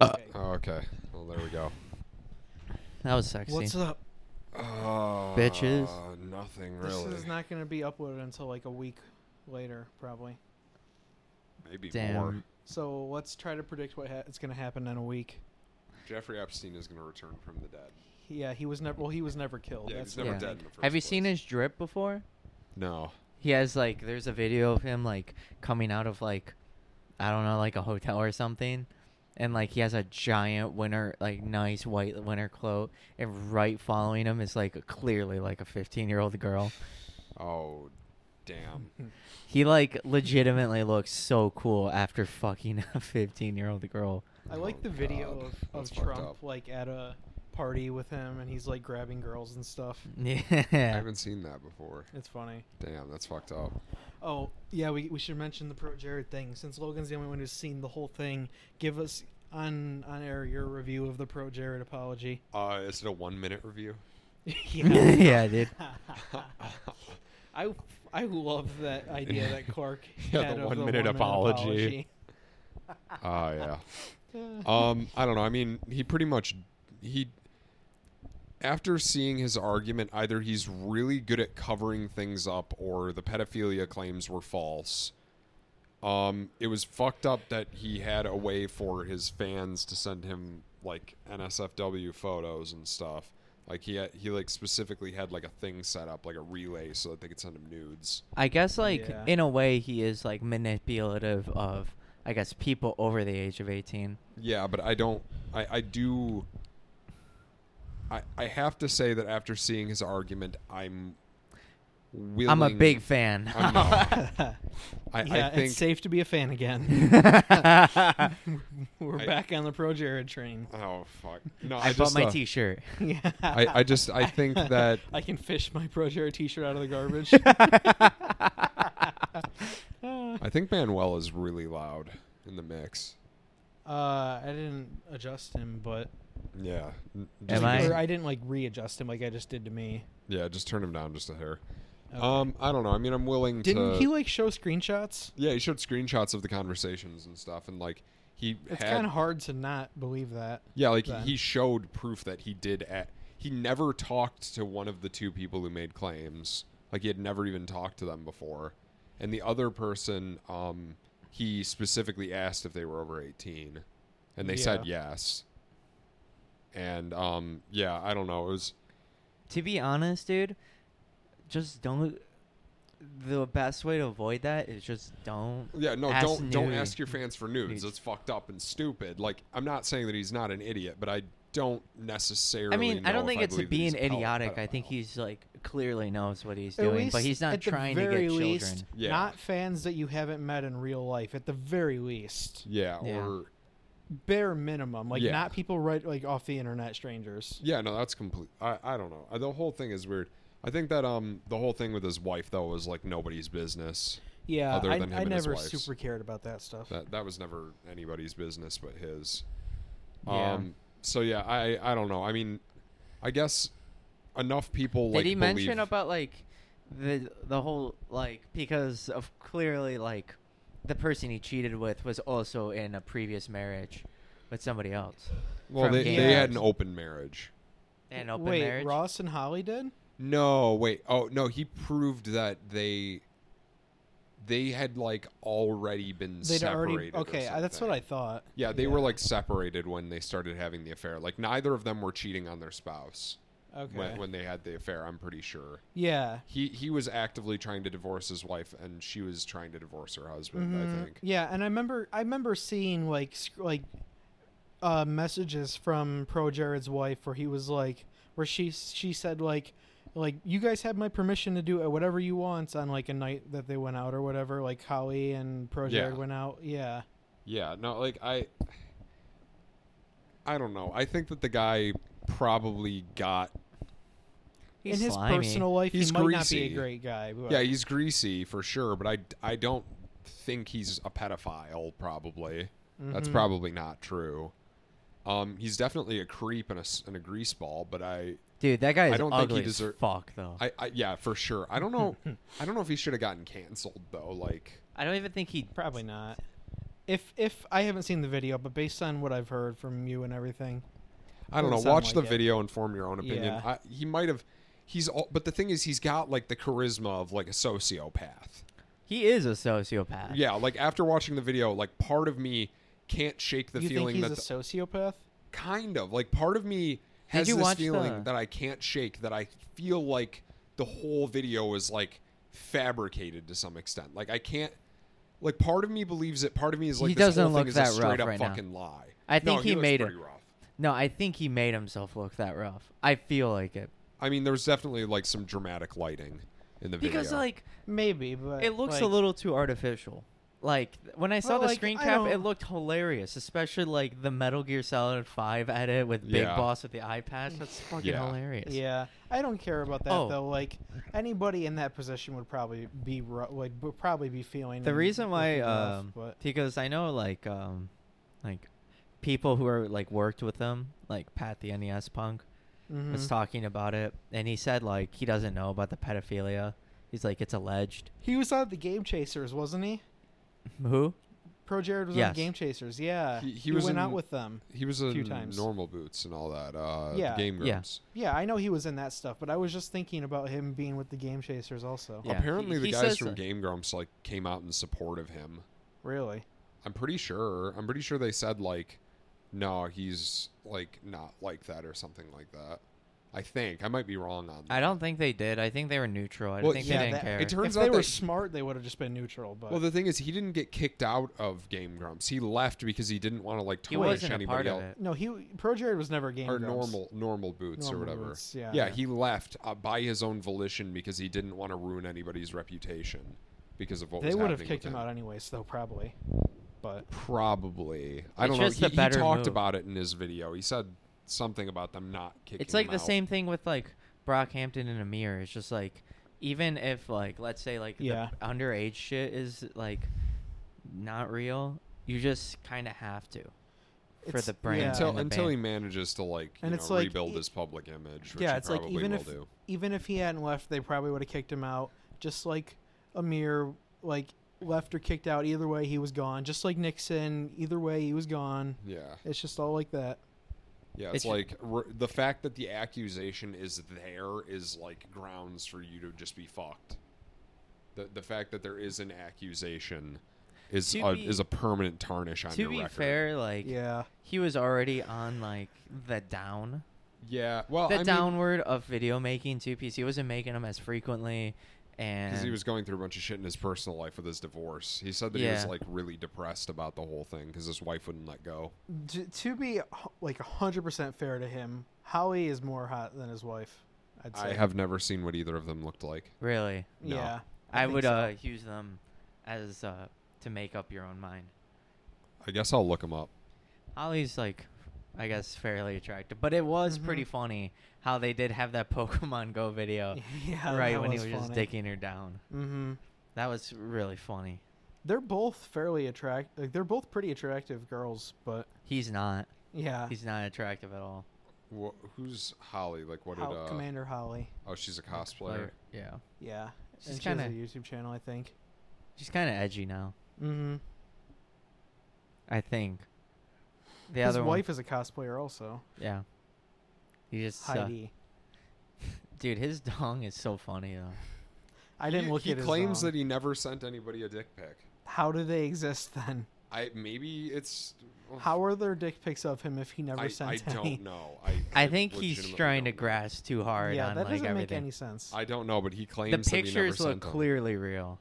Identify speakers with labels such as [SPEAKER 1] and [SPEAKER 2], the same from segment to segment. [SPEAKER 1] Uh,
[SPEAKER 2] Oh, okay. Well, there we go.
[SPEAKER 1] That was sexy.
[SPEAKER 3] What's up?
[SPEAKER 2] Uh,
[SPEAKER 1] Bitches.
[SPEAKER 2] Nothing really.
[SPEAKER 3] This is not going to be uploaded until like a week later, probably.
[SPEAKER 2] Maybe
[SPEAKER 1] Damn.
[SPEAKER 2] more.
[SPEAKER 3] So let's try to predict what ha- it's going to happen in a week.
[SPEAKER 2] Jeffrey Epstein is going to return from the dead.
[SPEAKER 3] Yeah, he was never. Well, he was never killed.
[SPEAKER 2] Yeah,
[SPEAKER 3] That's
[SPEAKER 2] he's never
[SPEAKER 1] yeah.
[SPEAKER 2] dead in the first
[SPEAKER 1] Have you seen
[SPEAKER 2] place.
[SPEAKER 1] his drip before?
[SPEAKER 2] No.
[SPEAKER 1] He has like there's a video of him like coming out of like I don't know like a hotel or something and like he has a giant winter like nice white winter coat and right following him is like clearly like a 15-year-old girl.
[SPEAKER 2] Oh, damn.
[SPEAKER 1] He like legitimately looks so cool after fucking a 15-year-old girl.
[SPEAKER 3] I like the
[SPEAKER 2] Oh,
[SPEAKER 3] video
[SPEAKER 2] God.
[SPEAKER 3] of,
[SPEAKER 2] That's
[SPEAKER 3] of
[SPEAKER 2] fucked
[SPEAKER 3] Trump
[SPEAKER 2] up.
[SPEAKER 3] like at a party with him, and he's like grabbing girls and stuff.
[SPEAKER 2] I
[SPEAKER 1] Yeah.
[SPEAKER 2] haven't seen that before.
[SPEAKER 3] It's funny.
[SPEAKER 2] Damn, that's fucked up.
[SPEAKER 3] Oh yeah, we, we should mention the pro Jared thing since Logan's the only one who's seen the whole thing. Give us on on air your review of the pro Jared apology.
[SPEAKER 2] Uh, is it a one minute review?
[SPEAKER 1] yeah, dude.
[SPEAKER 3] I I love that idea that Clark
[SPEAKER 2] Yeah, the
[SPEAKER 3] had of
[SPEAKER 2] one-minute
[SPEAKER 3] one-minute
[SPEAKER 2] apology. Oh, yeah.
[SPEAKER 3] apology.
[SPEAKER 2] Um, I don't know. I mean, he pretty much he after seeing his argument, either he's really good at covering things up or the pedophilia claims were false. Um, it was fucked up that he had a way for his fans to send him like NSFW photos and stuff. Like he had, he like specifically had like a thing set up like a relay so that they could send him nudes.
[SPEAKER 1] I guess like
[SPEAKER 3] Yeah.
[SPEAKER 1] in a way he is like manipulative of I guess people over the age of 18.
[SPEAKER 2] Yeah, but I don't. I, I do. I I have to say that after seeing his argument, I'm. Willing,
[SPEAKER 1] I'm a big fan.
[SPEAKER 2] I'm not. I,
[SPEAKER 3] yeah,
[SPEAKER 2] I think.
[SPEAKER 3] it's safe to be a fan again. We're
[SPEAKER 2] I-
[SPEAKER 3] back on the pro Jared train.
[SPEAKER 2] oh fuck! No, I,
[SPEAKER 1] I, bought
[SPEAKER 2] just,
[SPEAKER 1] my
[SPEAKER 2] uh,
[SPEAKER 1] T-shirt.
[SPEAKER 3] Yeah.
[SPEAKER 2] I, I just I think that
[SPEAKER 3] I can fish my pro Jared T-shirt out of the garbage. Uh,
[SPEAKER 2] I think Manuel is really loud in the mix.
[SPEAKER 3] Uh, I didn't adjust him, but
[SPEAKER 2] Yeah. N-
[SPEAKER 1] Am
[SPEAKER 2] just-
[SPEAKER 1] I-
[SPEAKER 3] or I didn't like readjust him like I just did to me.
[SPEAKER 2] Yeah, just turn him down just a hair.
[SPEAKER 3] Okay.
[SPEAKER 2] Um, I don't know. I mean, I'm willing
[SPEAKER 3] didn't
[SPEAKER 2] to.
[SPEAKER 3] he like show screenshots?
[SPEAKER 2] yeah, he showed screenshots of the conversations and stuff, and like he
[SPEAKER 3] It's
[SPEAKER 2] had
[SPEAKER 3] kind of hard to not believe that.
[SPEAKER 2] Yeah, like
[SPEAKER 3] then.
[SPEAKER 2] he showed proof that he did. At, he never talked to one of the two people who made claims. Like he had never even talked to them before, and the other person, um, he specifically asked if they were over eighteen, and they said yes. And um, yeah, I don't know. It was
[SPEAKER 1] to be honest, dude, just don't. The best way to avoid that is just don't.
[SPEAKER 2] yeah, no,
[SPEAKER 1] Ask
[SPEAKER 2] don't don't
[SPEAKER 1] Nui.
[SPEAKER 2] ask your fans for nudes.
[SPEAKER 1] Nudes.
[SPEAKER 2] It's fucked up and stupid. Like I'm not saying that he's not an idiot, but I don't necessarily.
[SPEAKER 1] I mean, I
[SPEAKER 2] know
[SPEAKER 1] don't
[SPEAKER 2] if
[SPEAKER 1] think it's
[SPEAKER 2] believe that
[SPEAKER 1] being
[SPEAKER 2] he's a pedo-
[SPEAKER 1] idiotic. I think
[SPEAKER 2] pedophile.
[SPEAKER 1] he's like clearly knows what he's
[SPEAKER 3] At
[SPEAKER 1] doing, but
[SPEAKER 3] least-
[SPEAKER 1] he's not
[SPEAKER 3] at the
[SPEAKER 1] trying to get
[SPEAKER 3] very
[SPEAKER 1] children.
[SPEAKER 3] least,
[SPEAKER 2] Yeah.
[SPEAKER 3] Not fans that you haven't met in real life, at the very least.
[SPEAKER 2] Yeah,
[SPEAKER 1] Yeah.
[SPEAKER 2] or
[SPEAKER 3] Bare minimum. Like
[SPEAKER 2] Yeah.
[SPEAKER 3] not people right like off the internet strangers.
[SPEAKER 2] Yeah, no, that's complete. I, I don't know. Uh, The whole thing is weird. I think that um the whole thing with his wife though was like nobody's business.
[SPEAKER 3] Yeah.
[SPEAKER 2] Other
[SPEAKER 3] I,
[SPEAKER 2] than him
[SPEAKER 3] I
[SPEAKER 2] and his
[SPEAKER 3] never
[SPEAKER 2] wife's.
[SPEAKER 3] super cared about that stuff.
[SPEAKER 2] That that was never anybody's business but his.
[SPEAKER 1] Yeah.
[SPEAKER 2] Um so yeah, I I don't know. I mean, I guess enough people like
[SPEAKER 1] Did he
[SPEAKER 2] believe,
[SPEAKER 1] mention about like the the whole like because of clearly like the person he cheated with was also in a previous marriage with somebody else
[SPEAKER 2] Well,
[SPEAKER 1] from
[SPEAKER 2] they,
[SPEAKER 1] gay
[SPEAKER 2] they had
[SPEAKER 1] marriage.
[SPEAKER 2] an open marriage.
[SPEAKER 1] and open
[SPEAKER 3] Wait,
[SPEAKER 1] marriage.
[SPEAKER 3] Ross and Holly did?
[SPEAKER 2] No, wait. Oh, no, he proved that they they had like already been
[SPEAKER 3] They'd
[SPEAKER 2] separated.
[SPEAKER 3] already
[SPEAKER 2] or
[SPEAKER 3] Okay, I- that's what
[SPEAKER 2] something.
[SPEAKER 3] I thought.
[SPEAKER 2] Yeah, they were like separated when they started having the affair. Like neither of them were cheating on their spouse
[SPEAKER 3] Okay.
[SPEAKER 2] when, when they had the affair. I'm pretty sure
[SPEAKER 3] yeah.
[SPEAKER 2] he he was actively trying to divorce his wife, and she was trying to divorce her husband. I
[SPEAKER 3] Mhm.
[SPEAKER 2] think.
[SPEAKER 3] Yeah, and I remember I remember seeing like sc- like uh, messages from Pro Jared's wife where he was like where she she said like like you guys have my permission to do whatever you want on like a night that they went out or whatever like Holly and Pro
[SPEAKER 2] Yeah.
[SPEAKER 3] Jared went out. Yeah.
[SPEAKER 2] Yeah, no, like I I don't know. I think that the guy probably got
[SPEAKER 1] He's
[SPEAKER 3] In his
[SPEAKER 1] slimy.
[SPEAKER 3] personal life,
[SPEAKER 2] He's
[SPEAKER 3] he might not
[SPEAKER 2] greasy.
[SPEAKER 3] be a great guy. But
[SPEAKER 2] yeah, he's greasy for sure, but I I don't think he's a pedophile probably.
[SPEAKER 3] Mm-hmm.
[SPEAKER 2] That's probably not true. Um, he's definitely a creep and a, s- and a greaseball, but I
[SPEAKER 1] Dude, that guy is
[SPEAKER 2] I don't think he
[SPEAKER 1] ugly as
[SPEAKER 2] deser-
[SPEAKER 1] fuck though. I,
[SPEAKER 2] I, I yeah, for sure. I don't know. I don't know if he should have gotten canceled though. Like,
[SPEAKER 1] don't even think he
[SPEAKER 3] probably not. if if I haven't seen the video, but based on what I've heard from you and everything,
[SPEAKER 2] I don't know.
[SPEAKER 3] Doesn't sound
[SPEAKER 2] Watch the
[SPEAKER 3] like it.
[SPEAKER 2] video and form your own opinion.
[SPEAKER 3] Yeah.
[SPEAKER 2] I, he might have. He's all, but the thing is, he's got like the charisma of like a sociopath.
[SPEAKER 1] He is a sociopath.
[SPEAKER 2] Yeah, like after watching the video, like part of me can't shake the
[SPEAKER 3] you think
[SPEAKER 2] feeling
[SPEAKER 3] he's
[SPEAKER 2] that
[SPEAKER 3] a
[SPEAKER 2] the-
[SPEAKER 3] sociopath?
[SPEAKER 2] kind of like part of me has
[SPEAKER 1] you
[SPEAKER 2] this
[SPEAKER 1] watch
[SPEAKER 2] feeling
[SPEAKER 1] the-
[SPEAKER 2] that I can't shake. That I feel like the whole video is like fabricated to some extent. Like I can't. Like part of me believes it. Part of me is like
[SPEAKER 1] He
[SPEAKER 2] this
[SPEAKER 1] doesn't
[SPEAKER 2] whole thing
[SPEAKER 1] look
[SPEAKER 2] is
[SPEAKER 1] that
[SPEAKER 2] a
[SPEAKER 1] rough
[SPEAKER 2] straight up
[SPEAKER 1] right now.
[SPEAKER 2] fucking lie.
[SPEAKER 1] I
[SPEAKER 2] No,
[SPEAKER 1] think he
[SPEAKER 2] looks
[SPEAKER 1] made it-
[SPEAKER 2] pretty rough.
[SPEAKER 1] No, I think he made himself look that rough. I feel like it
[SPEAKER 2] I mean, there was definitely like some dramatic lighting in the video.
[SPEAKER 1] because like
[SPEAKER 3] Maybe, but
[SPEAKER 1] it looks a
[SPEAKER 3] like,
[SPEAKER 1] little too artificial. Like th- when I saw
[SPEAKER 3] Well,
[SPEAKER 1] the
[SPEAKER 3] like,
[SPEAKER 1] screen
[SPEAKER 3] I
[SPEAKER 1] cap, it
[SPEAKER 3] don't-
[SPEAKER 1] looked hilarious, especially like the Metal Gear Solid Five edit with Big
[SPEAKER 2] Yeah.
[SPEAKER 1] Boss with the eye patch. That's fucking
[SPEAKER 2] Yeah.
[SPEAKER 1] hilarious.
[SPEAKER 3] Mm. Yeah, I don't care about that
[SPEAKER 1] Oh.
[SPEAKER 3] though. Like anybody in that position would probably be ru- like would probably be feeling
[SPEAKER 1] The reason why,
[SPEAKER 3] looking rough,
[SPEAKER 1] um,
[SPEAKER 3] but
[SPEAKER 1] because I know like um, like people who are like worked with him, like Pat the NES Punk, was
[SPEAKER 3] Mhm.
[SPEAKER 1] talking about it, and he said like he doesn't know about the pedophilia. He's like it's alleged.
[SPEAKER 3] he was on the Game Chasers, wasn't he?
[SPEAKER 1] Who?
[SPEAKER 3] Pro Jared was on
[SPEAKER 1] Yes.
[SPEAKER 3] the Game Chasers. Yeah,
[SPEAKER 2] He- he was
[SPEAKER 3] uh, went out
[SPEAKER 2] in-
[SPEAKER 3] with them.
[SPEAKER 2] he was
[SPEAKER 3] a
[SPEAKER 2] in
[SPEAKER 3] few times.
[SPEAKER 2] normal boots and all that. Uh,
[SPEAKER 3] Yeah.
[SPEAKER 2] the game
[SPEAKER 1] Yeah.
[SPEAKER 2] rooms.
[SPEAKER 3] Yeah, I know he was in that stuff, but I was just thinking about him being with the Game Chasers also.
[SPEAKER 1] Yeah.
[SPEAKER 2] Apparently,
[SPEAKER 1] he-
[SPEAKER 2] the
[SPEAKER 1] he
[SPEAKER 2] guys
[SPEAKER 1] says
[SPEAKER 2] from
[SPEAKER 1] that.
[SPEAKER 2] Game Grumps like came out in support of him.
[SPEAKER 3] Really?
[SPEAKER 2] I'm pretty sure. I'm pretty sure they said like, "No, he's like not like that" or something like that. I think I might be wrong on that.
[SPEAKER 1] I don't think they did. I think they were neutral. I
[SPEAKER 2] Well,
[SPEAKER 1] think
[SPEAKER 2] yeah,
[SPEAKER 1] they didn't
[SPEAKER 3] that-
[SPEAKER 1] care.
[SPEAKER 2] it turns
[SPEAKER 3] if they
[SPEAKER 2] out
[SPEAKER 3] were
[SPEAKER 2] that-
[SPEAKER 3] smart, they would have just been neutral. But
[SPEAKER 2] Well, the thing is, he didn't get kicked out of Game Grumps. He left because he didn't want to like
[SPEAKER 1] he
[SPEAKER 2] tarnish
[SPEAKER 1] wasn't
[SPEAKER 2] anybody
[SPEAKER 1] a part
[SPEAKER 2] else.
[SPEAKER 1] of it.
[SPEAKER 3] no, he Pro Jared was never Game
[SPEAKER 2] or
[SPEAKER 3] Grumps.
[SPEAKER 2] normal normal boots or
[SPEAKER 3] Normal
[SPEAKER 2] whatever.
[SPEAKER 3] Boots, yeah.
[SPEAKER 2] yeah,
[SPEAKER 3] Yeah.
[SPEAKER 2] he left uh, by his own volition because he didn't want to ruin anybody's reputation because of what
[SPEAKER 3] They
[SPEAKER 2] was
[SPEAKER 3] would
[SPEAKER 2] happening.
[SPEAKER 3] have kicked
[SPEAKER 2] with
[SPEAKER 3] him out anyways, though probably. But
[SPEAKER 2] Probably, I
[SPEAKER 1] It's
[SPEAKER 2] don't know.
[SPEAKER 1] just
[SPEAKER 2] he,
[SPEAKER 1] a
[SPEAKER 2] he
[SPEAKER 1] better
[SPEAKER 2] talked
[SPEAKER 1] move.
[SPEAKER 2] about it in his video. He said something about them not kicking.
[SPEAKER 1] It's like
[SPEAKER 2] him
[SPEAKER 1] the
[SPEAKER 2] out.
[SPEAKER 1] same thing with like Brockhampton and Amir. It's just like even if like let's say like
[SPEAKER 3] Yeah.
[SPEAKER 1] the underage shit is like not real, you just kind of have to for
[SPEAKER 3] It's-
[SPEAKER 1] the brand.
[SPEAKER 3] yeah.
[SPEAKER 2] until
[SPEAKER 1] and uh, the
[SPEAKER 2] until he
[SPEAKER 1] band.
[SPEAKER 2] manages to like you
[SPEAKER 3] And
[SPEAKER 2] know,
[SPEAKER 3] it's like,
[SPEAKER 2] rebuild
[SPEAKER 3] e-
[SPEAKER 2] his public image. Which
[SPEAKER 3] yeah,
[SPEAKER 2] he
[SPEAKER 3] it's like
[SPEAKER 2] probably
[SPEAKER 3] even
[SPEAKER 2] will
[SPEAKER 3] if
[SPEAKER 2] do.
[SPEAKER 3] even if he hadn't left, they probably would have kicked him out. Just like Amir, like left or kicked out. Either way, he was gone. Just like Nixon, either way, he was gone.
[SPEAKER 2] yeah,
[SPEAKER 3] It's just all like that.
[SPEAKER 2] yeah, it's,
[SPEAKER 1] It's-
[SPEAKER 2] like r the fact that the accusation is there is like grounds for you to just be fucked. The the fact that there is an accusation is
[SPEAKER 1] To
[SPEAKER 2] a,
[SPEAKER 1] be-
[SPEAKER 2] is a permanent tarnish on
[SPEAKER 1] to
[SPEAKER 2] your
[SPEAKER 1] be
[SPEAKER 2] record.
[SPEAKER 1] fair, like
[SPEAKER 3] Yeah,
[SPEAKER 1] he was already on like the down,
[SPEAKER 2] yeah, well,
[SPEAKER 1] the
[SPEAKER 2] I mean,
[SPEAKER 1] downward of video making too. Because he wasn't making them as frequently, and
[SPEAKER 2] Because he was going through a bunch of shit in his personal life with his divorce. He said that he was
[SPEAKER 1] Yeah.
[SPEAKER 2] like really depressed about the whole thing because his wife wouldn't let go.
[SPEAKER 3] D- to be h- like hundred percent fair to him, Howie is more hot than his wife. I'd say.
[SPEAKER 2] I have never seen what either of them looked like.
[SPEAKER 1] really.
[SPEAKER 2] no.
[SPEAKER 3] Yeah,
[SPEAKER 1] I,
[SPEAKER 3] think
[SPEAKER 1] would
[SPEAKER 3] so.
[SPEAKER 1] uh, use them as uh, to make up your own mind.
[SPEAKER 2] I guess I'll look them up.
[SPEAKER 1] Holly's like, I guess, fairly attractive, but it was
[SPEAKER 3] Mm-hmm.
[SPEAKER 1] pretty funny how they did have that Pokemon Go video
[SPEAKER 3] yeah,
[SPEAKER 1] right
[SPEAKER 3] that
[SPEAKER 1] when he
[SPEAKER 3] was
[SPEAKER 1] was just
[SPEAKER 3] funny.
[SPEAKER 1] digging her down.
[SPEAKER 3] Mm-hmm.
[SPEAKER 1] That was really funny.
[SPEAKER 3] They're both fairly attract. Like they're both pretty attractive girls, but
[SPEAKER 1] He's not.
[SPEAKER 3] yeah.
[SPEAKER 1] He's not attractive at all.
[SPEAKER 2] Wha who's Holly? Like, what
[SPEAKER 3] Ho-
[SPEAKER 2] did? Uh,
[SPEAKER 3] Commander Holly.
[SPEAKER 2] oh, she's a
[SPEAKER 1] Like,
[SPEAKER 2] cosplayer.
[SPEAKER 1] like, Yeah.
[SPEAKER 3] Yeah,
[SPEAKER 1] She's
[SPEAKER 3] and she has a
[SPEAKER 1] kinda-
[SPEAKER 3] YouTube channel, I think.
[SPEAKER 1] She's kind of edgy now.
[SPEAKER 3] Mm-hmm.
[SPEAKER 1] I think. The
[SPEAKER 3] His
[SPEAKER 1] other
[SPEAKER 3] wife is a cosplayer, also.
[SPEAKER 1] One, yeah. He just. uh,
[SPEAKER 3] Heidi.
[SPEAKER 1] dude, his dong is so funny though.
[SPEAKER 3] I didn't
[SPEAKER 2] he,
[SPEAKER 3] look
[SPEAKER 2] he
[SPEAKER 3] at his. um,
[SPEAKER 2] claims
[SPEAKER 3] dong.
[SPEAKER 2] that he never sent anybody a dick pic.
[SPEAKER 3] How do they exist then?
[SPEAKER 2] I maybe it's. well,
[SPEAKER 3] How are there dick pics of him if he never
[SPEAKER 2] I,
[SPEAKER 3] sent
[SPEAKER 2] I
[SPEAKER 3] any?
[SPEAKER 2] don't know. I,
[SPEAKER 1] I think he's
[SPEAKER 2] legitimately
[SPEAKER 1] trying to
[SPEAKER 2] don't know.
[SPEAKER 1] grasp too hard
[SPEAKER 3] yeah,
[SPEAKER 1] on
[SPEAKER 3] that
[SPEAKER 1] like
[SPEAKER 3] doesn't
[SPEAKER 1] everything.
[SPEAKER 3] make any sense.
[SPEAKER 2] I don't know, but he claims
[SPEAKER 1] the
[SPEAKER 2] that he never
[SPEAKER 1] pictures
[SPEAKER 2] sent
[SPEAKER 1] look
[SPEAKER 2] them.
[SPEAKER 1] clearly real.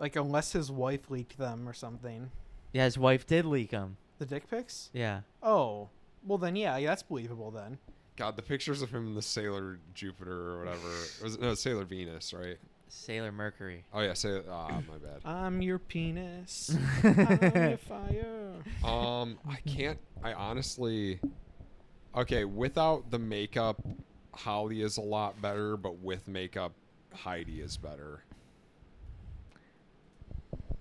[SPEAKER 3] Like unless his wife leaked them or something.
[SPEAKER 1] Yeah, his wife did leak him.
[SPEAKER 3] The dick pics?
[SPEAKER 1] Yeah.
[SPEAKER 3] Oh, well then yeah, yeah that's believable then.
[SPEAKER 2] God, the pictures of him in the Sailor Jupiter or whatever was it, no Sailor Venus, right?
[SPEAKER 1] Sailor Mercury.
[SPEAKER 2] Oh yeah, Sailor. Ah, my bad.
[SPEAKER 3] I'm your penis. I'm your fire.
[SPEAKER 2] Um, I can't. I honestly. Okay, without the makeup, Holly is a lot better, but with makeup, Heidi is better.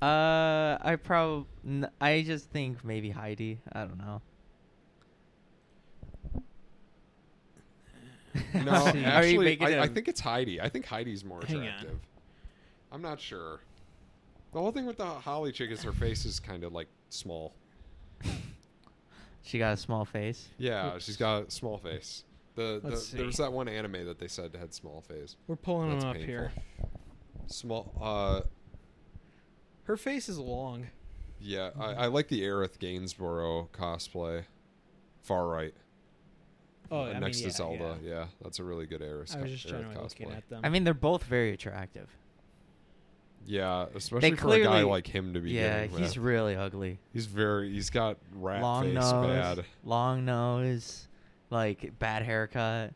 [SPEAKER 1] Uh, I probably n- I just think maybe Heidi. I don't know.
[SPEAKER 2] No,
[SPEAKER 1] Are you
[SPEAKER 2] actually,
[SPEAKER 1] making
[SPEAKER 2] I, I
[SPEAKER 1] him-
[SPEAKER 2] think it's Heidi. I think Heidi's more
[SPEAKER 3] Hang on.
[SPEAKER 2] attractive. I'm not sure. The whole thing with the Holly chick is her face is kind of like small.
[SPEAKER 1] She got a small face.
[SPEAKER 2] Yeah,
[SPEAKER 3] Oops.
[SPEAKER 2] she's got a small face. The,
[SPEAKER 3] Let's
[SPEAKER 2] the there was
[SPEAKER 3] see.
[SPEAKER 2] that one anime that they said had small face.
[SPEAKER 3] We're pulling
[SPEAKER 2] That's
[SPEAKER 3] them up
[SPEAKER 2] painful.
[SPEAKER 3] here.
[SPEAKER 2] Small. Uh,
[SPEAKER 3] Her face is long.
[SPEAKER 2] yeah, I, I like the Aerith Gainsborough cosplay. Far right.
[SPEAKER 3] Oh,
[SPEAKER 2] Uh,
[SPEAKER 3] I
[SPEAKER 2] next to
[SPEAKER 3] mean, yeah,
[SPEAKER 2] Zelda.
[SPEAKER 3] yeah.
[SPEAKER 2] Yeah. that's a really good Aerith,
[SPEAKER 3] I was just
[SPEAKER 2] Aerith
[SPEAKER 3] generally
[SPEAKER 2] cosplay.
[SPEAKER 3] looking at them.
[SPEAKER 1] I mean, they're both very attractive.
[SPEAKER 2] Yeah, especially for a guy
[SPEAKER 1] clearly-
[SPEAKER 2] like him to be.
[SPEAKER 1] Yeah, he's
[SPEAKER 2] with.
[SPEAKER 1] really ugly.
[SPEAKER 2] he's very he's got rat
[SPEAKER 1] long
[SPEAKER 2] face
[SPEAKER 1] nose,
[SPEAKER 2] bad.
[SPEAKER 1] long nose, like bad haircut.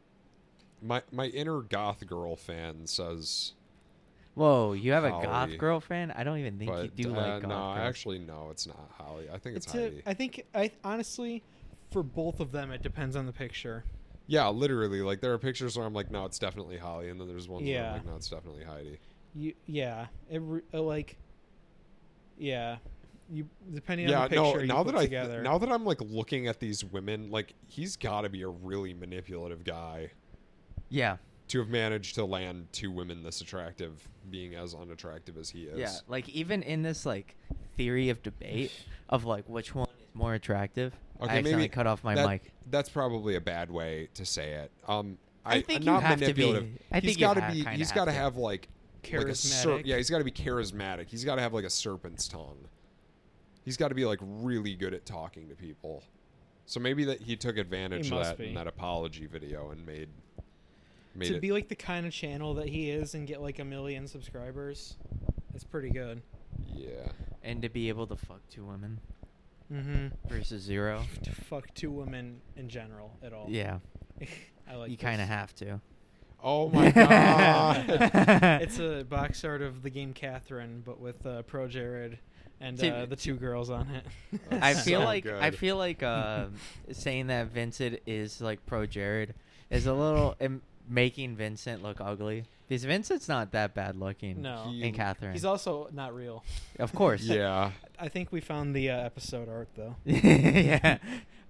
[SPEAKER 2] My my inner goth girl fan says,
[SPEAKER 1] Whoa, you have a
[SPEAKER 2] Holly.
[SPEAKER 1] goth girlfriend? I don't even think
[SPEAKER 2] but
[SPEAKER 1] you do
[SPEAKER 2] uh,
[SPEAKER 1] like
[SPEAKER 2] no,
[SPEAKER 1] goth girls.
[SPEAKER 2] actually no, it's not Holly. I think it's,
[SPEAKER 3] it's
[SPEAKER 2] Heidi.
[SPEAKER 3] a, I think I honestly, for both of them, it depends on the picture.
[SPEAKER 2] yeah, literally. Like there are pictures where I'm like, no, it's definitely Holly, and then there's ones where
[SPEAKER 3] Yeah.
[SPEAKER 2] I'm like, no, it's definitely Heidi.
[SPEAKER 3] You yeah, it re- uh, like yeah, you depending
[SPEAKER 2] yeah,
[SPEAKER 3] on the picture
[SPEAKER 2] no.
[SPEAKER 3] you
[SPEAKER 2] Now
[SPEAKER 3] put
[SPEAKER 2] that I th-
[SPEAKER 3] together.
[SPEAKER 2] now that I'm like looking at these women, like he's got to be a really manipulative guy
[SPEAKER 1] yeah,
[SPEAKER 2] to have managed to land two women this attractive, being as unattractive as he is.
[SPEAKER 1] yeah. Like even in this like theory of debate of like which one is more attractive, I accidentally cut off my
[SPEAKER 2] that-
[SPEAKER 1] mic.
[SPEAKER 2] That's probably a bad way to say it. Um, I,
[SPEAKER 1] I think
[SPEAKER 2] am
[SPEAKER 1] you
[SPEAKER 2] not
[SPEAKER 1] have to be-
[SPEAKER 2] manipulative.
[SPEAKER 1] I
[SPEAKER 2] he's
[SPEAKER 1] think you
[SPEAKER 2] gotta
[SPEAKER 1] ha-
[SPEAKER 2] be.
[SPEAKER 1] kinda
[SPEAKER 2] He's
[SPEAKER 1] have
[SPEAKER 2] got to
[SPEAKER 1] to.
[SPEAKER 2] have like like a ser-
[SPEAKER 3] Charismatic.
[SPEAKER 2] yeah, he's got to be charismatic. He's got to have like a serpent's tongue. He's got to be like really good at talking to people. So maybe that he took advantage
[SPEAKER 3] He
[SPEAKER 2] of
[SPEAKER 3] must
[SPEAKER 2] that in
[SPEAKER 3] be.
[SPEAKER 2] that apology video and made made
[SPEAKER 3] to
[SPEAKER 2] it.
[SPEAKER 3] be like the kind of channel that he is and get like a million subscribers, it's pretty good.
[SPEAKER 2] yeah,
[SPEAKER 1] And to be able to fuck two women
[SPEAKER 3] Mm-hmm.
[SPEAKER 1] versus zero,
[SPEAKER 3] To fuck two women in general at all.
[SPEAKER 1] yeah,
[SPEAKER 3] Oh, I like.
[SPEAKER 1] you kind of
[SPEAKER 3] this.
[SPEAKER 1] have to.
[SPEAKER 2] Oh my god.
[SPEAKER 3] it's a box art of the game Catherine, but with uh, Pro Jared and
[SPEAKER 1] See,
[SPEAKER 3] uh, the two girls on it.
[SPEAKER 1] I feel
[SPEAKER 2] So
[SPEAKER 1] like I
[SPEAKER 2] good.
[SPEAKER 1] feel like uh, saying that Vincent is like pro Jared is a little im- making Vincent look ugly because Vincent's not that bad looking.
[SPEAKER 3] No.
[SPEAKER 2] He-
[SPEAKER 1] and Catherine,
[SPEAKER 3] he's also not real.
[SPEAKER 1] of course.
[SPEAKER 2] yeah.
[SPEAKER 3] I think we found the uh, episode art though.
[SPEAKER 1] yeah,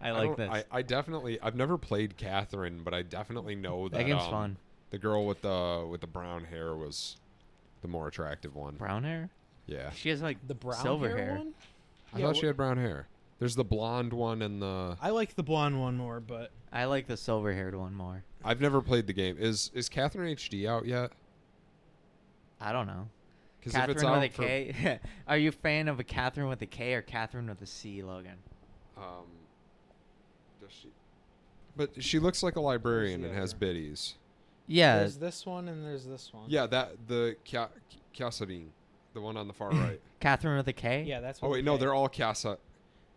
[SPEAKER 1] I like
[SPEAKER 2] don't-
[SPEAKER 1] this.
[SPEAKER 2] I, I definitely. I've never played Catherine, but I definitely know that
[SPEAKER 1] that game's
[SPEAKER 2] um,
[SPEAKER 1] fun.
[SPEAKER 2] The girl with the with the brown hair was the more attractive one.
[SPEAKER 1] Brown hair.
[SPEAKER 2] Yeah,
[SPEAKER 1] She has like
[SPEAKER 3] The brown
[SPEAKER 1] silver
[SPEAKER 3] hair,
[SPEAKER 1] hair.
[SPEAKER 3] one.
[SPEAKER 2] I
[SPEAKER 3] Yeah,
[SPEAKER 2] thought
[SPEAKER 3] wh-
[SPEAKER 2] she had brown hair. There's the blonde one and the.
[SPEAKER 3] I like the blonde one more, but
[SPEAKER 1] I like the silver haired one more.
[SPEAKER 2] I've never played the game. Is is Catherine HD out yet?
[SPEAKER 1] I don't know.
[SPEAKER 2] Because
[SPEAKER 1] Catherine with a K. Are you a fan of a Catherine with a K or Catherine with a C, Logan?
[SPEAKER 2] um, does she? But she looks like a librarian
[SPEAKER 3] the
[SPEAKER 2] and has
[SPEAKER 3] other?
[SPEAKER 2] biddies.
[SPEAKER 1] Yeah,
[SPEAKER 3] there's this one and there's this one.
[SPEAKER 2] Yeah, that the Ca- Cassadine, the one on the far right.
[SPEAKER 1] Catherine with a K.
[SPEAKER 3] yeah, that's.
[SPEAKER 2] oh
[SPEAKER 3] what
[SPEAKER 2] wait,
[SPEAKER 3] we
[SPEAKER 2] no,
[SPEAKER 3] picked.
[SPEAKER 2] they're all Cassa.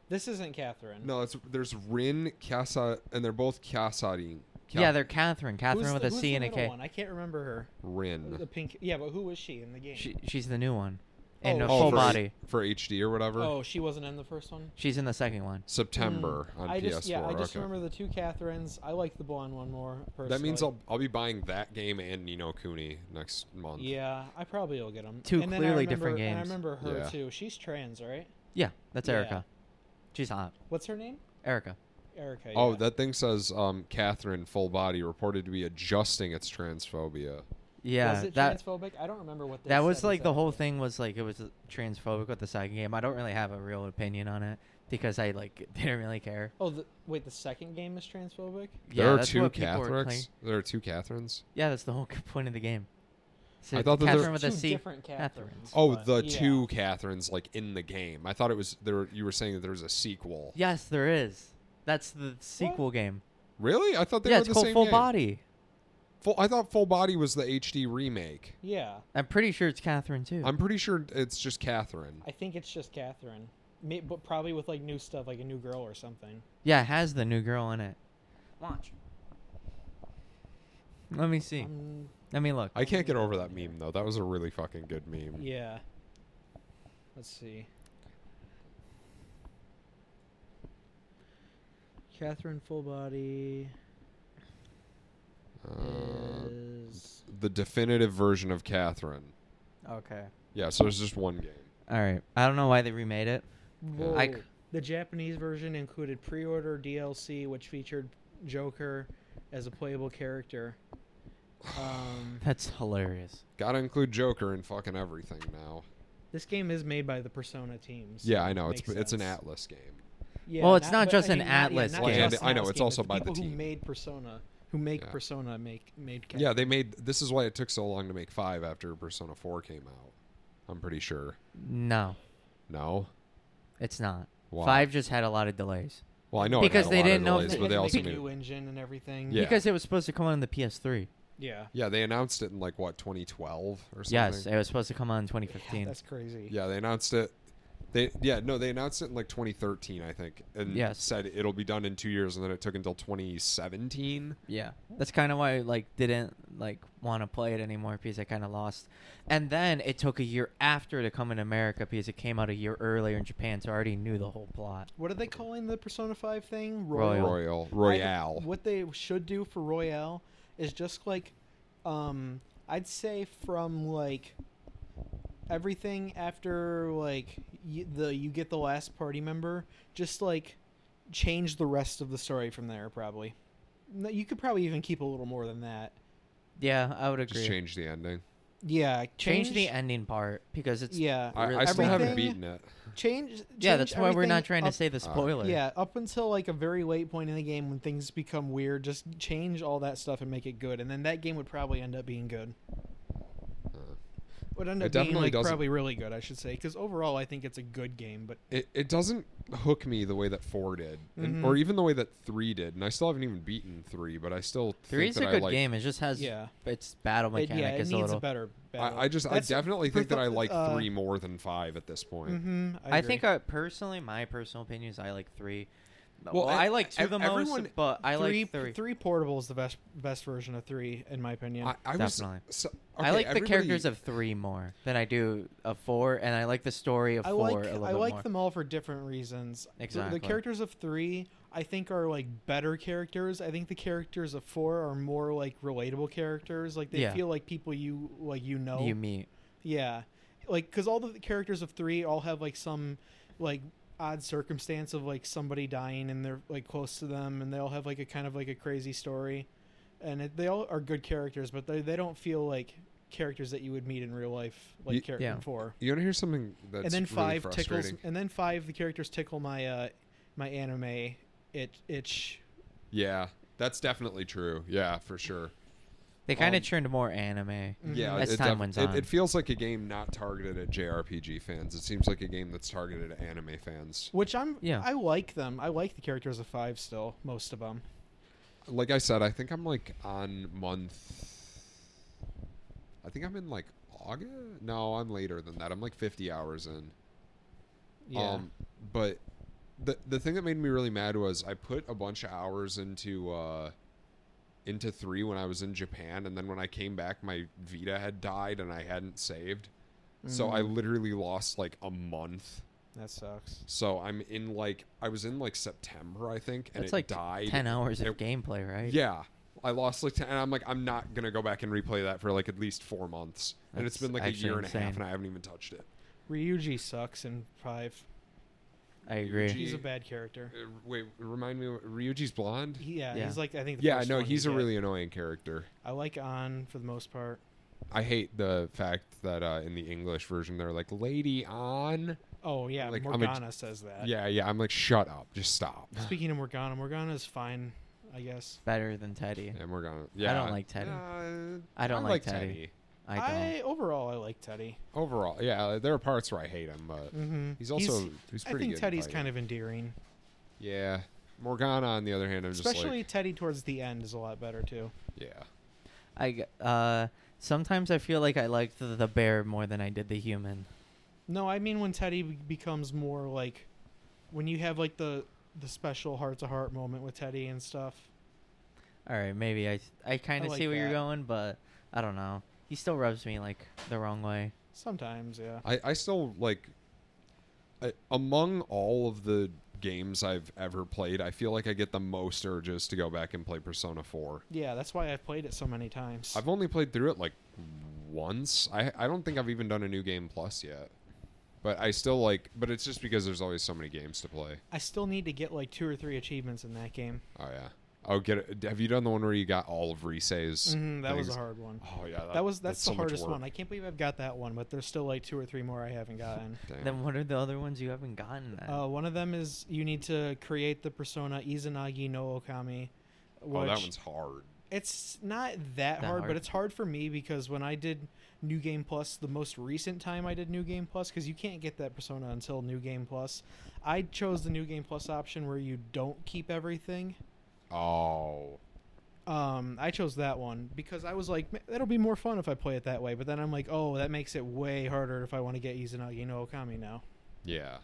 [SPEAKER 3] This isn't Catherine.
[SPEAKER 2] No, it's there's Rin Cassa, and they're both Cassadine.
[SPEAKER 1] yeah, they're Catherine.
[SPEAKER 3] Who's
[SPEAKER 1] Catherine with
[SPEAKER 3] the,
[SPEAKER 1] a
[SPEAKER 3] who's
[SPEAKER 1] C
[SPEAKER 3] the
[SPEAKER 1] and a
[SPEAKER 3] middle
[SPEAKER 1] K.
[SPEAKER 3] One? I can't remember her.
[SPEAKER 2] Rin.
[SPEAKER 3] The pink. Yeah, but who was she in the game?
[SPEAKER 1] She, she's the new one. In a
[SPEAKER 3] Oh, Oh,
[SPEAKER 1] full
[SPEAKER 2] for,
[SPEAKER 1] body.
[SPEAKER 2] for HD or whatever.
[SPEAKER 3] oh, she wasn't in the first one.
[SPEAKER 1] She's in the second one.
[SPEAKER 2] September
[SPEAKER 3] Hmm.
[SPEAKER 2] on
[SPEAKER 3] I
[SPEAKER 2] PS4.
[SPEAKER 3] Just, yeah, I just
[SPEAKER 2] okay.
[SPEAKER 3] remember the two Catherines. I like the blonde one more. Personally.
[SPEAKER 2] that means I'll I'll be buying that game and Nino Cooney next month.
[SPEAKER 3] Yeah, I probably will get them.
[SPEAKER 1] Two
[SPEAKER 3] and then I
[SPEAKER 1] clearly
[SPEAKER 3] remember,
[SPEAKER 1] different
[SPEAKER 3] And I
[SPEAKER 1] games.
[SPEAKER 3] remember her
[SPEAKER 2] Yeah.
[SPEAKER 3] too. She's trans, right?
[SPEAKER 1] Yeah, that's
[SPEAKER 3] Yeah.
[SPEAKER 1] Erica. She's hot.
[SPEAKER 3] What's her name?
[SPEAKER 1] Erica.
[SPEAKER 3] Erica.
[SPEAKER 2] Oh,
[SPEAKER 3] yeah.
[SPEAKER 2] that thing says um, Catherine full body reported to be adjusting its transophobia.
[SPEAKER 1] Yeah,
[SPEAKER 3] Was it
[SPEAKER 1] that
[SPEAKER 3] transphobic? I don't remember what. They
[SPEAKER 1] that was
[SPEAKER 3] said
[SPEAKER 1] like the whole
[SPEAKER 3] exactly.
[SPEAKER 1] thing was like it was transphobic with the second game. I don't really have a real opinion on it because I like didn't really care.
[SPEAKER 3] Oh, the, wait. The second game is transphobic.
[SPEAKER 1] Yeah,
[SPEAKER 2] there are
[SPEAKER 1] that's
[SPEAKER 2] two
[SPEAKER 1] what people were claiming.
[SPEAKER 2] Catherines. There are two Catherines.
[SPEAKER 1] Yeah, that's the whole point of the game. So
[SPEAKER 2] I thought that there-
[SPEAKER 1] Catherine with
[SPEAKER 3] Two
[SPEAKER 1] a C.
[SPEAKER 3] different
[SPEAKER 1] Catherines.
[SPEAKER 3] Catherines.
[SPEAKER 2] Oh,
[SPEAKER 3] but-
[SPEAKER 2] the
[SPEAKER 3] yeah.
[SPEAKER 2] two Catherines like in the game. I thought it was there. You were saying that there was a sequel.
[SPEAKER 1] Yes, there is. That's the sequel game.
[SPEAKER 2] Really? I thought they
[SPEAKER 1] yeah,
[SPEAKER 2] were
[SPEAKER 1] it's
[SPEAKER 2] the
[SPEAKER 1] called
[SPEAKER 2] same
[SPEAKER 1] Full
[SPEAKER 2] game.
[SPEAKER 1] Body.
[SPEAKER 2] Full, I thought full body was the HD remake.
[SPEAKER 3] Yeah,
[SPEAKER 1] I'm pretty sure it's Catherine too.
[SPEAKER 2] I'm pretty sure it's just Catherine.
[SPEAKER 3] I think it's just Catherine, May, but probably with like new stuff, like a new girl or something.
[SPEAKER 1] Yeah, it has the new girl in it. Watch. Let me see.
[SPEAKER 3] Um,
[SPEAKER 1] Let me look.
[SPEAKER 2] I can't get over that meme though. That was a really fucking good meme.
[SPEAKER 3] yeah. Let's see. Catherine full body
[SPEAKER 2] Uh,
[SPEAKER 3] is
[SPEAKER 2] the definitive version of Catherine.
[SPEAKER 1] okay.
[SPEAKER 2] Yeah, so there's just one game.
[SPEAKER 1] All right. I don't know why they remade it.
[SPEAKER 2] Yeah.
[SPEAKER 1] I c-
[SPEAKER 3] The Japanese version included pre-order DLC, which featured Joker as a playable character. Um,
[SPEAKER 1] That's hilarious.
[SPEAKER 2] Gotta include Joker in fucking everything now.
[SPEAKER 3] This game is made by the Persona teams.
[SPEAKER 2] Yeah, I know. It's
[SPEAKER 3] Makes
[SPEAKER 2] it's an
[SPEAKER 3] sense.
[SPEAKER 2] Atlas game.
[SPEAKER 3] Yeah,
[SPEAKER 1] Well, it's not
[SPEAKER 3] but
[SPEAKER 1] just
[SPEAKER 3] I
[SPEAKER 1] an
[SPEAKER 3] mean,
[SPEAKER 1] Atlas
[SPEAKER 3] yeah,
[SPEAKER 2] game.
[SPEAKER 3] just
[SPEAKER 2] And I know,
[SPEAKER 3] Atlas
[SPEAKER 2] it's
[SPEAKER 3] game,
[SPEAKER 2] also by the
[SPEAKER 3] people who
[SPEAKER 2] team.
[SPEAKER 3] made Persona, who make
[SPEAKER 2] Yeah.
[SPEAKER 3] Persona, make made. Capcom.
[SPEAKER 2] Yeah, they made. This is why it took so long to make five after Persona Four came out. I'm pretty sure.
[SPEAKER 1] No,
[SPEAKER 2] No.
[SPEAKER 1] it's not.
[SPEAKER 2] Why?
[SPEAKER 1] Five just had a lot of delays
[SPEAKER 2] Well, I know it
[SPEAKER 1] Because
[SPEAKER 2] had a
[SPEAKER 1] they
[SPEAKER 2] lot of
[SPEAKER 1] didn't know if
[SPEAKER 2] delays,
[SPEAKER 1] they
[SPEAKER 2] but
[SPEAKER 3] had
[SPEAKER 2] they
[SPEAKER 3] to
[SPEAKER 2] also
[SPEAKER 3] make a
[SPEAKER 2] made.
[SPEAKER 3] new engine and everything.
[SPEAKER 2] Yeah.
[SPEAKER 1] because it was supposed to come on the PS3.
[SPEAKER 3] yeah,
[SPEAKER 2] Yeah, they announced it in like what 2012 or something.
[SPEAKER 1] Yes, it was supposed to come on in
[SPEAKER 3] Yeah,
[SPEAKER 1] 2015.
[SPEAKER 3] that's crazy.
[SPEAKER 2] Yeah, they announced it. They yeah no, they announced it in like 2013, I think, and
[SPEAKER 1] Yes.
[SPEAKER 2] said it'll be done in two years, and then it took until 2017.
[SPEAKER 1] Yeah, that's kind of why I like didn't like want to play it anymore because I kind of lost. And then it took a year after to come in America because it came out a year earlier in Japan, so I already knew the whole plot.
[SPEAKER 3] What are they calling the Persona Five thing?
[SPEAKER 1] Royal.
[SPEAKER 2] Royal
[SPEAKER 3] I-
[SPEAKER 2] Royale.
[SPEAKER 3] what they should do for Royale is just like, um, I'd say from like everything after like y- the you get the last party member, just like change the rest of the story from there. Probably, No, you could probably even keep a little more than that.
[SPEAKER 1] Yeah, I would agree.
[SPEAKER 2] Just change the ending.
[SPEAKER 3] Yeah,
[SPEAKER 1] Change
[SPEAKER 3] change,
[SPEAKER 1] the ending part because it's
[SPEAKER 3] Yeah,
[SPEAKER 2] I, I
[SPEAKER 1] Really
[SPEAKER 2] still haven't
[SPEAKER 3] everything-
[SPEAKER 2] beaten it.
[SPEAKER 3] change.
[SPEAKER 1] yeah.
[SPEAKER 3] change
[SPEAKER 1] That's why we're not
[SPEAKER 3] everything
[SPEAKER 1] trying to
[SPEAKER 3] up-
[SPEAKER 1] say the
[SPEAKER 2] Uh,
[SPEAKER 1] spoiler.
[SPEAKER 3] Yeah, up until like a very late point in the game when things become weird, just change all that stuff and make it good, and then that game would probably end up being good.
[SPEAKER 2] Uh,
[SPEAKER 3] Would end
[SPEAKER 2] It
[SPEAKER 3] up being
[SPEAKER 2] definitely
[SPEAKER 3] like
[SPEAKER 2] doesn't-
[SPEAKER 3] probably really good, I should say, because overall I think it's a good game. But
[SPEAKER 2] It it doesn't hook me the way that four did, and,
[SPEAKER 3] Mhm.
[SPEAKER 2] or even the way that three did, and I still haven't even beaten three, but I still
[SPEAKER 1] three's
[SPEAKER 2] think that
[SPEAKER 1] a
[SPEAKER 2] I
[SPEAKER 1] good
[SPEAKER 2] like.
[SPEAKER 1] game. It just has
[SPEAKER 3] yeah,
[SPEAKER 1] its battle
[SPEAKER 3] it,
[SPEAKER 1] mechanic
[SPEAKER 3] yeah, it
[SPEAKER 1] is
[SPEAKER 3] needs
[SPEAKER 1] a little.
[SPEAKER 3] a better. battle.
[SPEAKER 2] I, I just I definitely think that I like
[SPEAKER 3] uh,
[SPEAKER 2] three more than five at this point.
[SPEAKER 3] Mm-hmm,
[SPEAKER 1] I,
[SPEAKER 3] I,
[SPEAKER 1] think I, personally, my personal opinion is I like three. Well,
[SPEAKER 2] Well,
[SPEAKER 1] I
[SPEAKER 2] ev-
[SPEAKER 1] like two
[SPEAKER 2] ev-
[SPEAKER 1] the
[SPEAKER 2] everyone-
[SPEAKER 1] most, but I
[SPEAKER 3] three,
[SPEAKER 1] like three.
[SPEAKER 3] Three portable is the best best version of three in my opinion.
[SPEAKER 2] I, I was
[SPEAKER 1] Definitely.
[SPEAKER 2] so,
[SPEAKER 1] I
[SPEAKER 2] okay,
[SPEAKER 1] like the characters
[SPEAKER 2] everybody-
[SPEAKER 1] of three more than I do of four, and I like the story of
[SPEAKER 3] I
[SPEAKER 1] four
[SPEAKER 3] like
[SPEAKER 1] a little
[SPEAKER 3] I
[SPEAKER 1] bit
[SPEAKER 3] like
[SPEAKER 1] more.
[SPEAKER 3] them all for different reasons. Th-
[SPEAKER 1] Exactly.
[SPEAKER 3] The characters of three, I think, are like better characters. I think the characters of four are more like relatable characters. Like they
[SPEAKER 1] Yeah.
[SPEAKER 3] feel like people you like you know.
[SPEAKER 1] You meet.
[SPEAKER 3] yeah, like because all the characters of three all have like some like odd circumstance of like somebody dying and they're like close to them and they all have like a kind of like a crazy story, and it, they all are good characters, but they they don't feel like characters that you would meet in real life like
[SPEAKER 2] Ye-
[SPEAKER 3] character
[SPEAKER 1] Yeah.
[SPEAKER 3] four
[SPEAKER 2] You want to hear something that's
[SPEAKER 3] and then
[SPEAKER 2] really
[SPEAKER 3] five tickles
[SPEAKER 2] frustrating?
[SPEAKER 3] and then five the characters tickle my uh my anime it itch
[SPEAKER 2] Yeah, that's definitely true. Yeah, for sure.
[SPEAKER 1] They kind of
[SPEAKER 2] Um,
[SPEAKER 1] churned more anime.
[SPEAKER 2] Yeah,
[SPEAKER 1] Mm-hmm. As
[SPEAKER 2] it,
[SPEAKER 1] time
[SPEAKER 2] def-
[SPEAKER 1] went
[SPEAKER 2] it,
[SPEAKER 1] on.
[SPEAKER 2] it feels like a game not targeted at JRPG fans. It seems like a game that's targeted at anime fans.
[SPEAKER 3] which i'm
[SPEAKER 1] Yeah.
[SPEAKER 3] i like them i like the characters of five still most of them
[SPEAKER 2] Like I said, I think I'm like on month. I think I'm in like August. No, I'm later than that. I'm like 50 hours in.
[SPEAKER 3] yeah
[SPEAKER 2] Um, but the the thing that made me really mad was I put a bunch of hours into uh, into three when I was in Japan, and then when I came back, my Vita had died and I hadn't saved, so I
[SPEAKER 1] Mm.
[SPEAKER 2] literally lost like a month.
[SPEAKER 3] that sucks
[SPEAKER 2] So I'm in like I was in like September, I think, and
[SPEAKER 1] That's
[SPEAKER 2] it
[SPEAKER 1] like
[SPEAKER 2] died.
[SPEAKER 1] ten hours of
[SPEAKER 2] It-
[SPEAKER 1] gameplay, right?
[SPEAKER 2] Yeah. I lost like 10, and I'm like, I'm not going to go back and replay that for like at least four months. and it's
[SPEAKER 1] That's
[SPEAKER 2] been like a
[SPEAKER 1] actually
[SPEAKER 2] year and a half,
[SPEAKER 1] insane.
[SPEAKER 2] and I haven't even touched it.
[SPEAKER 3] ryuji sucks in five
[SPEAKER 1] I agree.
[SPEAKER 2] Gee.
[SPEAKER 3] he's a bad character
[SPEAKER 2] Uh, wait, remind me, Ryuji's blonde?
[SPEAKER 3] He- yeah,
[SPEAKER 1] Yeah.
[SPEAKER 3] he's like i think the
[SPEAKER 2] yeah,
[SPEAKER 3] first
[SPEAKER 2] no,
[SPEAKER 3] one
[SPEAKER 2] he's a
[SPEAKER 3] you get.
[SPEAKER 2] really annoying character.
[SPEAKER 3] i like on for the most part
[SPEAKER 2] I hate the fact that uh, in the English version they're like, "Lady on."
[SPEAKER 3] oh yeah
[SPEAKER 2] Like, I'm a-
[SPEAKER 3] morgana says that
[SPEAKER 2] Yeah, yeah. I'm like, shut up, just stop.
[SPEAKER 3] speaking of morgana morgana's fine i guess
[SPEAKER 1] Better than Teddy.
[SPEAKER 2] And we're gonna. Yeah,
[SPEAKER 1] like Teddy.
[SPEAKER 2] Uh,
[SPEAKER 1] I don't
[SPEAKER 2] I
[SPEAKER 1] like Teddy. I don't.
[SPEAKER 3] I, overall i like teddy
[SPEAKER 2] Overall, yeah, uh, there are parts where I hate him, but
[SPEAKER 3] mm-hmm.
[SPEAKER 2] he's also he's,
[SPEAKER 3] i
[SPEAKER 2] pretty
[SPEAKER 3] think
[SPEAKER 2] good
[SPEAKER 3] teddy's kind of endearing
[SPEAKER 2] Yeah, Morgana on the other hand, I'm just
[SPEAKER 3] Especially
[SPEAKER 2] like,
[SPEAKER 3] Teddy towards the end is a lot better too.
[SPEAKER 2] yeah.
[SPEAKER 1] I g- uh, sometimes I feel like I liked the, the bear more than I did the human.
[SPEAKER 3] No, I mean when Teddy be- becomes more like when you have like the the special heart to heart moment with Teddy and stuff.
[SPEAKER 1] All right, maybe I I kind
[SPEAKER 3] I
[SPEAKER 1] of
[SPEAKER 3] like
[SPEAKER 1] see where you're
[SPEAKER 3] that.
[SPEAKER 1] going, but I don't know. He still rubs me like the wrong way.
[SPEAKER 3] Sometimes, yeah.
[SPEAKER 2] I, I still like I, among all of the games I've ever played, I feel like I get the most urges to go back and play Persona 4.
[SPEAKER 3] Yeah, that's why I've played it so many times.
[SPEAKER 2] I've only played through it like once. I I don't think I've even done a new game plus yet. But I still like but it's just because there's always so many games to play.
[SPEAKER 3] I still need to get like two or three achievements in that game.
[SPEAKER 2] Oh yeah. Oh, get it. Have you done the one where you got all of Rise's?
[SPEAKER 3] Mhm, that was a
[SPEAKER 2] things?
[SPEAKER 3] hard one.
[SPEAKER 2] Oh yeah,
[SPEAKER 3] That was that's,
[SPEAKER 2] so
[SPEAKER 3] the
[SPEAKER 2] much
[SPEAKER 3] hardest
[SPEAKER 2] work.
[SPEAKER 3] one. I can't believe I've got that one, but there's still like two or three more I haven't gotten.
[SPEAKER 2] Damn.
[SPEAKER 1] Then what are the other ones you haven't gotten? Then?
[SPEAKER 3] Uh, one of them is you need to create the persona Izanagi no Okami. Which
[SPEAKER 2] oh, that one's hard.
[SPEAKER 3] It's not
[SPEAKER 1] That
[SPEAKER 3] that, hard,
[SPEAKER 1] hard?
[SPEAKER 3] but it's hard for me because when I did New Game Plus, the most recent time I did New Game Plus, because you can't get that persona until New Game Plus, I chose the New Game Plus option where you don't keep everything.
[SPEAKER 2] Oh,
[SPEAKER 3] Um, I chose that one because I was like, "Ma- that'll be more fun if I play it that way. But then I'm like, oh, that makes it way harder if I want to get Izanagi no Okami now.
[SPEAKER 2] yeah,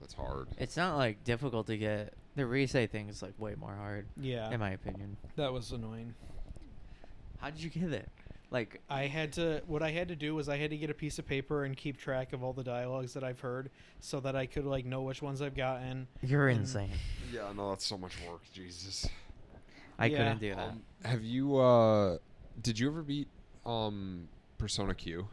[SPEAKER 2] that's hard.
[SPEAKER 1] it's not like difficult to get. The resay thing is like way more hard,
[SPEAKER 3] Yeah,
[SPEAKER 1] in my opinion.
[SPEAKER 3] that was annoying.
[SPEAKER 1] How did you get it? Like,
[SPEAKER 3] I had to. What I had to do was I had to get a piece of paper and keep track of all the dialogues that I've heard, so that I could like know which ones I've gotten.
[SPEAKER 1] you're
[SPEAKER 3] Mm.
[SPEAKER 1] insane.
[SPEAKER 2] Yeah, no, that's so much work. Jesus.
[SPEAKER 1] I
[SPEAKER 3] Yeah.
[SPEAKER 1] couldn't do that.
[SPEAKER 2] Um, have you? uh Did you ever beat um Persona Q?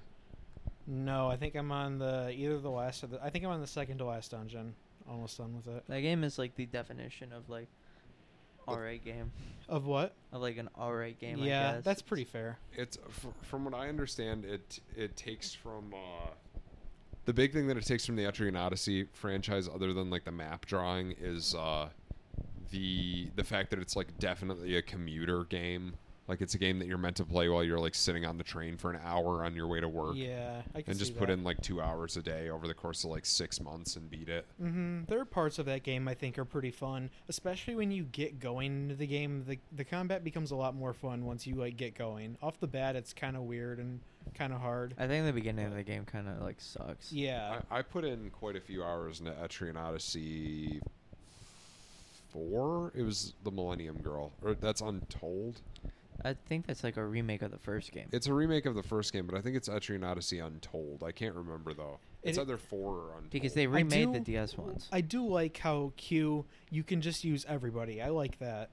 [SPEAKER 3] No, I think I'm on the either the last. Or the, I think I'm on the second to last dungeon. Almost done with it.
[SPEAKER 1] that game is like the definition of like, alright game,
[SPEAKER 3] Of what?
[SPEAKER 1] of like an alright game. I
[SPEAKER 3] yeah,
[SPEAKER 1] guess.
[SPEAKER 3] that's pretty fair.
[SPEAKER 2] It's fr- from what I understand, it it takes from. uh the big thing that it takes from the Etrian Odyssey franchise, other than like the map drawing, is uh, the the fact that it's like definitely a commuter game. Like it's a game that you're meant to play while you're like sitting on the train for an hour on your way to work.
[SPEAKER 3] Yeah, I can
[SPEAKER 2] and
[SPEAKER 3] see
[SPEAKER 2] just put
[SPEAKER 3] that.
[SPEAKER 2] in like two hours a day over the course of like six months and beat it.
[SPEAKER 3] Mm-hmm. There are parts of that game I think are pretty fun, especially when you get going into the game. The the combat becomes a lot more fun once you like get going. Off the bat, it's kind of weird and kind of hard.
[SPEAKER 1] I think the beginning of the game kind of like sucks.
[SPEAKER 3] Yeah,
[SPEAKER 2] I, I put in quite a few hours into Etrian Odyssey four. It was the Millennium Girl, or that's Untold.
[SPEAKER 1] I think that's like a remake of the first game.
[SPEAKER 2] It's a remake of the first game, but I think it's Etrian Odyssey Untold. I can't remember though. It's
[SPEAKER 3] It-
[SPEAKER 2] either four or Untold.
[SPEAKER 1] because they remade the
[SPEAKER 3] do-
[SPEAKER 1] DS ones.
[SPEAKER 3] I do like how Q you can just use everybody. I like that.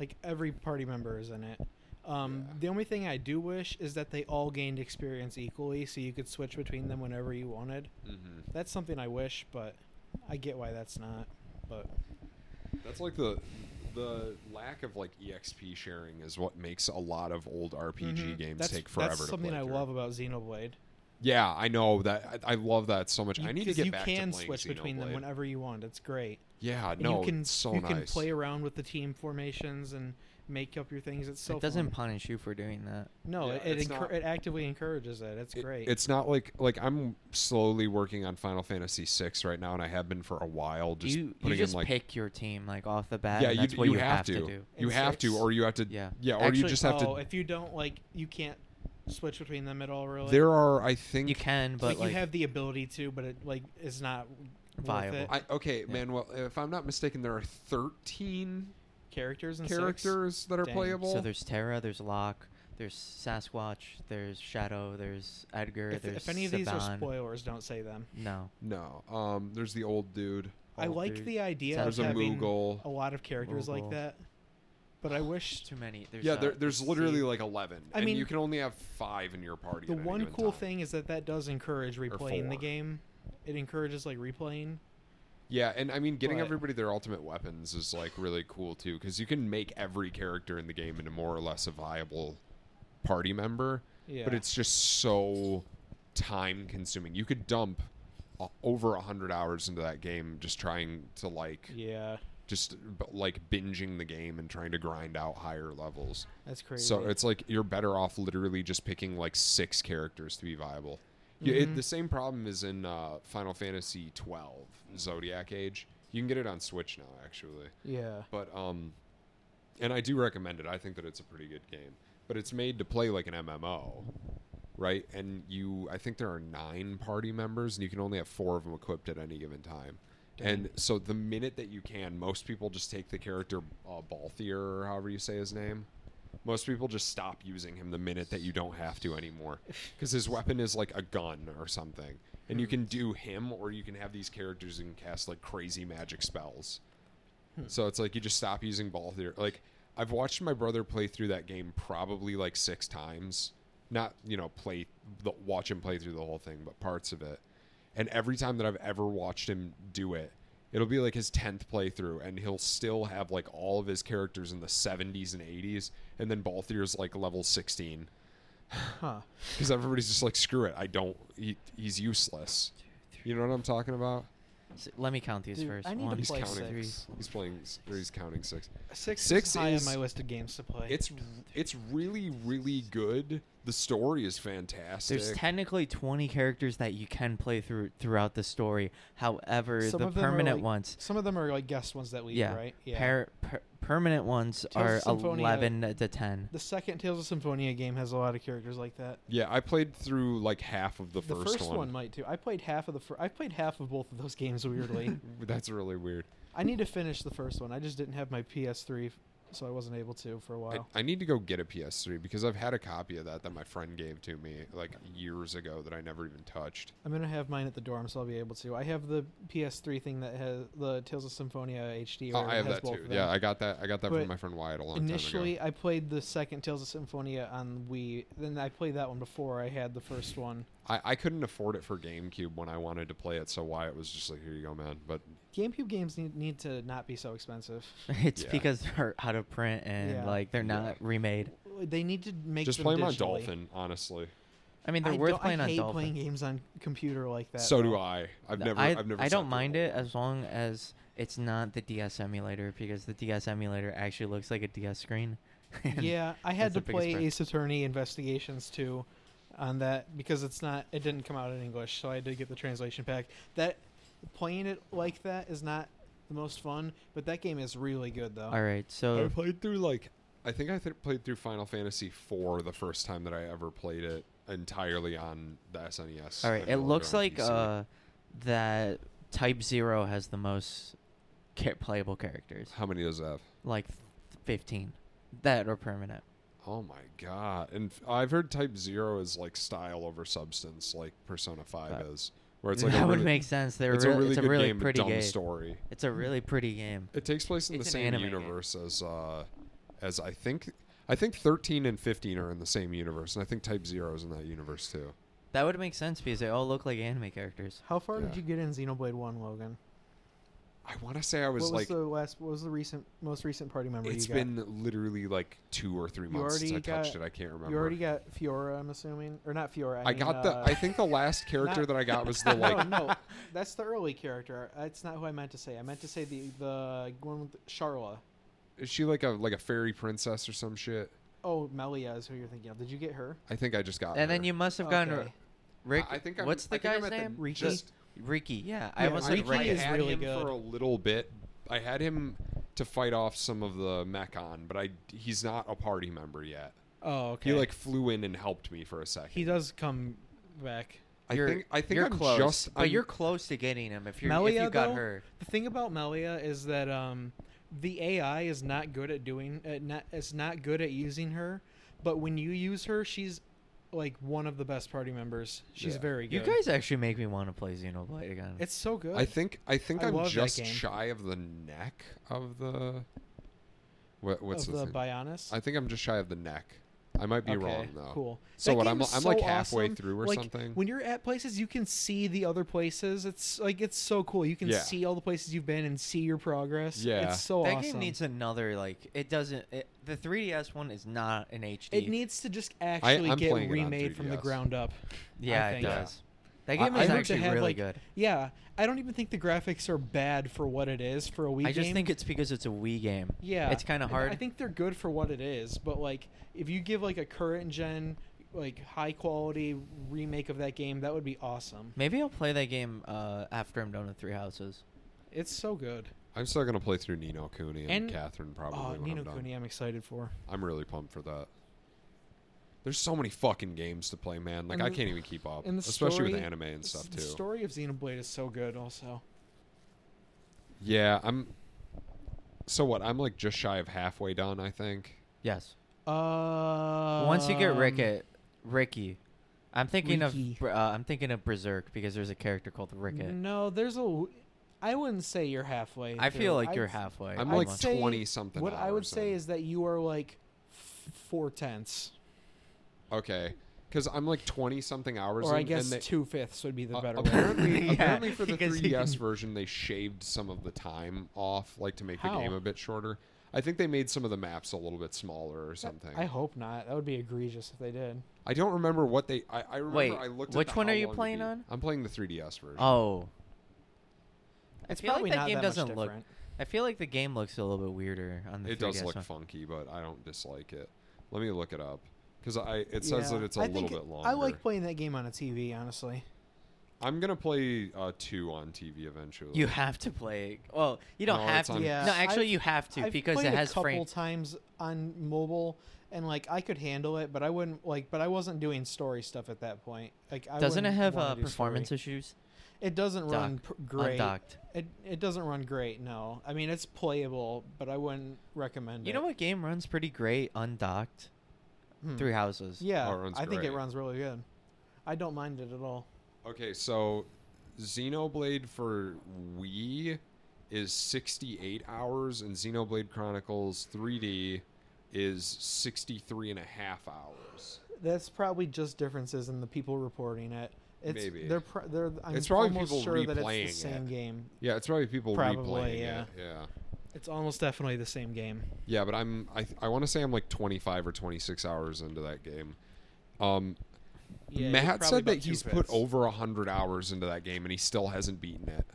[SPEAKER 3] Like every party member is in it. Um,
[SPEAKER 2] Yeah.
[SPEAKER 3] The only thing I do wish is that they all gained experience equally, so you could switch between them whenever you wanted.
[SPEAKER 2] Mhm.
[SPEAKER 3] That's something I wish, but I get why that's not. But
[SPEAKER 2] That's like the the lack of like exp sharing is what makes a lot of old RPG
[SPEAKER 1] Mm-hmm.
[SPEAKER 3] Mhm.
[SPEAKER 2] games
[SPEAKER 3] That's-
[SPEAKER 2] take forever.
[SPEAKER 3] That's something
[SPEAKER 2] to play
[SPEAKER 3] I
[SPEAKER 2] through.
[SPEAKER 3] love about Xenoblade.
[SPEAKER 2] Yeah, I know that. I, I love that so much.
[SPEAKER 3] You-
[SPEAKER 2] I need to
[SPEAKER 3] 'cause
[SPEAKER 2] get
[SPEAKER 3] you
[SPEAKER 2] back
[SPEAKER 3] can
[SPEAKER 2] to playing
[SPEAKER 3] switch between them
[SPEAKER 2] Xenoblade.
[SPEAKER 3] whenever you want. It's great.
[SPEAKER 2] Yeah,
[SPEAKER 3] And
[SPEAKER 2] no,
[SPEAKER 3] you can
[SPEAKER 2] it's so
[SPEAKER 3] you
[SPEAKER 2] nice.
[SPEAKER 3] can play around with the team formations and make up your things. It's so
[SPEAKER 1] it doesn't
[SPEAKER 3] fun.
[SPEAKER 1] punish you for doing that.
[SPEAKER 3] No,
[SPEAKER 2] Yeah,
[SPEAKER 3] it
[SPEAKER 2] it's
[SPEAKER 3] it,
[SPEAKER 2] not-
[SPEAKER 3] encour- it actively encourages it. It's
[SPEAKER 2] It-
[SPEAKER 3] great.
[SPEAKER 2] It's not like like I'm slowly working on Final Fantasy VI right now, and I have been for a while. Just
[SPEAKER 1] you you
[SPEAKER 2] putting
[SPEAKER 1] just
[SPEAKER 2] in like
[SPEAKER 1] pick your team like off the bat.
[SPEAKER 2] yeah,
[SPEAKER 1] and that's
[SPEAKER 2] you,
[SPEAKER 1] what
[SPEAKER 2] you,
[SPEAKER 1] you,
[SPEAKER 2] have, to.
[SPEAKER 1] do.
[SPEAKER 2] You
[SPEAKER 3] In
[SPEAKER 2] have to,
[SPEAKER 3] six?
[SPEAKER 2] or you have to.
[SPEAKER 1] Yeah.
[SPEAKER 2] yeah, or you
[SPEAKER 1] Actually-
[SPEAKER 2] just have
[SPEAKER 3] oh,
[SPEAKER 2] to.
[SPEAKER 3] if you don't like, you can't switch between them at all. Really,
[SPEAKER 2] There are, I think,
[SPEAKER 1] You can, but
[SPEAKER 3] like,
[SPEAKER 1] like,
[SPEAKER 3] you have the ability to, but it like is not
[SPEAKER 1] Viable.
[SPEAKER 3] Worth it.
[SPEAKER 2] I, okay,
[SPEAKER 1] Yeah.
[SPEAKER 2] Manuel. If I'm not mistaken, there are 13
[SPEAKER 3] characters and
[SPEAKER 2] characters that are
[SPEAKER 3] Dang.
[SPEAKER 2] playable.
[SPEAKER 1] so there's Terra, there's Locke, there's Sasquatch, there's Shadow, there's Edgar,
[SPEAKER 3] If,
[SPEAKER 1] there's
[SPEAKER 3] if any of these are
[SPEAKER 1] Saban.
[SPEAKER 3] spoilers, don't say them.
[SPEAKER 1] No,
[SPEAKER 2] no, um, there's the old dude.
[SPEAKER 3] I
[SPEAKER 1] Oh,
[SPEAKER 3] like
[SPEAKER 1] dude.
[SPEAKER 3] the idea
[SPEAKER 2] There's
[SPEAKER 3] of
[SPEAKER 2] a
[SPEAKER 3] having
[SPEAKER 2] Moogle.
[SPEAKER 3] a lot of characters like
[SPEAKER 1] Moogle.
[SPEAKER 3] that, but I wish
[SPEAKER 1] there's too many. There's
[SPEAKER 2] yeah,
[SPEAKER 1] uh,
[SPEAKER 2] there, there's literally
[SPEAKER 1] Z-
[SPEAKER 2] like 11,
[SPEAKER 3] I
[SPEAKER 2] and
[SPEAKER 3] mean,
[SPEAKER 2] you can only have five in your party.
[SPEAKER 3] the
[SPEAKER 2] at any
[SPEAKER 3] one
[SPEAKER 2] given
[SPEAKER 3] cool
[SPEAKER 2] time.
[SPEAKER 3] thing is that that does encourage replaying the
[SPEAKER 2] four.
[SPEAKER 3] game. It encourages like replaying.
[SPEAKER 2] Yeah, and I mean, getting
[SPEAKER 3] But-
[SPEAKER 2] everybody their ultimate weapons is like really cool too, because you can make every character in the game into more or less a viable party member.
[SPEAKER 3] Yeah,
[SPEAKER 2] But it's just so time consuming. You could dump o- over a hundred hours into that game just trying to like
[SPEAKER 3] yeah,
[SPEAKER 2] just b- like binging the game and trying to grind out higher levels.
[SPEAKER 3] that's crazy.
[SPEAKER 2] So it's like you're better off literally just picking like six characters to be viable. You, it,
[SPEAKER 3] Mhm.
[SPEAKER 2] the same problem is in uh, Final Fantasy 12 Zodiac Age. You can get it on Switch now, actually.
[SPEAKER 3] yeah.
[SPEAKER 2] But um, and I do recommend it. I think that it's a pretty good game. But it's made to play like an MMO, right? And you, I think there are nine party members, and you can only have four of them equipped at any given time. And so the minute that you can, most people just take the character uh, Balthier, or however you say his name. Most people just stop using him the minute that you don't have to anymore, because his weapon is like a gun or something, and you can do him, or you can have these characters and cast like crazy magic spells. So it's like you just stop using ball theory. Like I've watched my brother play through that game probably like six times. Not you know play the watch him play through the whole thing, but parts of it. And every time that I've ever watched him do it, It'll be like his 10th playthrough, and he'll still have like all of his characters in the 70s and 80s, and then Balthier's like level 16.
[SPEAKER 3] Huh.
[SPEAKER 2] Because everybody's just like, screw it, I don't, he, he's useless. You know what I'm talking about?
[SPEAKER 1] S- let me count these
[SPEAKER 3] Dude,
[SPEAKER 1] first.
[SPEAKER 3] I need to
[SPEAKER 1] One,
[SPEAKER 2] He's
[SPEAKER 3] play
[SPEAKER 2] counting.
[SPEAKER 3] six.
[SPEAKER 2] He's playing, or he's counting six.
[SPEAKER 3] Six,
[SPEAKER 2] Six
[SPEAKER 3] is high
[SPEAKER 2] is-
[SPEAKER 3] on my list of games to play.
[SPEAKER 2] It's it's really really good. The story is fantastic.
[SPEAKER 1] There's technically 20 characters that you can play through throughout the story. However,
[SPEAKER 3] Some
[SPEAKER 1] the
[SPEAKER 3] of them are,
[SPEAKER 1] permanent
[SPEAKER 3] like,
[SPEAKER 1] ones,
[SPEAKER 3] Some of them are like guest ones that leave,
[SPEAKER 1] yeah,
[SPEAKER 3] right?
[SPEAKER 1] per- per- permanent ones
[SPEAKER 3] Tales
[SPEAKER 1] are
[SPEAKER 3] of Symphonia-
[SPEAKER 1] 11 to 10.
[SPEAKER 3] the second Tales of Symphonia game has a lot of characters like that.
[SPEAKER 2] yeah, I played through like half of the,
[SPEAKER 3] The
[SPEAKER 2] first, one.
[SPEAKER 3] might too. I played half of the fir- I played half of both of those games weirdly.
[SPEAKER 2] That's really weird.
[SPEAKER 3] I need to finish the first one. I just didn't have my PS3, so I wasn't able to for a while.
[SPEAKER 2] I, I need to go get a PS3 because I've had a copy of that that my friend gave to me like years ago that I never even touched.
[SPEAKER 3] I'm gonna have mine at the dorm, so I'll be able to. I have the PS3 thing that has the Tales of Symphonia HD.
[SPEAKER 2] Oh,
[SPEAKER 3] where it
[SPEAKER 2] I have
[SPEAKER 3] has
[SPEAKER 2] that
[SPEAKER 3] both
[SPEAKER 2] too.
[SPEAKER 3] of them.
[SPEAKER 2] Yeah, I got that. I got that
[SPEAKER 3] But
[SPEAKER 2] from my friend Wyatt a long time
[SPEAKER 3] Initially,
[SPEAKER 2] ago.
[SPEAKER 3] I played the second Tales of Symphonia on Wii. Then I played that one before I had the first one.
[SPEAKER 2] I, I couldn't afford it for GameCube when I wanted to play it, so Wyatt was just like, "Here you go, man." But
[SPEAKER 3] GameCube games need, need to not be so expensive.
[SPEAKER 1] It's
[SPEAKER 2] Yeah.
[SPEAKER 1] because they're out of print and
[SPEAKER 3] Yeah.
[SPEAKER 1] like they're
[SPEAKER 2] Yeah.
[SPEAKER 1] not remade.
[SPEAKER 3] They need to make
[SPEAKER 2] just
[SPEAKER 3] them
[SPEAKER 2] play 'em on
[SPEAKER 3] digitally.
[SPEAKER 2] Dolphin, honestly.
[SPEAKER 1] I mean, they're
[SPEAKER 3] I
[SPEAKER 1] worth
[SPEAKER 3] don't-
[SPEAKER 1] playing
[SPEAKER 3] I
[SPEAKER 1] on
[SPEAKER 3] hate
[SPEAKER 1] Dolphin.
[SPEAKER 3] playing games on computer like that.
[SPEAKER 2] So do
[SPEAKER 3] though.
[SPEAKER 2] I. I've
[SPEAKER 1] No,
[SPEAKER 2] never.
[SPEAKER 1] I,
[SPEAKER 2] have never.
[SPEAKER 1] I
[SPEAKER 2] sat
[SPEAKER 1] don't
[SPEAKER 2] through
[SPEAKER 1] mind
[SPEAKER 2] all
[SPEAKER 1] it
[SPEAKER 2] of them.
[SPEAKER 1] as long as it's not the DS emulator because the DS emulator actually looks like a DS screen. And
[SPEAKER 3] Yeah, I
[SPEAKER 1] that's
[SPEAKER 3] had
[SPEAKER 1] the
[SPEAKER 3] to
[SPEAKER 1] biggest
[SPEAKER 3] play
[SPEAKER 1] part.
[SPEAKER 3] Ace Attorney Investigations too, on that because it's not. It didn't come out in English, so I had to get the translation pack. That playing it like that is not the most fun, but that game is really good though.
[SPEAKER 1] All
[SPEAKER 2] I
[SPEAKER 1] right, so
[SPEAKER 2] played through like I think I th- played through Final Fantasy IV the first time that I ever played it entirely on the SNES.
[SPEAKER 1] all right,
[SPEAKER 2] and
[SPEAKER 1] it
[SPEAKER 2] no longer
[SPEAKER 1] looks
[SPEAKER 2] on
[SPEAKER 1] like
[SPEAKER 2] PC.
[SPEAKER 1] uh that Type Zero has the most ca- playable characters,
[SPEAKER 2] how many does it have?
[SPEAKER 1] like fifteen, that are permanent.
[SPEAKER 2] Oh my god! And f- I've heard Type Zero is like style over substance, like Persona Five
[SPEAKER 1] Uh,
[SPEAKER 2] is, where it's like
[SPEAKER 1] that
[SPEAKER 2] a
[SPEAKER 1] would
[SPEAKER 2] really,
[SPEAKER 1] make sense. They're
[SPEAKER 2] it's
[SPEAKER 1] real-
[SPEAKER 2] a really
[SPEAKER 1] it's
[SPEAKER 2] good
[SPEAKER 1] a really
[SPEAKER 2] game, and
[SPEAKER 1] pretty
[SPEAKER 2] dumb
[SPEAKER 1] game.
[SPEAKER 2] story.
[SPEAKER 1] It's a really pretty game.
[SPEAKER 2] It takes place in
[SPEAKER 1] It's
[SPEAKER 2] the
[SPEAKER 1] an
[SPEAKER 2] same
[SPEAKER 1] anime game.
[SPEAKER 2] universe as uh, as I think. I think 13 and 15 are in the same universe, and I think Type Zero is in that universe too.
[SPEAKER 1] That would make sense because they all look like anime characters.
[SPEAKER 3] How far
[SPEAKER 2] Yeah.
[SPEAKER 3] did you get in Xenoblade One, Logan?
[SPEAKER 2] I want to say I was
[SPEAKER 3] what was
[SPEAKER 2] like
[SPEAKER 3] the last? What was the recent most recent party member
[SPEAKER 2] It's
[SPEAKER 3] you got?
[SPEAKER 2] been literally like two or three
[SPEAKER 3] You
[SPEAKER 2] months since I
[SPEAKER 3] already
[SPEAKER 2] touched
[SPEAKER 3] got-
[SPEAKER 2] it. I can't remember.
[SPEAKER 3] You already got Fiora, I'm assuming, or not Fiora. I,
[SPEAKER 2] I
[SPEAKER 3] mean,
[SPEAKER 2] got
[SPEAKER 3] uh,
[SPEAKER 2] the. I think the last character
[SPEAKER 3] not-
[SPEAKER 2] that I got was the
[SPEAKER 3] no,
[SPEAKER 2] like.
[SPEAKER 3] no, that's the early character. That's not who I meant to say. I meant to say the the one with Charla.
[SPEAKER 2] Is she like a like a fairy princess or some shit?
[SPEAKER 3] Oh, Melia is who you're thinking of. Did you get her?
[SPEAKER 2] I think I just got.
[SPEAKER 1] And then
[SPEAKER 2] her.
[SPEAKER 1] you must have gotten
[SPEAKER 3] Okay.
[SPEAKER 1] Rick.
[SPEAKER 2] I I think I'm,
[SPEAKER 1] what's the
[SPEAKER 2] I think I'm
[SPEAKER 1] guy's
[SPEAKER 2] at
[SPEAKER 1] name?
[SPEAKER 3] Ricky?
[SPEAKER 2] Just,
[SPEAKER 1] Ricky. Yeah,
[SPEAKER 3] Yeah,
[SPEAKER 1] I almost said
[SPEAKER 3] Ricky
[SPEAKER 2] I
[SPEAKER 1] Ricky.
[SPEAKER 3] is
[SPEAKER 2] had
[SPEAKER 3] really
[SPEAKER 2] him
[SPEAKER 3] good.
[SPEAKER 2] for a little bit. I had him to fight off some of the Mechon, but I he's not a party member yet.
[SPEAKER 3] Oh, okay.
[SPEAKER 2] He like flew in and helped me for a second.
[SPEAKER 3] He does come back.
[SPEAKER 2] I
[SPEAKER 1] You're-
[SPEAKER 2] think I think
[SPEAKER 1] you're
[SPEAKER 2] I'm
[SPEAKER 1] close,
[SPEAKER 2] just.
[SPEAKER 1] but
[SPEAKER 2] I'm-
[SPEAKER 1] you're close to getting him if, you're, if
[SPEAKER 3] Melia,
[SPEAKER 1] you got
[SPEAKER 3] though?
[SPEAKER 1] her.
[SPEAKER 3] The thing about Melia is that um, the AI is not good at doing uh, not it's not good at using her, but when you use her, she's like one of the best party members. She's
[SPEAKER 2] Yeah.
[SPEAKER 3] very
[SPEAKER 1] You
[SPEAKER 3] good.
[SPEAKER 1] guys actually make me want to play Xenoblade again.
[SPEAKER 3] it's so good.
[SPEAKER 2] I think I think
[SPEAKER 3] I
[SPEAKER 2] I am
[SPEAKER 3] love that
[SPEAKER 2] just
[SPEAKER 3] game.
[SPEAKER 2] shy of the neck of the. What, what's
[SPEAKER 3] of
[SPEAKER 2] the,
[SPEAKER 3] the
[SPEAKER 2] thing?
[SPEAKER 3] Bionis.
[SPEAKER 2] I think I'm just shy of the neck. I might be
[SPEAKER 3] okay,
[SPEAKER 2] wrong though.
[SPEAKER 3] Cool.
[SPEAKER 2] So
[SPEAKER 3] That
[SPEAKER 2] what?
[SPEAKER 3] game
[SPEAKER 2] I'm,
[SPEAKER 3] is
[SPEAKER 2] I'm like
[SPEAKER 3] so
[SPEAKER 2] halfway
[SPEAKER 3] awesome.
[SPEAKER 2] through or
[SPEAKER 3] Like,
[SPEAKER 2] something.
[SPEAKER 3] When you're at places, you can see the other places. It's like it's so cool. You can
[SPEAKER 2] Yeah.
[SPEAKER 3] see all the places you've been and see your progress.
[SPEAKER 2] Yeah.
[SPEAKER 3] it's so
[SPEAKER 1] that
[SPEAKER 3] awesome.
[SPEAKER 1] game needs another like it doesn't. It, the 3DS one is not an HD.
[SPEAKER 3] It needs to just actually
[SPEAKER 2] I'm
[SPEAKER 3] get
[SPEAKER 2] playing it on
[SPEAKER 3] remade from the
[SPEAKER 2] 3DS.
[SPEAKER 3] ground up.
[SPEAKER 1] yeah,
[SPEAKER 3] I
[SPEAKER 1] it
[SPEAKER 3] think.
[SPEAKER 1] does. That
[SPEAKER 2] I-
[SPEAKER 1] game
[SPEAKER 2] I
[SPEAKER 1] is
[SPEAKER 2] need to
[SPEAKER 1] actually
[SPEAKER 3] have,
[SPEAKER 1] really
[SPEAKER 3] like,
[SPEAKER 1] good.
[SPEAKER 3] Yeah, I don't even think the graphics are bad for what it is for a Wii
[SPEAKER 1] I just
[SPEAKER 3] game.
[SPEAKER 1] think it's because it's a Wii game.
[SPEAKER 3] yeah,
[SPEAKER 1] it's kind of
[SPEAKER 3] and
[SPEAKER 1] hard.
[SPEAKER 3] I think they're good for what it is, but like if you give like a current gen, like high quality remake of that game, that would be awesome.
[SPEAKER 1] Maybe I'll play that game uh, after I'm done with Three Houses.
[SPEAKER 3] It's so good.
[SPEAKER 2] I'm still gonna play through Nino Cooney and,
[SPEAKER 3] And-
[SPEAKER 2] Catherine probably
[SPEAKER 3] Oh,
[SPEAKER 2] when
[SPEAKER 3] Nino
[SPEAKER 2] I'm done.
[SPEAKER 3] Kuni, I'm excited for.
[SPEAKER 2] I'm really pumped for that. There's so many fucking games to play, man. Like
[SPEAKER 3] And
[SPEAKER 2] I
[SPEAKER 3] the-
[SPEAKER 2] can't even keep up,
[SPEAKER 3] and the
[SPEAKER 2] especially with
[SPEAKER 3] story-
[SPEAKER 2] anime and stuff too.
[SPEAKER 3] The story of Xenoblade is so good, also.
[SPEAKER 2] yeah, I'm. So what? I'm like just shy of halfway done. I think.
[SPEAKER 1] Yes.
[SPEAKER 3] Uh,
[SPEAKER 1] Once you get Ricket, Ricky, I'm thinking
[SPEAKER 3] Ricky. Mm,
[SPEAKER 1] of Br- uh, I'm thinking of Berserk because there's a character called Ricket.
[SPEAKER 3] No, there's a. w- I wouldn't say you're halfway.
[SPEAKER 1] I feel
[SPEAKER 3] through.
[SPEAKER 1] like
[SPEAKER 3] I'd
[SPEAKER 1] you're
[SPEAKER 3] s-
[SPEAKER 1] halfway.
[SPEAKER 2] I'm
[SPEAKER 3] I'd
[SPEAKER 2] like
[SPEAKER 1] almost.
[SPEAKER 3] say
[SPEAKER 2] 20 something.
[SPEAKER 3] What I would
[SPEAKER 2] hours
[SPEAKER 3] say
[SPEAKER 2] in.
[SPEAKER 3] is that you are like f- four tenths.
[SPEAKER 2] Okay. because I'm like twenty something hours.
[SPEAKER 4] Or I
[SPEAKER 2] in,
[SPEAKER 4] guess
[SPEAKER 2] and they,
[SPEAKER 4] two fifths would be the
[SPEAKER 2] uh,
[SPEAKER 4] better way.
[SPEAKER 2] apparently,
[SPEAKER 1] Yeah,
[SPEAKER 2] apparently for the
[SPEAKER 1] because you
[SPEAKER 2] 3DS
[SPEAKER 1] can-
[SPEAKER 2] version, they shaved some of the time off, like to make
[SPEAKER 4] How?
[SPEAKER 2] the game a bit shorter. I think they made some of the maps a little bit smaller or something.
[SPEAKER 4] I hope not. That would be egregious if they did.
[SPEAKER 2] I don't remember what they. I, I remember
[SPEAKER 1] Wait,
[SPEAKER 2] I looked.
[SPEAKER 1] which
[SPEAKER 2] at the
[SPEAKER 1] one
[SPEAKER 2] how
[SPEAKER 1] are you
[SPEAKER 2] long to
[SPEAKER 1] playing
[SPEAKER 2] beat.
[SPEAKER 1] on?
[SPEAKER 2] I'm playing the 3DS version.
[SPEAKER 1] Oh,
[SPEAKER 4] It's
[SPEAKER 1] feel like
[SPEAKER 4] probably
[SPEAKER 1] that
[SPEAKER 4] not
[SPEAKER 1] game
[SPEAKER 4] that
[SPEAKER 1] doesn't
[SPEAKER 4] much
[SPEAKER 1] look-
[SPEAKER 4] different.
[SPEAKER 1] I feel like the game looks a little bit weirder on the.
[SPEAKER 2] it does
[SPEAKER 1] 3DS
[SPEAKER 2] look
[SPEAKER 1] one.
[SPEAKER 2] funky, but I don't dislike it. Let me look it up because I it says
[SPEAKER 3] Yeah.
[SPEAKER 2] that it's a
[SPEAKER 3] I
[SPEAKER 2] little
[SPEAKER 3] think
[SPEAKER 2] bit longer.
[SPEAKER 3] I like playing that game on a TV, honestly.
[SPEAKER 2] I'm gonna play uh, two on TV eventually.
[SPEAKER 1] You have to play. it. Well, you don't
[SPEAKER 2] No,
[SPEAKER 1] have
[SPEAKER 2] it's
[SPEAKER 1] to.
[SPEAKER 2] on-
[SPEAKER 3] Yeah,
[SPEAKER 1] no, actually,
[SPEAKER 3] I've-
[SPEAKER 1] you have to
[SPEAKER 3] I've
[SPEAKER 1] because
[SPEAKER 3] played
[SPEAKER 1] it has
[SPEAKER 3] a couple
[SPEAKER 1] frames.
[SPEAKER 3] times on mobile, and like I could handle it, but I wouldn't like. But I wasn't doing story stuff at that point. Like, I
[SPEAKER 1] Doesn't it
[SPEAKER 3] wouldn't
[SPEAKER 1] have
[SPEAKER 3] wanna
[SPEAKER 1] uh,
[SPEAKER 3] do
[SPEAKER 1] performance
[SPEAKER 3] Story.
[SPEAKER 1] issues?
[SPEAKER 3] It doesn't run
[SPEAKER 1] Dock.
[SPEAKER 3] pr- great.
[SPEAKER 1] Undocked.
[SPEAKER 3] It it doesn't run great. No, I mean it's playable, but I wouldn't recommend
[SPEAKER 1] You
[SPEAKER 3] it.
[SPEAKER 1] know what game runs pretty great undocked?
[SPEAKER 3] Hmm.
[SPEAKER 1] Three Houses.
[SPEAKER 3] Yeah,
[SPEAKER 2] Oh, it runs
[SPEAKER 3] I think
[SPEAKER 2] great.
[SPEAKER 3] it runs really good. I don't mind it at all.
[SPEAKER 2] Okay, so Xenoblade for Wii is 68 hours, and Xenoblade Chronicles 3D is 63 and a half hours.
[SPEAKER 3] That's probably just differences in the people reporting it. It's,
[SPEAKER 2] Maybe.
[SPEAKER 3] they're pr- they're. I'm
[SPEAKER 2] It's probably
[SPEAKER 3] almost
[SPEAKER 2] people
[SPEAKER 3] sure that
[SPEAKER 2] replaying it.
[SPEAKER 3] it's the same game.
[SPEAKER 2] Yeah, it's probably people
[SPEAKER 3] Probably,
[SPEAKER 2] replaying
[SPEAKER 3] yeah.
[SPEAKER 2] it. Yeah.
[SPEAKER 3] It's almost definitely the same game.
[SPEAKER 2] Yeah, but I'm I th- I want to say I'm like 25 or 26 hours into that game. Um Matt said that he's put over 100 hours into that game and he still hasn't beaten it.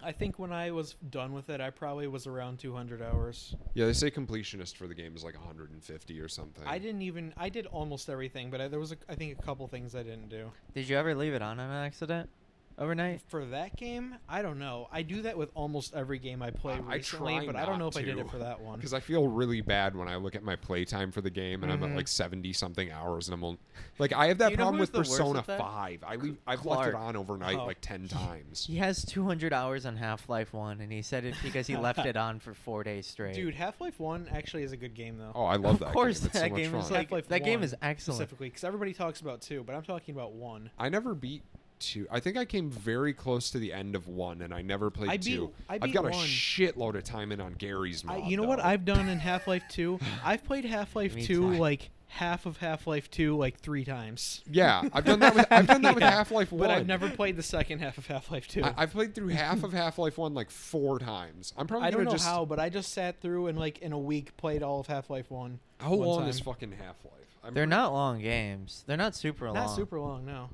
[SPEAKER 3] I think when I was done with it, I probably was around 200 hours.
[SPEAKER 2] Yeah, they say completionist for the game is like 150 or something.
[SPEAKER 3] I didn't even. I did almost everything, but I, there was, a, I think, a couple things I didn't do.
[SPEAKER 1] Did you ever leave it on on accident overnight?
[SPEAKER 3] For that game, I don't know. I do that with almost every game I play
[SPEAKER 2] I- I
[SPEAKER 3] recently,
[SPEAKER 2] try
[SPEAKER 3] but I don't
[SPEAKER 2] not
[SPEAKER 3] know if I did
[SPEAKER 2] to,
[SPEAKER 3] it for that one.
[SPEAKER 2] because I feel really bad when I look at my playtime for the game and I'm at
[SPEAKER 1] Mm-hmm.
[SPEAKER 3] Mhm.
[SPEAKER 2] like seventy something hours and I'm on, like I have that
[SPEAKER 1] You know
[SPEAKER 2] problem with
[SPEAKER 1] who's the worst
[SPEAKER 2] Persona
[SPEAKER 1] at that?
[SPEAKER 2] Five. I leave I've left
[SPEAKER 1] Clark.
[SPEAKER 2] it on overnight
[SPEAKER 3] Oh.
[SPEAKER 2] like ten times.
[SPEAKER 1] He has 200 hours on Half Life 1, and he said it because he left it on for four days straight.
[SPEAKER 3] Dude, Half Life One actually is a good game though.
[SPEAKER 2] Oh, I love
[SPEAKER 1] of
[SPEAKER 2] that.
[SPEAKER 1] course,
[SPEAKER 2] game. It's
[SPEAKER 1] that
[SPEAKER 2] so much
[SPEAKER 1] game
[SPEAKER 2] fun.
[SPEAKER 1] is like
[SPEAKER 3] Half-Life
[SPEAKER 1] that game
[SPEAKER 3] 1
[SPEAKER 1] is excellent.
[SPEAKER 3] specifically because everybody talks about two, but I'm talking about one.
[SPEAKER 2] I never beat two. I think I came very close to the end of one and I never played
[SPEAKER 3] I beat-
[SPEAKER 2] two.
[SPEAKER 3] I
[SPEAKER 2] have
[SPEAKER 3] beat
[SPEAKER 2] got a
[SPEAKER 3] one.
[SPEAKER 2] shitload of time in on Gary's
[SPEAKER 3] I,
[SPEAKER 2] mod.
[SPEAKER 3] you know what
[SPEAKER 2] though.
[SPEAKER 3] I've done in Half Life Two? I've played Half Life
[SPEAKER 1] Me
[SPEAKER 3] Two
[SPEAKER 1] too.
[SPEAKER 3] like half of Half Life Two like three times.
[SPEAKER 2] Yeah, I've done that. With, I've done that with
[SPEAKER 3] Yeah,
[SPEAKER 2] Half Life One.
[SPEAKER 3] But I've never played the second half of Half Life Two.
[SPEAKER 2] I,
[SPEAKER 3] I,
[SPEAKER 2] I've played through half of Half Life One like four times. I'm probably
[SPEAKER 3] don't
[SPEAKER 2] gonna
[SPEAKER 3] know
[SPEAKER 2] just
[SPEAKER 3] how, but I just sat through and like in a week played all of Half Life One.
[SPEAKER 2] how
[SPEAKER 3] one
[SPEAKER 2] long
[SPEAKER 3] time.
[SPEAKER 2] is fucking Half Life?
[SPEAKER 1] They're not long games. They're not super long.
[SPEAKER 3] Not super long, no.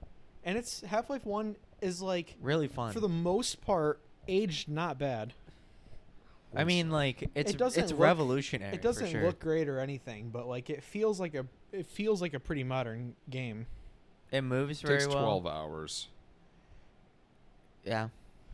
[SPEAKER 3] And it's Half Life One is like
[SPEAKER 1] Really fun.
[SPEAKER 3] for the most part aged not bad.
[SPEAKER 1] I mean, like it's
[SPEAKER 3] It doesn't
[SPEAKER 1] it's
[SPEAKER 3] look-
[SPEAKER 1] revolutionary.
[SPEAKER 3] it doesn't
[SPEAKER 1] for sure.
[SPEAKER 3] look great or anything, but like it feels like a it feels like a pretty modern game.
[SPEAKER 1] It moves
[SPEAKER 2] It takes
[SPEAKER 1] very well.
[SPEAKER 2] 12 hours.
[SPEAKER 1] Yeah,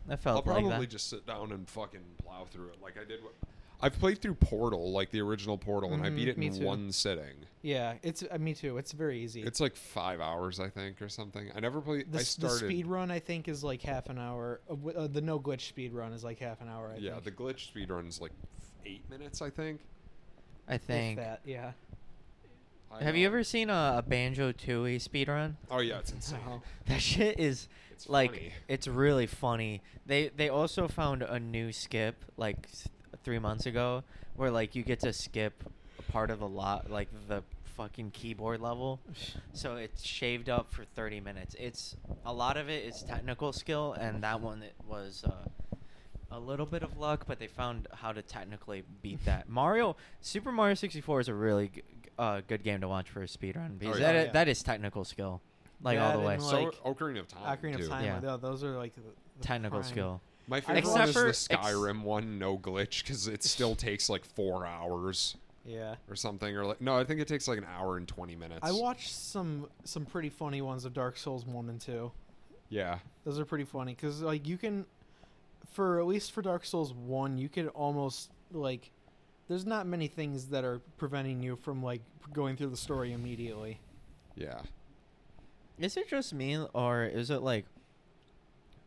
[SPEAKER 1] I felt
[SPEAKER 2] I'll probably
[SPEAKER 1] like that.
[SPEAKER 2] just sit down and fucking plow through it like I did. With, I've played through Portal, like the original Portal, and I
[SPEAKER 3] Mhm,
[SPEAKER 2] beat it
[SPEAKER 3] me
[SPEAKER 2] in
[SPEAKER 3] too.
[SPEAKER 2] one sitting.
[SPEAKER 3] Yeah, it's uh, me too. It's very easy.
[SPEAKER 2] It's like five hours, I think, or something. I never played.
[SPEAKER 3] the,
[SPEAKER 2] I
[SPEAKER 3] s- the
[SPEAKER 2] started.
[SPEAKER 3] speed run I think is like half an hour. Uh, w- uh, the no glitch speed run is like half an hour. I
[SPEAKER 2] yeah,
[SPEAKER 3] think.
[SPEAKER 2] the glitch speed runs like f- eight minutes, I think.
[SPEAKER 1] I
[SPEAKER 3] If
[SPEAKER 1] think.
[SPEAKER 3] that. Yeah.
[SPEAKER 2] I
[SPEAKER 1] Have you
[SPEAKER 2] know.
[SPEAKER 1] ever seen a, a Banjo Tooie speedrun?
[SPEAKER 2] Oh yeah, it's insane.
[SPEAKER 3] No.
[SPEAKER 1] That shit is
[SPEAKER 2] It's
[SPEAKER 1] like
[SPEAKER 2] funny.
[SPEAKER 1] it's really funny. They they also found a new skip like s- three months ago where like you get to skip a part of the lot like the fucking keyboard level. So it's shaved up for thirty minutes. It's a lot of it is technical skill, and that one it was. Uh, a little bit of luck, but they found how to technically beat that. Mario Super Mario 64 is a really g- g- uh, good game to watch for a speedrun because
[SPEAKER 2] Oh, yeah.
[SPEAKER 1] that,
[SPEAKER 3] Yeah.
[SPEAKER 1] that is technical skill, like all
[SPEAKER 3] That
[SPEAKER 1] the way.
[SPEAKER 3] and,
[SPEAKER 2] So
[SPEAKER 3] like,
[SPEAKER 2] Ocarina of Time.
[SPEAKER 3] Ocarina
[SPEAKER 2] too.
[SPEAKER 3] of Time.
[SPEAKER 1] Yeah.
[SPEAKER 3] though, those are like the, the
[SPEAKER 1] technical
[SPEAKER 3] prime.
[SPEAKER 1] skill.
[SPEAKER 2] My favorite
[SPEAKER 1] Except
[SPEAKER 2] one is
[SPEAKER 1] for-
[SPEAKER 2] the
[SPEAKER 1] ex-
[SPEAKER 2] Skyrim one, no glitch, because it still takes like four hours
[SPEAKER 3] Yeah.
[SPEAKER 2] or something, or like no, I think it takes like an hour and twenty minutes.
[SPEAKER 3] I watched some some pretty funny ones of Dark Souls one and two.
[SPEAKER 2] yeah,
[SPEAKER 3] Those are pretty funny because like you can, for at least for Dark Souls one, you could almost like, there's not many things that are preventing you from like going through the story immediately.
[SPEAKER 2] yeah.
[SPEAKER 1] Is it just me, or is it like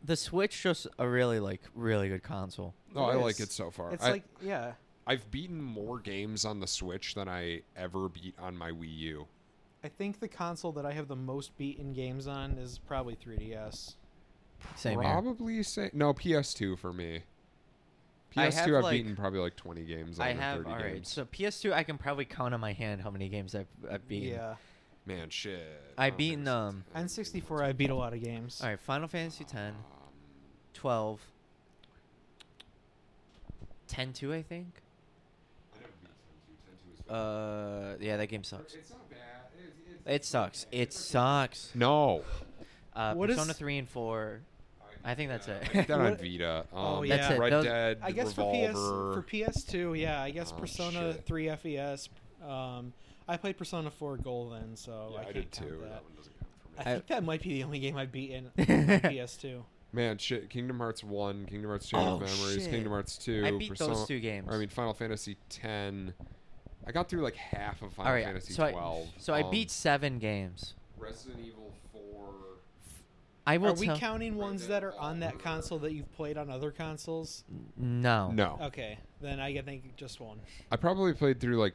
[SPEAKER 1] the Switch just a really like really good console?
[SPEAKER 2] No,
[SPEAKER 3] It
[SPEAKER 2] Oh, I like
[SPEAKER 3] is.
[SPEAKER 2] it so far.
[SPEAKER 3] It's
[SPEAKER 2] I,
[SPEAKER 3] like yeah,
[SPEAKER 2] I've beaten more games on the Switch than I ever beat on my Wii U.
[SPEAKER 3] I think the console that I have the most beaten games on is probably 3DS.
[SPEAKER 1] Same here.
[SPEAKER 2] probably say no PS2 for me.
[SPEAKER 1] I
[SPEAKER 2] PS2
[SPEAKER 1] have,
[SPEAKER 2] I've
[SPEAKER 1] like-
[SPEAKER 2] beaten probably like 20 games.
[SPEAKER 1] I
[SPEAKER 2] on or
[SPEAKER 1] have
[SPEAKER 2] 30
[SPEAKER 1] all right.
[SPEAKER 2] games.
[SPEAKER 1] So PS2, I can probably count on my hand how many games I've, I've beaten.
[SPEAKER 3] Yeah,
[SPEAKER 2] Man, shit.
[SPEAKER 1] I
[SPEAKER 2] Final
[SPEAKER 1] beaten,
[SPEAKER 2] Fantasy
[SPEAKER 1] um,
[SPEAKER 2] X.
[SPEAKER 3] N64, I beat a lot of games.
[SPEAKER 1] All right, Final Fantasy X,
[SPEAKER 2] Um,
[SPEAKER 1] 12, 10 2, I think.
[SPEAKER 2] I never beat 10-2. 10-2 is bad.
[SPEAKER 1] Uh, yeah, that game sucks.
[SPEAKER 2] It's not bad. It- it's-
[SPEAKER 1] It
[SPEAKER 2] it's
[SPEAKER 1] sucks.
[SPEAKER 2] okay.
[SPEAKER 1] It
[SPEAKER 2] It's okay.
[SPEAKER 1] sucks.
[SPEAKER 2] No.
[SPEAKER 1] Uh,
[SPEAKER 3] What
[SPEAKER 1] Persona
[SPEAKER 3] is-
[SPEAKER 1] 3 and 4. I think that's it.
[SPEAKER 2] That on
[SPEAKER 3] What-
[SPEAKER 2] Vita. Um,
[SPEAKER 3] Oh,
[SPEAKER 1] That's yeah. it.
[SPEAKER 2] Red
[SPEAKER 1] Those-
[SPEAKER 2] Dead.
[SPEAKER 3] I guess
[SPEAKER 2] Revolver.
[SPEAKER 3] for PS for PS2, yeah. I guess
[SPEAKER 2] Oh,
[SPEAKER 3] Persona
[SPEAKER 2] shit.
[SPEAKER 3] 3 FES. Um, I played Persona 4 Golden, so
[SPEAKER 2] Yeah,
[SPEAKER 3] I,
[SPEAKER 2] I,
[SPEAKER 3] can't
[SPEAKER 2] did
[SPEAKER 3] count
[SPEAKER 2] too.
[SPEAKER 3] That.
[SPEAKER 2] That one doesn't count for me.
[SPEAKER 3] I,
[SPEAKER 1] I-
[SPEAKER 3] think that might be the only game I've beaten on PS2.
[SPEAKER 2] Man, shit. Kingdom Hearts 1, Kingdom Hearts 2,
[SPEAKER 1] Oh,
[SPEAKER 2] Memories,
[SPEAKER 1] shit.
[SPEAKER 2] Kingdom Hearts 2.
[SPEAKER 1] I beat
[SPEAKER 2] Persona-
[SPEAKER 1] those two games.
[SPEAKER 2] or, I mean, Final Fantasy 10. I got through like half of Final
[SPEAKER 1] All right,
[SPEAKER 2] Fantasy
[SPEAKER 1] so I-
[SPEAKER 2] 12.
[SPEAKER 1] so I
[SPEAKER 2] Um,
[SPEAKER 1] beat seven games.
[SPEAKER 2] Resident Evil 4.
[SPEAKER 1] I will
[SPEAKER 3] Are we
[SPEAKER 1] tell-
[SPEAKER 3] counting
[SPEAKER 2] Red
[SPEAKER 3] ones
[SPEAKER 2] Dead
[SPEAKER 3] that are on that
[SPEAKER 2] Revolver.
[SPEAKER 3] console that you've played on other consoles?
[SPEAKER 1] No.
[SPEAKER 2] No.
[SPEAKER 3] Okay, then I think just one.
[SPEAKER 2] I probably played through like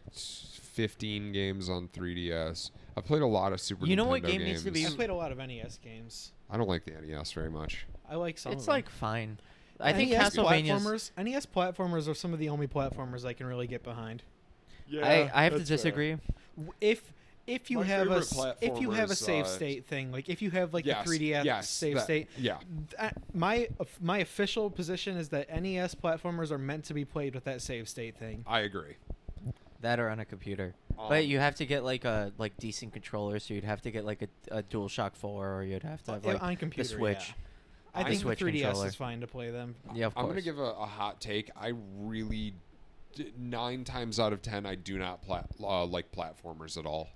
[SPEAKER 2] 15 games on 3DS. I played a lot of Super
[SPEAKER 1] You know
[SPEAKER 2] Nintendo
[SPEAKER 1] what game needs
[SPEAKER 2] games.
[SPEAKER 1] to
[SPEAKER 3] I
[SPEAKER 1] be-
[SPEAKER 3] played a lot of NES games.
[SPEAKER 2] I don't like the NES very much.
[SPEAKER 3] I like some. of
[SPEAKER 1] It's
[SPEAKER 3] them.
[SPEAKER 1] like fine. I think
[SPEAKER 3] NES
[SPEAKER 1] Castlevania's.
[SPEAKER 3] platformers. NES platformers are some of the only platformers I can really get behind.
[SPEAKER 1] I, I have to disagree.
[SPEAKER 3] W- If if you
[SPEAKER 2] My
[SPEAKER 3] have a
[SPEAKER 2] favorite
[SPEAKER 3] s- if you have a
[SPEAKER 2] platformers,
[SPEAKER 3] save
[SPEAKER 2] uh,
[SPEAKER 3] state thing, like if you have like
[SPEAKER 2] yes,
[SPEAKER 3] the 3DS
[SPEAKER 2] yes,
[SPEAKER 3] save
[SPEAKER 2] that-
[SPEAKER 3] state,
[SPEAKER 2] Yeah.
[SPEAKER 3] that, my of- my official position is that NES platformers are meant to be played with that save state thing.
[SPEAKER 2] I agree.
[SPEAKER 1] That or on a computer.
[SPEAKER 2] Um,
[SPEAKER 1] but you have to get like a like decent controller, so you'd have to get like a, a DualShock Four, or you'd have to have
[SPEAKER 3] Yeah,
[SPEAKER 1] like
[SPEAKER 3] on computer,
[SPEAKER 1] the Switch.
[SPEAKER 3] yeah. I
[SPEAKER 2] I-
[SPEAKER 3] think
[SPEAKER 1] Switch
[SPEAKER 3] the 3DS
[SPEAKER 1] controller.
[SPEAKER 3] is fine to play them.
[SPEAKER 1] Yeah, of
[SPEAKER 2] I'm gonna
[SPEAKER 1] course.
[SPEAKER 2] give a, a hot take. I really d- nine times out of ten, I do not pla- uh, like platformers at all.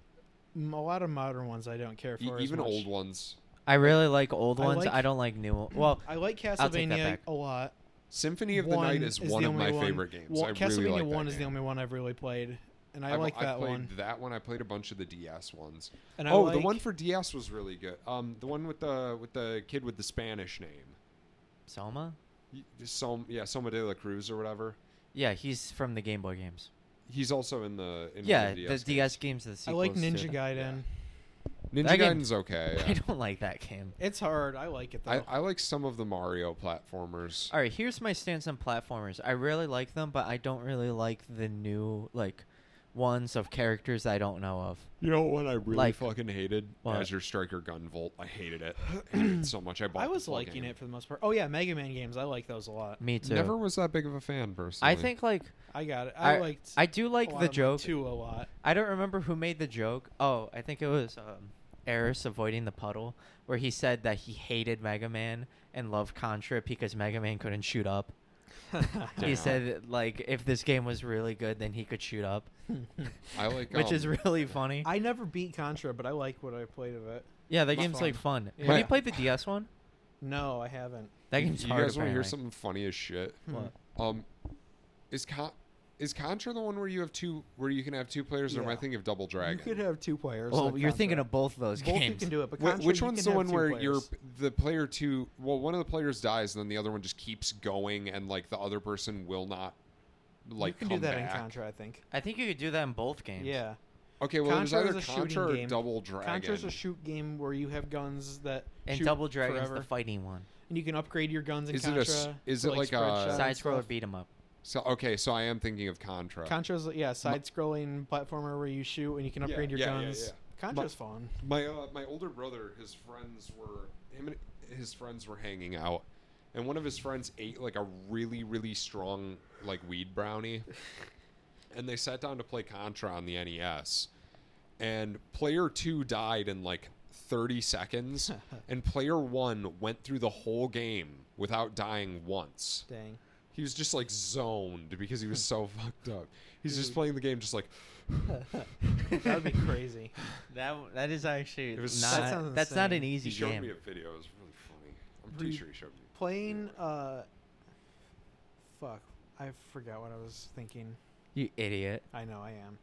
[SPEAKER 3] M- A lot of modern ones I don't care
[SPEAKER 2] E-
[SPEAKER 3] for. as
[SPEAKER 2] even
[SPEAKER 3] much.
[SPEAKER 2] old ones.
[SPEAKER 1] I really like old
[SPEAKER 3] I
[SPEAKER 1] ones.
[SPEAKER 3] like-
[SPEAKER 1] I don't like new. One. Well,
[SPEAKER 3] I like
[SPEAKER 1] I'll take that
[SPEAKER 3] Castlevania
[SPEAKER 1] back.
[SPEAKER 3] a lot.
[SPEAKER 2] Symphony of the
[SPEAKER 3] One
[SPEAKER 2] Night is, one
[SPEAKER 3] the
[SPEAKER 2] of
[SPEAKER 3] only
[SPEAKER 2] my
[SPEAKER 3] one-
[SPEAKER 2] favorite games.
[SPEAKER 3] Well,
[SPEAKER 2] I
[SPEAKER 3] Castlevania
[SPEAKER 2] really like
[SPEAKER 3] One
[SPEAKER 2] that
[SPEAKER 3] is the
[SPEAKER 2] game.
[SPEAKER 3] only one I've really played, and I
[SPEAKER 2] I've-
[SPEAKER 3] like that
[SPEAKER 2] I played
[SPEAKER 3] one.
[SPEAKER 2] That one I played a bunch of the DS ones.
[SPEAKER 3] And I
[SPEAKER 2] oh, the
[SPEAKER 3] like-
[SPEAKER 2] one for DS was really good. Um, the one with the with the kid with the Spanish name,
[SPEAKER 1] Soma.
[SPEAKER 2] Som yeah, Soma de la Cruz or whatever.
[SPEAKER 1] Yeah, he's from the Game Boy games.
[SPEAKER 2] He's also in the in
[SPEAKER 1] yeah,
[SPEAKER 2] the DS.
[SPEAKER 1] the DS games. are the
[SPEAKER 3] I like
[SPEAKER 1] sequels
[SPEAKER 3] Ninja
[SPEAKER 1] to them.
[SPEAKER 3] Gaiden.
[SPEAKER 2] Ninja
[SPEAKER 1] That game-
[SPEAKER 2] Gaiden's okay.
[SPEAKER 1] I
[SPEAKER 2] yeah.
[SPEAKER 1] don't like that game.
[SPEAKER 3] It's hard. I like it though.
[SPEAKER 2] I, I like some of the Mario platformers.
[SPEAKER 1] All right, here's my stance on platformers. I really like them, but I don't really like the new like ones of characters I don't know of.
[SPEAKER 2] You know what I really
[SPEAKER 1] Like-
[SPEAKER 2] fucking hated?
[SPEAKER 1] What?
[SPEAKER 2] Azure Striker Gunvolt. I hated it. hated it so much. I bought.
[SPEAKER 3] I
[SPEAKER 2] the
[SPEAKER 3] was
[SPEAKER 2] full
[SPEAKER 3] liking
[SPEAKER 2] game.
[SPEAKER 3] it for the most part. Oh yeah, Mega Man games. I like those a lot.
[SPEAKER 1] Me too.
[SPEAKER 2] Never was that big of a fan, personally.
[SPEAKER 1] I think like
[SPEAKER 3] I got it. I,
[SPEAKER 1] I-
[SPEAKER 3] liked.
[SPEAKER 1] I do
[SPEAKER 3] a
[SPEAKER 1] like
[SPEAKER 3] lot
[SPEAKER 1] the
[SPEAKER 3] of them
[SPEAKER 1] joke.
[SPEAKER 3] too a lot.
[SPEAKER 1] I don't remember who made the joke. Oh, I think it was um, Eris avoiding the puddle, where he said that he hated Mega Man and loved Contra because Mega Man couldn't shoot up. He
[SPEAKER 2] Damn.
[SPEAKER 1] said that, like if this game was really good, then he could shoot up,
[SPEAKER 2] I like
[SPEAKER 1] which is
[SPEAKER 2] um,
[SPEAKER 1] really funny.
[SPEAKER 3] I never beat Contra, but I like what I played of it.
[SPEAKER 1] yeah, that
[SPEAKER 3] my
[SPEAKER 1] game's like fun. Have
[SPEAKER 3] Yeah.
[SPEAKER 1] you played the DS one?
[SPEAKER 3] No, I haven't.
[SPEAKER 1] That
[SPEAKER 2] you-
[SPEAKER 1] game's
[SPEAKER 2] You
[SPEAKER 1] hard.
[SPEAKER 2] guys want to hear
[SPEAKER 1] apparently.
[SPEAKER 2] something funny as shit?
[SPEAKER 3] Hmm.
[SPEAKER 1] What?
[SPEAKER 2] Um, is Con- is Contra the one where you have two, where you can have two players, or am I
[SPEAKER 3] Yeah.
[SPEAKER 2] thinking of Double Dragon?
[SPEAKER 3] You could have two players.
[SPEAKER 1] Well,
[SPEAKER 3] on
[SPEAKER 1] you're thinking
[SPEAKER 3] Contra.
[SPEAKER 1] of both those
[SPEAKER 3] both. You
[SPEAKER 1] games.
[SPEAKER 3] can do it, but
[SPEAKER 2] Wh-
[SPEAKER 3] Contra,
[SPEAKER 2] which
[SPEAKER 3] you
[SPEAKER 2] one's
[SPEAKER 3] can
[SPEAKER 2] the
[SPEAKER 3] have
[SPEAKER 2] one
[SPEAKER 3] two
[SPEAKER 2] where
[SPEAKER 3] players.
[SPEAKER 2] you're the player two? Well, one of the players dies, and then the other one just keeps going, and like the other person will not like
[SPEAKER 3] you can
[SPEAKER 2] come
[SPEAKER 3] do that
[SPEAKER 2] back.
[SPEAKER 3] in Contra, I think.
[SPEAKER 1] I think you could do that in both games.
[SPEAKER 3] Yeah,
[SPEAKER 2] Okay, well,
[SPEAKER 3] Contra
[SPEAKER 2] it
[SPEAKER 3] is
[SPEAKER 2] was either
[SPEAKER 3] a shooting
[SPEAKER 2] Contra or
[SPEAKER 3] game.
[SPEAKER 2] Double Dragon.
[SPEAKER 3] Contra's a shoot game where you have guns that
[SPEAKER 1] And
[SPEAKER 3] shoot
[SPEAKER 1] Double Dragon's
[SPEAKER 3] forever,
[SPEAKER 1] the fighting one.
[SPEAKER 3] and you can upgrade your guns in
[SPEAKER 2] Is it a
[SPEAKER 3] Contra.
[SPEAKER 2] s- is
[SPEAKER 3] to,
[SPEAKER 2] it like
[SPEAKER 3] spread
[SPEAKER 2] a-
[SPEAKER 3] shots
[SPEAKER 1] Side
[SPEAKER 3] and
[SPEAKER 1] scroller
[SPEAKER 3] stuff.
[SPEAKER 1] beat 'em up.
[SPEAKER 2] so okay, so I am thinking of Contra.
[SPEAKER 3] Contra's yeah, side-scrolling platformer where you shoot and you can
[SPEAKER 2] Yeah,
[SPEAKER 3] upgrade
[SPEAKER 2] yeah,
[SPEAKER 3] your
[SPEAKER 2] yeah,
[SPEAKER 3] guns.
[SPEAKER 2] yeah.
[SPEAKER 3] Contra's fun.
[SPEAKER 2] my uh, my older brother, his friends were him and his friends were hanging out, and one of his friends ate like a really really strong like weed brownie, and they sat down to play Contra on the NES, and player two died in like. 30 seconds and player 1 went through the whole game without dying once.
[SPEAKER 3] Dang.
[SPEAKER 2] He was just like zoned because he was so fucked up. He's just playing the game just like
[SPEAKER 3] that would be crazy.
[SPEAKER 1] That w- that is actually
[SPEAKER 2] It was
[SPEAKER 1] not.
[SPEAKER 2] so-
[SPEAKER 3] That sounds
[SPEAKER 1] that's not an
[SPEAKER 3] insane.
[SPEAKER 1] easy
[SPEAKER 2] He showed
[SPEAKER 1] game.
[SPEAKER 2] me a video. It was really funny. I'm pretty
[SPEAKER 3] Dude,
[SPEAKER 2] sure he showed me.
[SPEAKER 3] Playing, uh, fuck, I forgot what I was thinking.
[SPEAKER 1] you idiot.
[SPEAKER 3] I know I am.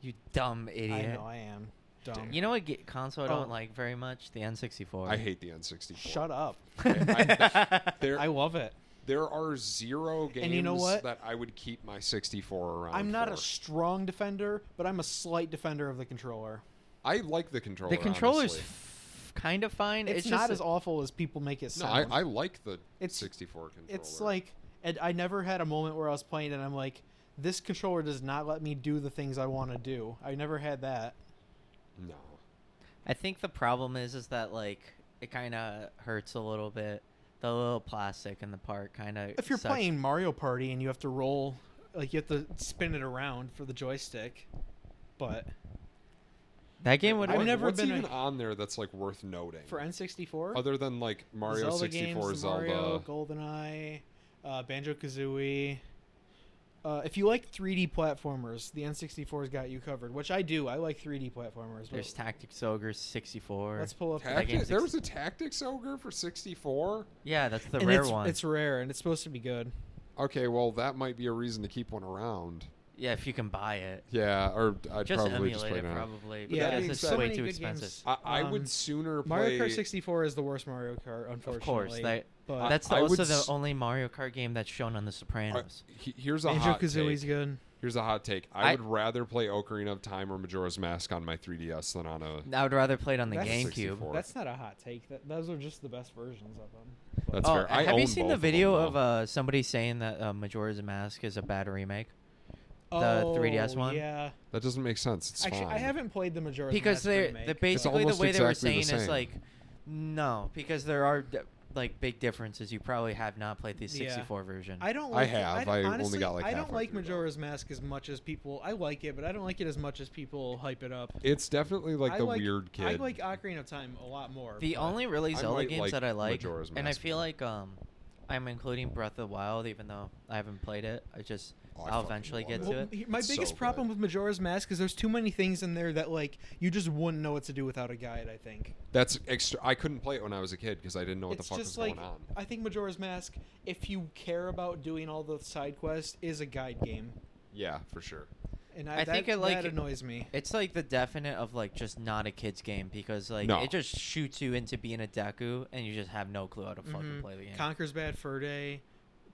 [SPEAKER 1] You dumb idiot.
[SPEAKER 3] I know I am. Dumb.
[SPEAKER 1] You know what ga- console I
[SPEAKER 3] Oh.
[SPEAKER 1] don't like very much? The N64.
[SPEAKER 2] I hate the N64.
[SPEAKER 3] Shut up.
[SPEAKER 2] I- there,
[SPEAKER 3] I love it.
[SPEAKER 2] there are zero games
[SPEAKER 3] And you know what?
[SPEAKER 2] that I would keep my 64 around.
[SPEAKER 3] I'm not
[SPEAKER 2] for.
[SPEAKER 3] a strong defender, but I'm a slight defender of the controller.
[SPEAKER 2] I like the controller.
[SPEAKER 1] the controller's
[SPEAKER 2] honestly.
[SPEAKER 1] f- kind of fine.
[SPEAKER 3] It's,
[SPEAKER 1] It's,
[SPEAKER 3] not
[SPEAKER 1] just
[SPEAKER 3] as awful as people make it
[SPEAKER 2] No,
[SPEAKER 3] sound.
[SPEAKER 2] I, I like the
[SPEAKER 3] It's-
[SPEAKER 2] 64 controller.
[SPEAKER 3] it's like, and I never had a moment where I was playing and I'm like, this controller does not let me do the things I want to do. I never had that.
[SPEAKER 2] no.
[SPEAKER 1] I think the problem is is that like it kind of hurts a little bit. The little plastic in the park kind of.
[SPEAKER 3] If you're playing Mario Party and you have to roll, like you have to spin it around for the joystick, but
[SPEAKER 1] that game would
[SPEAKER 3] I've
[SPEAKER 2] What-
[SPEAKER 1] have
[SPEAKER 3] never
[SPEAKER 2] what's
[SPEAKER 3] been a-
[SPEAKER 2] even on there that's like worth noting.
[SPEAKER 3] for N64,
[SPEAKER 2] Other than like Mario
[SPEAKER 3] Zelda
[SPEAKER 2] 64,
[SPEAKER 3] games,
[SPEAKER 2] Zelda.
[SPEAKER 3] Mario, GoldenEye, uh, Banjo Kazooie. Uh, if you like 3D platformers, the N64's got you covered, which I do. I like 3D platformers.
[SPEAKER 1] There's
[SPEAKER 3] But
[SPEAKER 1] Tactics Ogre 64.
[SPEAKER 3] let's pull up.
[SPEAKER 2] Tacti-
[SPEAKER 1] That game's
[SPEAKER 2] there
[SPEAKER 1] ex-
[SPEAKER 2] was a Tactics Ogre for 64?
[SPEAKER 1] yeah, that's the
[SPEAKER 3] and
[SPEAKER 1] rare
[SPEAKER 3] it's,
[SPEAKER 1] one.
[SPEAKER 3] It's rare and it's supposed to be good.
[SPEAKER 2] Okay, well, that might be a reason to keep one around.
[SPEAKER 1] yeah, if you can buy it,
[SPEAKER 2] Yeah, or I'd
[SPEAKER 1] just
[SPEAKER 2] probably
[SPEAKER 1] emulate
[SPEAKER 2] just play
[SPEAKER 1] it
[SPEAKER 2] it on.
[SPEAKER 1] probably
[SPEAKER 2] Yeah,
[SPEAKER 1] because
[SPEAKER 2] being
[SPEAKER 1] it's
[SPEAKER 2] said-
[SPEAKER 1] way
[SPEAKER 3] so many
[SPEAKER 1] too
[SPEAKER 3] good
[SPEAKER 1] expensive.
[SPEAKER 3] games-
[SPEAKER 2] I, I
[SPEAKER 3] Um,
[SPEAKER 2] would sooner play.
[SPEAKER 3] Mario Kart 64 is the worst Mario Kart, unfortunately.
[SPEAKER 1] Of course, that
[SPEAKER 3] but
[SPEAKER 2] I-
[SPEAKER 1] that's the-
[SPEAKER 2] I would
[SPEAKER 1] also the
[SPEAKER 2] s-
[SPEAKER 1] only Mario Kart game that's shown on The
[SPEAKER 2] I-
[SPEAKER 1] Sopranos.
[SPEAKER 2] he- here's a
[SPEAKER 3] Banjo
[SPEAKER 2] hot
[SPEAKER 3] Kazooie's
[SPEAKER 2] take.
[SPEAKER 3] good.
[SPEAKER 2] Here's a hot take. I,
[SPEAKER 1] I-
[SPEAKER 2] would rather play Ocarina of Time or Majora's Mask on my 3DS than on a.
[SPEAKER 1] I would rather play it on the
[SPEAKER 3] That's
[SPEAKER 1] GameCube.
[SPEAKER 2] 64.
[SPEAKER 4] That's not a hot take. That, those are just the best versions of them. But-
[SPEAKER 2] That's
[SPEAKER 1] Oh,
[SPEAKER 2] fair. I
[SPEAKER 1] have
[SPEAKER 2] own
[SPEAKER 1] you seen
[SPEAKER 2] both
[SPEAKER 1] the
[SPEAKER 2] of them,
[SPEAKER 1] video
[SPEAKER 2] though.
[SPEAKER 1] of uh, somebody saying that uh, Majora's Mask is a bad remake?
[SPEAKER 3] oh,
[SPEAKER 1] 3DS one?
[SPEAKER 3] Yeah.
[SPEAKER 2] That doesn't make sense. It's
[SPEAKER 3] Actually, I
[SPEAKER 2] fine.
[SPEAKER 3] haven't played the Majora's
[SPEAKER 1] because
[SPEAKER 3] Mask
[SPEAKER 1] they
[SPEAKER 3] remake,
[SPEAKER 1] the
[SPEAKER 3] but-
[SPEAKER 1] basically the
[SPEAKER 2] almost
[SPEAKER 1] way
[SPEAKER 2] exactly
[SPEAKER 1] they
[SPEAKER 2] the
[SPEAKER 1] were saying is
[SPEAKER 2] same.
[SPEAKER 1] like no, because there are d- like big differences. You probably have not played the
[SPEAKER 3] Yeah.
[SPEAKER 1] 64 version.
[SPEAKER 3] I don't.
[SPEAKER 2] I
[SPEAKER 3] Like it-
[SPEAKER 2] have.
[SPEAKER 3] don't-
[SPEAKER 2] I only
[SPEAKER 3] honestly,
[SPEAKER 2] got, like,
[SPEAKER 3] I don't
[SPEAKER 2] halfway
[SPEAKER 3] like
[SPEAKER 2] through, though.
[SPEAKER 3] Majora's Mask as much as people. I like it, but I don't like it as much as people hype it up.
[SPEAKER 2] It's definitely like
[SPEAKER 3] I
[SPEAKER 2] the
[SPEAKER 3] like,
[SPEAKER 2] weird kid.
[SPEAKER 3] I like Ocarina of Time a lot more.
[SPEAKER 1] the
[SPEAKER 3] but-
[SPEAKER 1] only really
[SPEAKER 2] I
[SPEAKER 1] Zelda
[SPEAKER 2] might
[SPEAKER 1] games
[SPEAKER 2] like
[SPEAKER 1] that I like,
[SPEAKER 2] Majora's
[SPEAKER 1] and I
[SPEAKER 2] Mask
[SPEAKER 1] feel
[SPEAKER 2] more.
[SPEAKER 1] like um, I'm including Breath of the Wild, even though I haven't played it. I just
[SPEAKER 2] Oh, I
[SPEAKER 1] I'll
[SPEAKER 2] fucking
[SPEAKER 1] eventually
[SPEAKER 2] love
[SPEAKER 1] get
[SPEAKER 2] it.
[SPEAKER 1] to
[SPEAKER 3] Well,
[SPEAKER 1] it.
[SPEAKER 3] he- my
[SPEAKER 2] It's
[SPEAKER 3] biggest
[SPEAKER 2] so
[SPEAKER 3] problem
[SPEAKER 2] good.
[SPEAKER 3] with Majora's Mask is there's too many things in there that like you just wouldn't know what to do without a guide. I think.
[SPEAKER 2] That's extra. I couldn't play it when I was a kid because I didn't know what
[SPEAKER 3] it's
[SPEAKER 2] the fuck
[SPEAKER 3] just
[SPEAKER 2] was
[SPEAKER 3] like
[SPEAKER 2] going on.
[SPEAKER 3] I think Majora's Mask, if you care about doing all the side quests, is a guide game,
[SPEAKER 2] Yeah, for sure.
[SPEAKER 3] and I,
[SPEAKER 1] I
[SPEAKER 3] that,
[SPEAKER 1] think it, like-
[SPEAKER 3] that annoys me.
[SPEAKER 1] It's like the definite of like just not a kids game because like
[SPEAKER 2] No.
[SPEAKER 1] it just shoots you into being a Deku and you just have no clue how to fucking
[SPEAKER 3] Mhm.
[SPEAKER 1] play the game.
[SPEAKER 3] Conker's Bad Fur Day,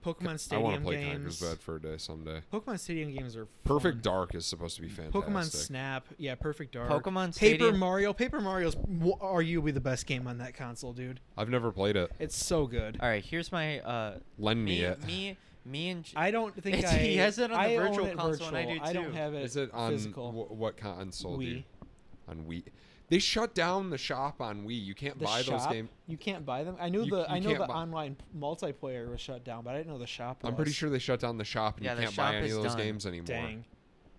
[SPEAKER 3] Pokemon
[SPEAKER 2] I
[SPEAKER 3] Stadium
[SPEAKER 2] want to play
[SPEAKER 3] games.
[SPEAKER 2] Conker's Bad for a day someday.
[SPEAKER 3] Pokemon Stadium games are
[SPEAKER 2] Perfect
[SPEAKER 3] fun.
[SPEAKER 2] Dark is supposed to be fantastic.
[SPEAKER 3] Pokemon Snap, yeah, Perfect Dark.
[SPEAKER 1] Pokemon
[SPEAKER 3] Paper
[SPEAKER 1] Stadium-
[SPEAKER 3] Mario, Paper Mario's w- arguably the best game on that console, dude.
[SPEAKER 2] I've never played it.
[SPEAKER 3] It's so good.
[SPEAKER 1] All right, here's my uh
[SPEAKER 2] Lend me,
[SPEAKER 1] me
[SPEAKER 2] it.
[SPEAKER 1] me me and J-
[SPEAKER 3] I don't think
[SPEAKER 1] It's-
[SPEAKER 3] I.
[SPEAKER 1] he has it on the
[SPEAKER 3] I own
[SPEAKER 1] virtual
[SPEAKER 3] it
[SPEAKER 1] console, and I
[SPEAKER 3] virtual.
[SPEAKER 1] do
[SPEAKER 3] I don't
[SPEAKER 1] too.
[SPEAKER 3] have it.
[SPEAKER 2] Is it on
[SPEAKER 3] physical?
[SPEAKER 2] wh- what console? do you-
[SPEAKER 3] Wii.
[SPEAKER 2] On Wii. They shut down the shop on Wii. You can't
[SPEAKER 3] The
[SPEAKER 2] buy those
[SPEAKER 3] shop?
[SPEAKER 2] games.
[SPEAKER 3] You can't buy them. I knew
[SPEAKER 2] You-
[SPEAKER 3] the
[SPEAKER 2] you
[SPEAKER 3] I know
[SPEAKER 2] can't
[SPEAKER 3] the
[SPEAKER 2] buy-
[SPEAKER 3] online p- multiplayer was shut down, but I didn't know the shop. Was.
[SPEAKER 2] I'm pretty sure they shut down the shop and
[SPEAKER 1] Yeah,
[SPEAKER 2] you
[SPEAKER 1] the
[SPEAKER 2] can't buy
[SPEAKER 1] shop
[SPEAKER 2] any
[SPEAKER 1] is
[SPEAKER 2] of those
[SPEAKER 1] done.
[SPEAKER 2] games anymore.
[SPEAKER 3] Dang.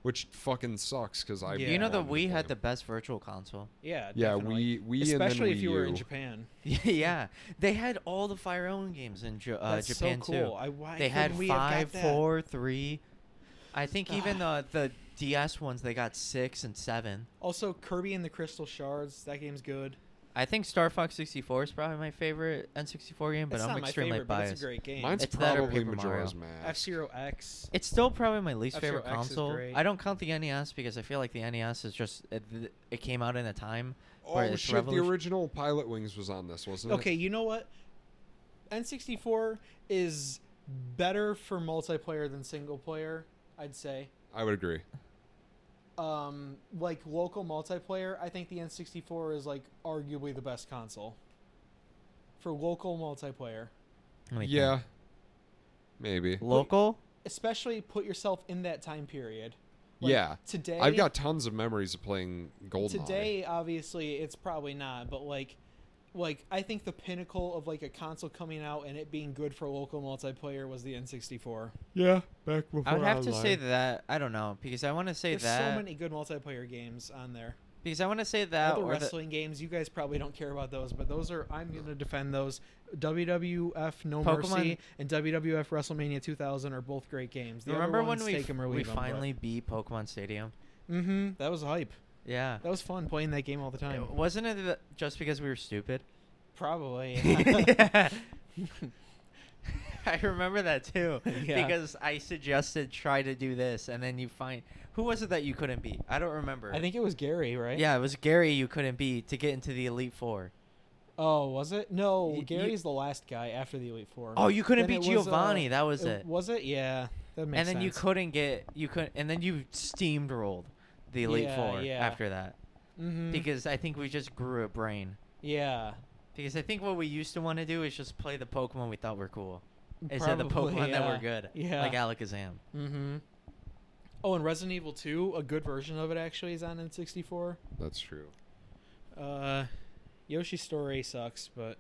[SPEAKER 2] Which fucking sucks because I.
[SPEAKER 3] Yeah.
[SPEAKER 1] you know the
[SPEAKER 2] wanted to
[SPEAKER 1] Wii
[SPEAKER 2] play
[SPEAKER 1] had the
[SPEAKER 2] them.
[SPEAKER 1] best virtual console.
[SPEAKER 3] Yeah.
[SPEAKER 2] Yeah, Wii, Wii,
[SPEAKER 3] definitely.
[SPEAKER 2] and then
[SPEAKER 3] Especially if
[SPEAKER 2] Wii
[SPEAKER 3] you were in
[SPEAKER 2] U.
[SPEAKER 3] Japan.
[SPEAKER 1] yeah, they had all the Fire Emblem games in Ja- uh,
[SPEAKER 3] That's
[SPEAKER 1] Japan
[SPEAKER 3] so
[SPEAKER 1] too.
[SPEAKER 3] cool. I, why
[SPEAKER 1] they had
[SPEAKER 3] couldn't we have got
[SPEAKER 1] five,
[SPEAKER 3] that?
[SPEAKER 1] four, three. I think even
[SPEAKER 3] Ah.
[SPEAKER 1] the the DS ones they got six and seven.
[SPEAKER 3] Also, Kirby and the Crystal Shards. That game's good.
[SPEAKER 1] I think Star Fox 64 is probably my favorite N64 game, but
[SPEAKER 3] it's
[SPEAKER 1] I'm
[SPEAKER 3] not my
[SPEAKER 1] extremely
[SPEAKER 3] favorite,
[SPEAKER 1] biased.
[SPEAKER 3] but it's a great game.
[SPEAKER 2] Mine's
[SPEAKER 1] It's that or
[SPEAKER 2] probably
[SPEAKER 1] Paper
[SPEAKER 2] Majora's
[SPEAKER 3] F
[SPEAKER 2] Mask.
[SPEAKER 3] Zero X.
[SPEAKER 1] It's still probably my least
[SPEAKER 3] F-Zero
[SPEAKER 1] favorite
[SPEAKER 3] X is
[SPEAKER 1] console.
[SPEAKER 3] great.
[SPEAKER 1] I don't count the NES because I feel like the NES is just it, it came out in a time where
[SPEAKER 2] Oh
[SPEAKER 1] it's
[SPEAKER 2] shit! The
[SPEAKER 1] revolution-
[SPEAKER 2] original Pilot Wings was on this, wasn't it?
[SPEAKER 3] Okay, you know what? N64 is better for multiplayer than single player, I'd say.
[SPEAKER 2] I would agree.
[SPEAKER 3] Um, like local multiplayer, I think the N64 is like arguably the best console for local multiplayer.
[SPEAKER 1] Let me think.
[SPEAKER 2] Yeah. Maybe.
[SPEAKER 1] Local?
[SPEAKER 3] Especially put yourself in that time period.
[SPEAKER 2] Yeah.
[SPEAKER 3] Today,
[SPEAKER 2] I've got tons of memories of playing Goldeneye.
[SPEAKER 3] today obviously it's probably not but like like i think the pinnacle of like a console coming out and it being good for local multiplayer was the n64
[SPEAKER 2] Yeah, back before
[SPEAKER 1] I would have to say that I don't know because I want to say
[SPEAKER 3] there's
[SPEAKER 1] that
[SPEAKER 3] so many good multiplayer games on there
[SPEAKER 1] because I want to say that
[SPEAKER 3] all the
[SPEAKER 1] or the-
[SPEAKER 3] wrestling games you guys probably don't care about those but those are i'm going to defend those wwf no
[SPEAKER 1] Pokemon-
[SPEAKER 3] mercy and wwf wrestlemania 2000 are both great games the
[SPEAKER 1] remember
[SPEAKER 3] other
[SPEAKER 1] when
[SPEAKER 3] ones,
[SPEAKER 1] we
[SPEAKER 3] take 'em or
[SPEAKER 1] we
[SPEAKER 3] leave 'em, but-
[SPEAKER 1] finally beat Pokemon Stadium?
[SPEAKER 3] Mhm, that was hype
[SPEAKER 1] Yeah.
[SPEAKER 3] that was fun playing that game all the time
[SPEAKER 1] Wasn't it the- just because we were stupid?
[SPEAKER 3] probably
[SPEAKER 1] I remember that too
[SPEAKER 3] Yeah.
[SPEAKER 1] because I suggested try to do this and then you find who was it that you couldn't beat? I don't remember.
[SPEAKER 3] i think it was gary right
[SPEAKER 1] Yeah, it was Gary you couldn't beat to get into the Elite Four.
[SPEAKER 3] Oh, was it? No,
[SPEAKER 1] Y- y-
[SPEAKER 3] Gary's the last guy after the Elite Four.
[SPEAKER 1] Oh, you couldn't
[SPEAKER 3] Then
[SPEAKER 1] beat
[SPEAKER 3] it was, uh,
[SPEAKER 1] Giovanni. that was it.
[SPEAKER 3] Was it? Yeah, that makes
[SPEAKER 1] and then you
[SPEAKER 3] sense.
[SPEAKER 1] couldn't get you couldn't and then you steamrolled the Elite
[SPEAKER 3] Yeah,
[SPEAKER 1] Four
[SPEAKER 3] yeah.
[SPEAKER 1] after that
[SPEAKER 3] Mhm.
[SPEAKER 1] because I think we just grew a brain.
[SPEAKER 3] yeah,
[SPEAKER 1] Because I think what we used to want to do is just play the Pokemon we thought were cool instead of the
[SPEAKER 3] Probably,
[SPEAKER 1] Pokemon that were
[SPEAKER 3] yeah.
[SPEAKER 1] good,
[SPEAKER 3] Yeah.
[SPEAKER 1] like Alakazam.
[SPEAKER 3] Mm-hmm. Oh, and Resident Evil Two, a good version of it actually is on N64.
[SPEAKER 2] That's true.
[SPEAKER 3] Uh, Yoshi's Story sucks, but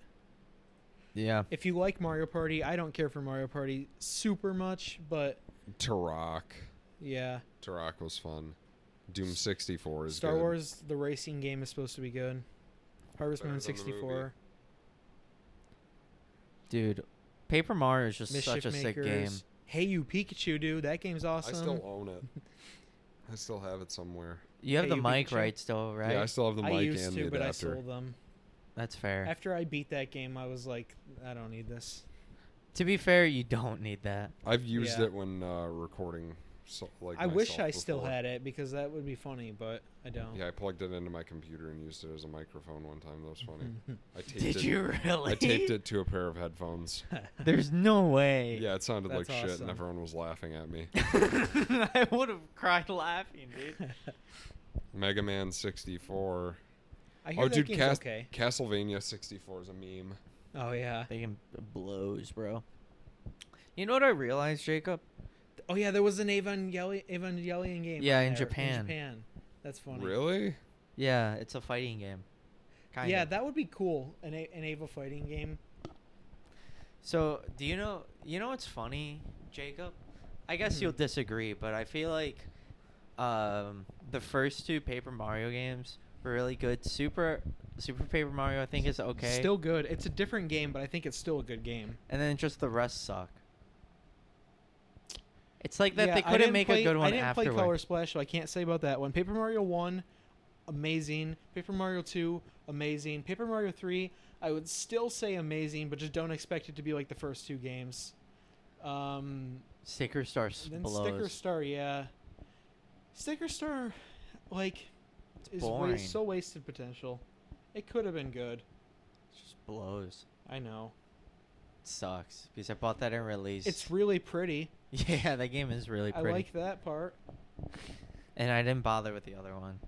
[SPEAKER 1] Yeah.
[SPEAKER 3] if you like Mario Party, I don't care for Mario Party super much, but
[SPEAKER 2] Turok.
[SPEAKER 3] yeah,
[SPEAKER 2] Turok was fun. Doom 64 is
[SPEAKER 3] Star
[SPEAKER 2] good.
[SPEAKER 3] Wars the racing game is supposed to be good. Harvest
[SPEAKER 2] Better
[SPEAKER 3] Moon
[SPEAKER 2] than the movie.
[SPEAKER 3] 64,
[SPEAKER 1] Dude, Paper Mario is just
[SPEAKER 3] Mischief
[SPEAKER 1] such a sick
[SPEAKER 3] Makers.
[SPEAKER 1] game.
[SPEAKER 3] Hey you Pikachu, dude, that game's awesome.
[SPEAKER 2] I still own it. I still have it somewhere.
[SPEAKER 1] You have
[SPEAKER 3] Hey,
[SPEAKER 1] the
[SPEAKER 3] you
[SPEAKER 1] mic
[SPEAKER 3] Pikachu?
[SPEAKER 1] right still, right?
[SPEAKER 2] Yeah, I still have the
[SPEAKER 3] I
[SPEAKER 2] mic
[SPEAKER 3] used
[SPEAKER 2] and
[SPEAKER 3] to,
[SPEAKER 2] the
[SPEAKER 3] but I
[SPEAKER 2] adapter.
[SPEAKER 3] sold them.
[SPEAKER 1] That's fair.
[SPEAKER 3] After I beat that game, I was like, I don't need this.
[SPEAKER 1] to be fair, you don't need that.
[SPEAKER 2] I've used
[SPEAKER 3] Yeah.
[SPEAKER 2] it when uh, recording. So, like
[SPEAKER 3] I wish
[SPEAKER 2] myself
[SPEAKER 3] I still
[SPEAKER 2] before.
[SPEAKER 3] had it because that would be funny, but I don't.
[SPEAKER 2] Yeah, I plugged it into my computer and used it as a microphone one time. That was funny. I taped
[SPEAKER 1] Did
[SPEAKER 2] it.
[SPEAKER 1] you really?
[SPEAKER 2] I taped it to a pair of headphones.
[SPEAKER 1] There's no way.
[SPEAKER 2] Yeah, it sounded like
[SPEAKER 3] That's
[SPEAKER 2] shit, and
[SPEAKER 3] awesome.
[SPEAKER 2] everyone was laughing at me.
[SPEAKER 1] I would have cried laughing, dude.
[SPEAKER 2] Mega Man 64.
[SPEAKER 3] I hear
[SPEAKER 2] Oh,
[SPEAKER 3] that
[SPEAKER 2] dude,
[SPEAKER 3] game's
[SPEAKER 2] Cas-
[SPEAKER 3] okay.
[SPEAKER 2] Castlevania 64 is a meme.
[SPEAKER 3] Oh yeah.
[SPEAKER 1] They can blows, bro. You know what I realized, Jacob?
[SPEAKER 3] Oh yeah, there was an Evangeli- Evangelion game.
[SPEAKER 1] Yeah,
[SPEAKER 3] out
[SPEAKER 1] in
[SPEAKER 3] there,
[SPEAKER 1] Japan.
[SPEAKER 3] Japan. That's funny.
[SPEAKER 2] Really?
[SPEAKER 1] Yeah, it's a fighting game. Kind
[SPEAKER 3] yeah,
[SPEAKER 1] of.
[SPEAKER 3] that would be cool. An a- an Ava fighting game.
[SPEAKER 1] So, do you know? You know what's funny, Jacob? I guess
[SPEAKER 3] Hmm.
[SPEAKER 1] you'll disagree, but I feel like um, the first two Paper Mario games were really good. Super Super Paper Mario, I think, is okay.
[SPEAKER 3] Still good. It's a different game, but I think it's still a good game.
[SPEAKER 1] and then just the rest suck. It's like that
[SPEAKER 3] Yeah,
[SPEAKER 1] they
[SPEAKER 3] I
[SPEAKER 1] couldn't
[SPEAKER 3] didn't
[SPEAKER 1] make
[SPEAKER 3] play-
[SPEAKER 1] a good one
[SPEAKER 3] I didn't
[SPEAKER 1] afterward.
[SPEAKER 3] play Color Splash, so I can't say about that one. Paper Mario One, amazing. Paper Mario Two, amazing. Paper Mario Three, I would still say amazing, but just don't expect it to be like the first two games. Um,
[SPEAKER 1] Sticker Star s-
[SPEAKER 3] and then
[SPEAKER 1] blows.
[SPEAKER 3] Sticker Star, yeah. Sticker Star, like, is wa-
[SPEAKER 1] boring.
[SPEAKER 3] so wasted potential. It could have been good.
[SPEAKER 1] just blows.
[SPEAKER 3] I know.
[SPEAKER 1] It sucks because I bought that in release.
[SPEAKER 3] It's really pretty.
[SPEAKER 1] yeah, that game is really pretty.
[SPEAKER 3] I like that part.
[SPEAKER 1] And I didn't bother with the other one,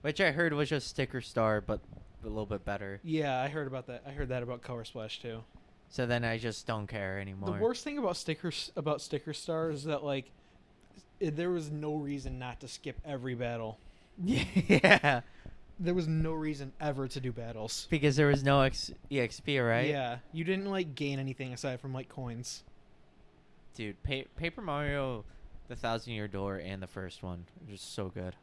[SPEAKER 1] which I heard was just Sticker Star, but a little bit better.
[SPEAKER 3] Yeah, I heard about that. I heard that about Color Splash too.
[SPEAKER 1] So then I just don't care anymore.
[SPEAKER 3] The worst thing about stickers about sticker star is that like i- there was no reason not to skip every battle.
[SPEAKER 1] yeah,
[SPEAKER 3] There was no reason ever to do battles.
[SPEAKER 1] because there was no E X- EXP, right?
[SPEAKER 3] Yeah, you didn't like gain anything aside from like coins.
[SPEAKER 1] Dude, pa- Paper Mario, The Thousand Year Door, and the first one are just so good.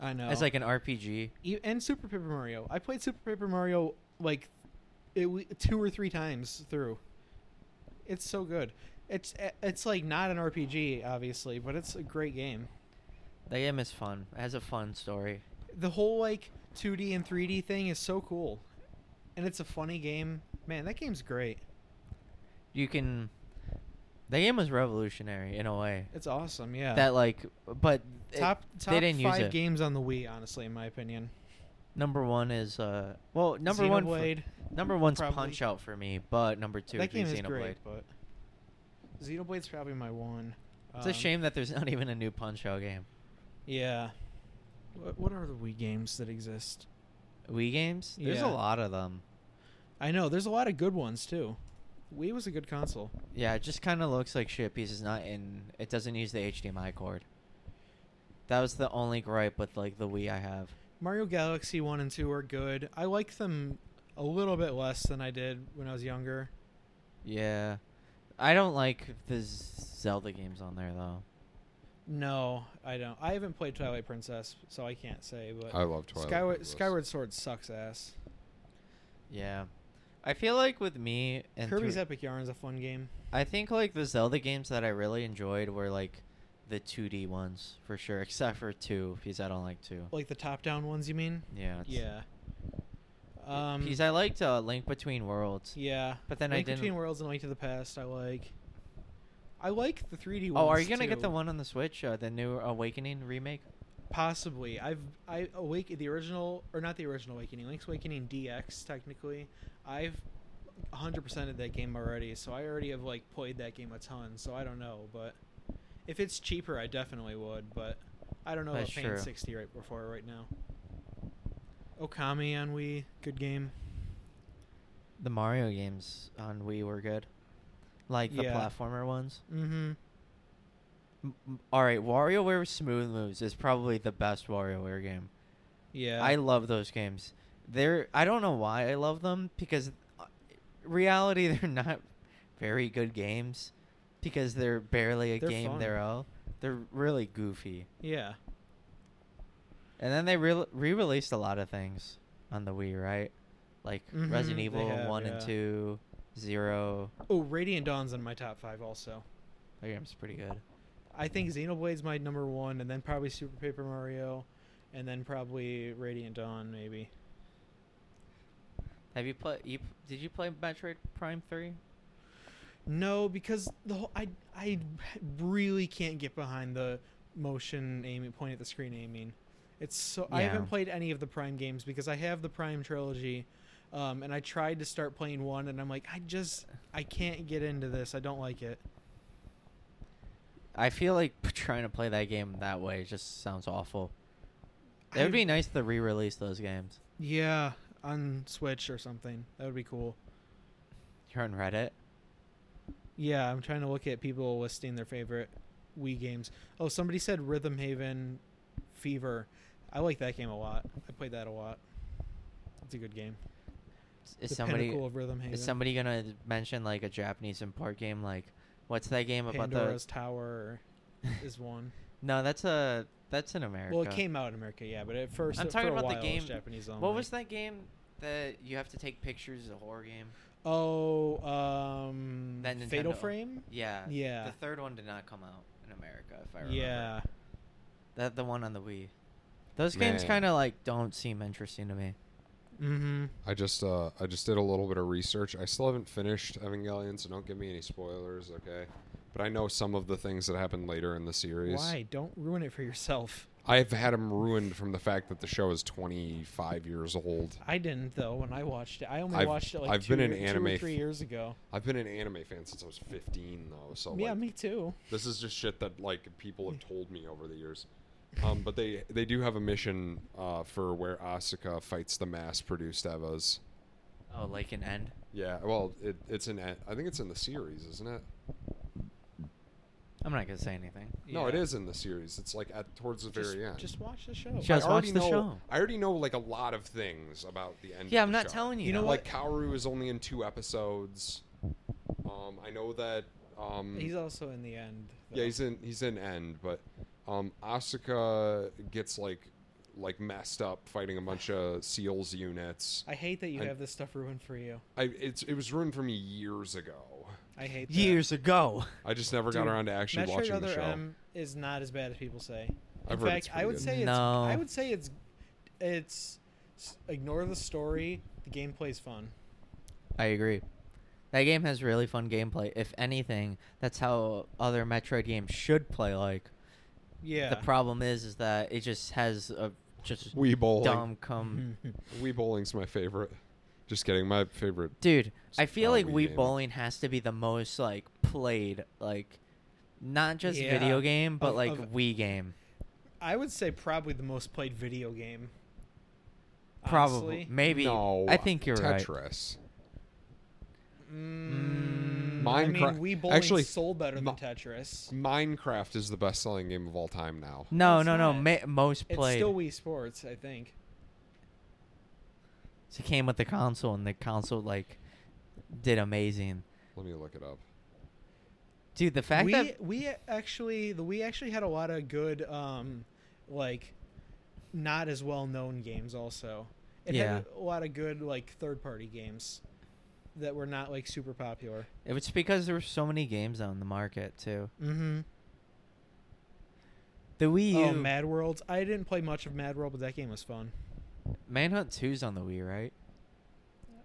[SPEAKER 3] I know.
[SPEAKER 1] It's like an RPG.
[SPEAKER 3] E- and Super Paper Mario. I played Super Paper Mario like it, w- two or three times through. It's so good. It's it's like not an RPG obviously, but it's a great game.
[SPEAKER 1] That game is fun. It has a fun story.
[SPEAKER 3] the whole like 2D and 3D thing is so cool, and it's a funny game. Man, that game's great.
[SPEAKER 1] You can. That game was revolutionary in a way.
[SPEAKER 3] It's awesome. Yeah.
[SPEAKER 1] That like, but it-
[SPEAKER 3] top top
[SPEAKER 1] they didn't
[SPEAKER 3] five
[SPEAKER 1] use it.
[SPEAKER 3] games on the Wii, honestly, in my opinion.
[SPEAKER 1] Number one is uh, well, number one, for-
[SPEAKER 3] Xenoblade,
[SPEAKER 1] number one's
[SPEAKER 3] probably.
[SPEAKER 1] Punch Out for me, but number two
[SPEAKER 3] that
[SPEAKER 1] would be
[SPEAKER 3] game is
[SPEAKER 1] Xenoblade.
[SPEAKER 3] great, but Xenoblade's probably my one.
[SPEAKER 1] It's a
[SPEAKER 3] Um,
[SPEAKER 1] shame that there's not even a new Punch Out game.
[SPEAKER 3] Yeah. What, what are the Wii games that exist?
[SPEAKER 1] Wii games. There's
[SPEAKER 3] Yeah.
[SPEAKER 1] a lot of them.
[SPEAKER 3] I know there's a lot of good ones too. Wii was a good console.
[SPEAKER 1] Yeah, it just kind of looks like shit because it's not in. It doesn't use the HDMI cord. That was the only gripe with like the Wii I have.
[SPEAKER 3] Mario Galaxy 1 and 2 are good. I like them a little bit less than I did when I was younger.
[SPEAKER 1] Yeah, I don't like the Zelda games on there though.
[SPEAKER 3] No, I don't. I haven't played Twilight Princess, so I can't say. But
[SPEAKER 2] I love Twilight.
[SPEAKER 3] Skyward
[SPEAKER 2] Princess.
[SPEAKER 3] Skyward Sword sucks ass.
[SPEAKER 1] Yeah, I feel like with me and
[SPEAKER 3] Kirby's
[SPEAKER 1] three-
[SPEAKER 3] Epic Yarn's a fun game.
[SPEAKER 1] I think like the Zelda games that I really enjoyed were like the 2D ones for sure, except for two because I don't like two.
[SPEAKER 3] Like the top-down ones, you mean?
[SPEAKER 1] Yeah. it's-
[SPEAKER 3] Yeah. Um.
[SPEAKER 1] because I liked uh, Link Between Worlds.
[SPEAKER 3] yeah.
[SPEAKER 1] but then I
[SPEAKER 3] Link Between
[SPEAKER 1] didn't-
[SPEAKER 3] Worlds and Link to the Past, I like. I like the 3D ones.
[SPEAKER 1] Oh, are you gonna get the
[SPEAKER 3] too.
[SPEAKER 1] one on the Switch, uh, the new Awakening remake?
[SPEAKER 3] Possibly. I've I awake the original or not the original Awakening, Link's Awakening DX technically. I've 100% of that game already, so I already have like played that game a ton. So I don't know, but if it's cheaper, I definitely would. But I don't know
[SPEAKER 1] That's
[SPEAKER 3] about paying
[SPEAKER 1] true.
[SPEAKER 3] 60 right before right now. Okami on Wii, good game.
[SPEAKER 1] The Mario games on Wii were good, like the
[SPEAKER 3] Yeah.
[SPEAKER 1] platformer ones.
[SPEAKER 3] Mm-hmm.
[SPEAKER 1] M- m- all right, WarioWare Smooth Moves is probably the best WarioWare game.
[SPEAKER 3] Yeah.
[SPEAKER 1] I love those games. they're I don't know why I love them because uh, reality they're not very good games because they're barely a
[SPEAKER 3] They're
[SPEAKER 1] game
[SPEAKER 3] fun.
[SPEAKER 1] they're all. They're really goofy.
[SPEAKER 3] Yeah.
[SPEAKER 1] And then they re- re-released a lot of things on the Wii, right? Like
[SPEAKER 3] Mhm,
[SPEAKER 1] Resident
[SPEAKER 3] they
[SPEAKER 1] Evil
[SPEAKER 3] have,
[SPEAKER 1] 1 and
[SPEAKER 3] yeah.
[SPEAKER 1] 2, 0.
[SPEAKER 3] Oh, Radiant Dawn's in my top five also.
[SPEAKER 1] That game's pretty good.
[SPEAKER 3] I think Xenoblade's my number one, and then probably Super Paper Mario, and then probably Radiant Dawn, maybe.
[SPEAKER 1] Have you played you p- did you play Metroid Prime 3?
[SPEAKER 3] No, because the whole I I really can't get behind the motion aiming, point at the screen aiming. It's so I
[SPEAKER 1] Yeah.
[SPEAKER 3] haven't played any of the Prime games because I have the Prime trilogy, um, and I tried to start playing one, and I'm like, I just I can't get into this. I don't like it.
[SPEAKER 1] I feel like p- trying to play that game that way just sounds awful. It
[SPEAKER 3] I-
[SPEAKER 1] would be nice to re-release those games.
[SPEAKER 3] Yeah, on Switch or something. That would be cool.
[SPEAKER 1] You're on Reddit.
[SPEAKER 3] Yeah, I'm trying to look at people listing their favorite Wii games. Oh, somebody said Rhythm Haven Fever. I like that game a lot. I played that a lot. It's a good game.
[SPEAKER 1] Is
[SPEAKER 3] the
[SPEAKER 1] somebody
[SPEAKER 3] pinnacle of Rhythm Haven.
[SPEAKER 1] is somebody gonna mention like a Japanese import game? Like, what's that game about
[SPEAKER 3] Pandora's Tower
[SPEAKER 1] the?
[SPEAKER 3] is one.
[SPEAKER 1] no, that's a that's in America.
[SPEAKER 3] Well, it came out in America, yeah, but at 1st
[SPEAKER 1] I'm
[SPEAKER 3] uh,
[SPEAKER 1] talking
[SPEAKER 3] for a
[SPEAKER 1] about the
[SPEAKER 3] while, it was
[SPEAKER 1] game-
[SPEAKER 3] Japanese only.
[SPEAKER 1] What was that game that you have to take pictures? A horror game.
[SPEAKER 3] Oh, um,
[SPEAKER 1] That
[SPEAKER 3] Fatal
[SPEAKER 1] Nintendo-
[SPEAKER 3] Frame.
[SPEAKER 1] Yeah.
[SPEAKER 3] Yeah.
[SPEAKER 1] The third one did not come out in America, if I remember.
[SPEAKER 3] Yeah,
[SPEAKER 1] That the one on the Wii. Those games
[SPEAKER 2] Man.
[SPEAKER 1] kind of like don't seem interesting to me.
[SPEAKER 3] mm-hmm.
[SPEAKER 2] I just uh, I just did a little bit of research. I still haven't finished Evangelion, so don't give me any spoilers, okay? But I know some of the things that happened later in the series.
[SPEAKER 3] Why? Don't ruin it for yourself.
[SPEAKER 2] I've had them ruined from the fact that the show is 25 years old.
[SPEAKER 3] I didn't though when I watched it. I only
[SPEAKER 2] I've-
[SPEAKER 3] watched it like
[SPEAKER 2] I've
[SPEAKER 3] two
[SPEAKER 2] been an
[SPEAKER 3] year- two
[SPEAKER 2] anime
[SPEAKER 3] or
[SPEAKER 2] f-
[SPEAKER 3] three years ago.
[SPEAKER 2] I've been an anime fan since I was 15, though. So
[SPEAKER 3] yeah,
[SPEAKER 2] like,
[SPEAKER 3] me too.
[SPEAKER 2] this is just shit that like people have told me over the years. Um, but they they do have a mission uh, for where Asuka fights the mass-produced Evas.
[SPEAKER 1] Oh, like an end.
[SPEAKER 2] Yeah, well, it, it's in a- I think it's in the series, isn't it?
[SPEAKER 1] I'm not gonna say anything.
[SPEAKER 2] No, it
[SPEAKER 3] Yeah.
[SPEAKER 2] is in the series. It's like at towards the
[SPEAKER 3] Just,
[SPEAKER 2] very end.
[SPEAKER 3] just watch the show.
[SPEAKER 1] Just
[SPEAKER 2] I already
[SPEAKER 1] watch the
[SPEAKER 2] know.
[SPEAKER 1] show.
[SPEAKER 2] I already know like a lot of things about the end.
[SPEAKER 1] Yeah,
[SPEAKER 2] of
[SPEAKER 1] I'm
[SPEAKER 2] the
[SPEAKER 1] not
[SPEAKER 2] show.
[SPEAKER 1] telling you.
[SPEAKER 3] You know
[SPEAKER 1] that.
[SPEAKER 3] what?
[SPEAKER 2] Like Kaoru is only in two episodes. Um, I know that. Um,
[SPEAKER 3] He's also in the end.
[SPEAKER 2] yeah,
[SPEAKER 3] though.
[SPEAKER 2] he's in he's in end, but um, Asuka gets like like messed up fighting a bunch of seals units.
[SPEAKER 3] I hate that you
[SPEAKER 2] I-
[SPEAKER 3] have this stuff ruined for you.
[SPEAKER 2] I it's it was ruined for me years ago.
[SPEAKER 3] I hate that.
[SPEAKER 1] Years ago.
[SPEAKER 2] I just never got
[SPEAKER 3] Dude,
[SPEAKER 2] around to actually
[SPEAKER 3] Metroid
[SPEAKER 2] watching
[SPEAKER 3] Other
[SPEAKER 2] the show.
[SPEAKER 3] M is not as bad as people say.
[SPEAKER 2] I've
[SPEAKER 3] In
[SPEAKER 2] heard it's
[SPEAKER 3] fact, I
[SPEAKER 2] pretty
[SPEAKER 3] would
[SPEAKER 2] good.
[SPEAKER 3] say it's.
[SPEAKER 1] No.
[SPEAKER 3] I would say it's. It's. s- Ignore the story. The gameplay's fun.
[SPEAKER 1] I agree. That game has really fun gameplay. If anything, that's how other Metroid games should play. Like
[SPEAKER 3] Yeah.
[SPEAKER 1] the problem is, is that it just has a just
[SPEAKER 2] Wii bowling.
[SPEAKER 1] dumb come.
[SPEAKER 2] Wii bowling's my favorite. Just kidding. My favorite.
[SPEAKER 1] Dude, I
[SPEAKER 2] It's
[SPEAKER 1] feel
[SPEAKER 2] not
[SPEAKER 1] like
[SPEAKER 2] Wii
[SPEAKER 1] Wii
[SPEAKER 2] gaming.
[SPEAKER 1] bowling has to be the most like played, like not just
[SPEAKER 3] Yeah.
[SPEAKER 1] video game, but
[SPEAKER 3] Of-
[SPEAKER 1] like
[SPEAKER 3] of-
[SPEAKER 1] Wii game.
[SPEAKER 3] I would say probably the most played video game.
[SPEAKER 1] Probably,
[SPEAKER 3] Honestly.
[SPEAKER 1] maybe.
[SPEAKER 2] No,
[SPEAKER 1] I think you're right.
[SPEAKER 2] Tetris.
[SPEAKER 3] Mm, I mean,
[SPEAKER 2] Minecraft-
[SPEAKER 3] Wii Bowling
[SPEAKER 2] actually,
[SPEAKER 3] sold better than
[SPEAKER 2] Mi-
[SPEAKER 3] Tetris.
[SPEAKER 2] Minecraft is the best-selling game of all time now.
[SPEAKER 1] No,
[SPEAKER 3] It's
[SPEAKER 1] no, no.
[SPEAKER 3] not.
[SPEAKER 1] Ma- most
[SPEAKER 3] It's
[SPEAKER 1] played.
[SPEAKER 3] still Wii Sports, I think.
[SPEAKER 1] So it came with the console, and the console like did amazing.
[SPEAKER 2] Let me look it up.
[SPEAKER 1] Dude, the fact
[SPEAKER 3] we
[SPEAKER 1] that
[SPEAKER 3] we actually the we actually had a lot of good um like not as well known games also. It had a lot of good like third party games that were not like super popular.
[SPEAKER 1] it was because there were so many games on the market too.
[SPEAKER 3] Mm-hmm.
[SPEAKER 1] The Wii U.
[SPEAKER 3] Oh, Mad Worlds. I didn't play much of Mad World, but that game was fun.
[SPEAKER 1] Manhunt 2's on the Wii, right?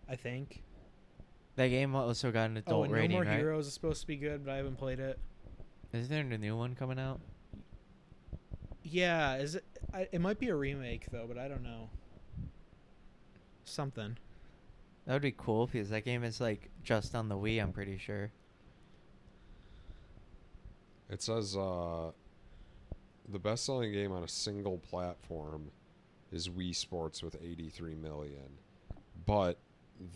[SPEAKER 3] I think.
[SPEAKER 1] That game also got an
[SPEAKER 3] oh,
[SPEAKER 1] adult
[SPEAKER 3] and
[SPEAKER 1] rating,
[SPEAKER 3] No More
[SPEAKER 1] right?
[SPEAKER 3] Heroes is supposed to be good, but I haven't played it.
[SPEAKER 1] Isn't there a new one coming out?
[SPEAKER 3] Yeah, is it? I, it might be a remake though, but I don't know. Something.
[SPEAKER 1] That would be cool because that game is like just on the Wii. I'm pretty sure.
[SPEAKER 2] It says uh, the best-selling game on a single platform is Wii Sports with 83 million, but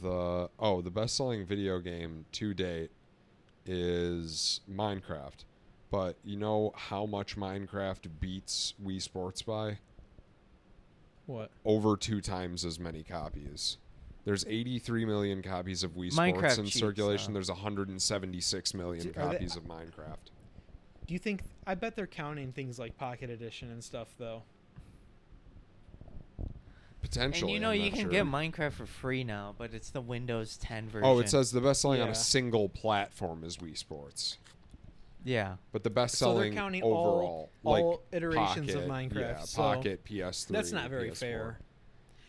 [SPEAKER 2] the oh the best-selling video game to date is Minecraft. But you know how much Minecraft beats Wii Sports by?
[SPEAKER 3] What?
[SPEAKER 2] over two times as many copies. There's 83 million copies of Wii
[SPEAKER 1] Minecraft
[SPEAKER 2] Sports in
[SPEAKER 1] cheats,
[SPEAKER 2] circulation.
[SPEAKER 1] though.
[SPEAKER 2] There's 176 million
[SPEAKER 3] Do- are they-
[SPEAKER 2] copies of Minecraft.
[SPEAKER 3] Do you think? I bet they're counting things like Pocket Edition and stuff, though.
[SPEAKER 2] Potentially,
[SPEAKER 1] and you know
[SPEAKER 2] I'm
[SPEAKER 1] you
[SPEAKER 2] not
[SPEAKER 1] can
[SPEAKER 2] sure.
[SPEAKER 1] get Minecraft for free now, but it's the Windows 10 version.
[SPEAKER 2] Oh, it says the best selling on
[SPEAKER 3] Yeah.
[SPEAKER 2] a single platform is Wii Sports,
[SPEAKER 1] yeah.
[SPEAKER 2] but the best
[SPEAKER 3] So they're
[SPEAKER 2] selling
[SPEAKER 3] counting all-
[SPEAKER 2] overall, like
[SPEAKER 3] all iterations of
[SPEAKER 2] Pocket, yeah,
[SPEAKER 3] Minecraft, so
[SPEAKER 2] Pocket PS3.
[SPEAKER 3] That's not very
[SPEAKER 2] PS4.
[SPEAKER 3] fair.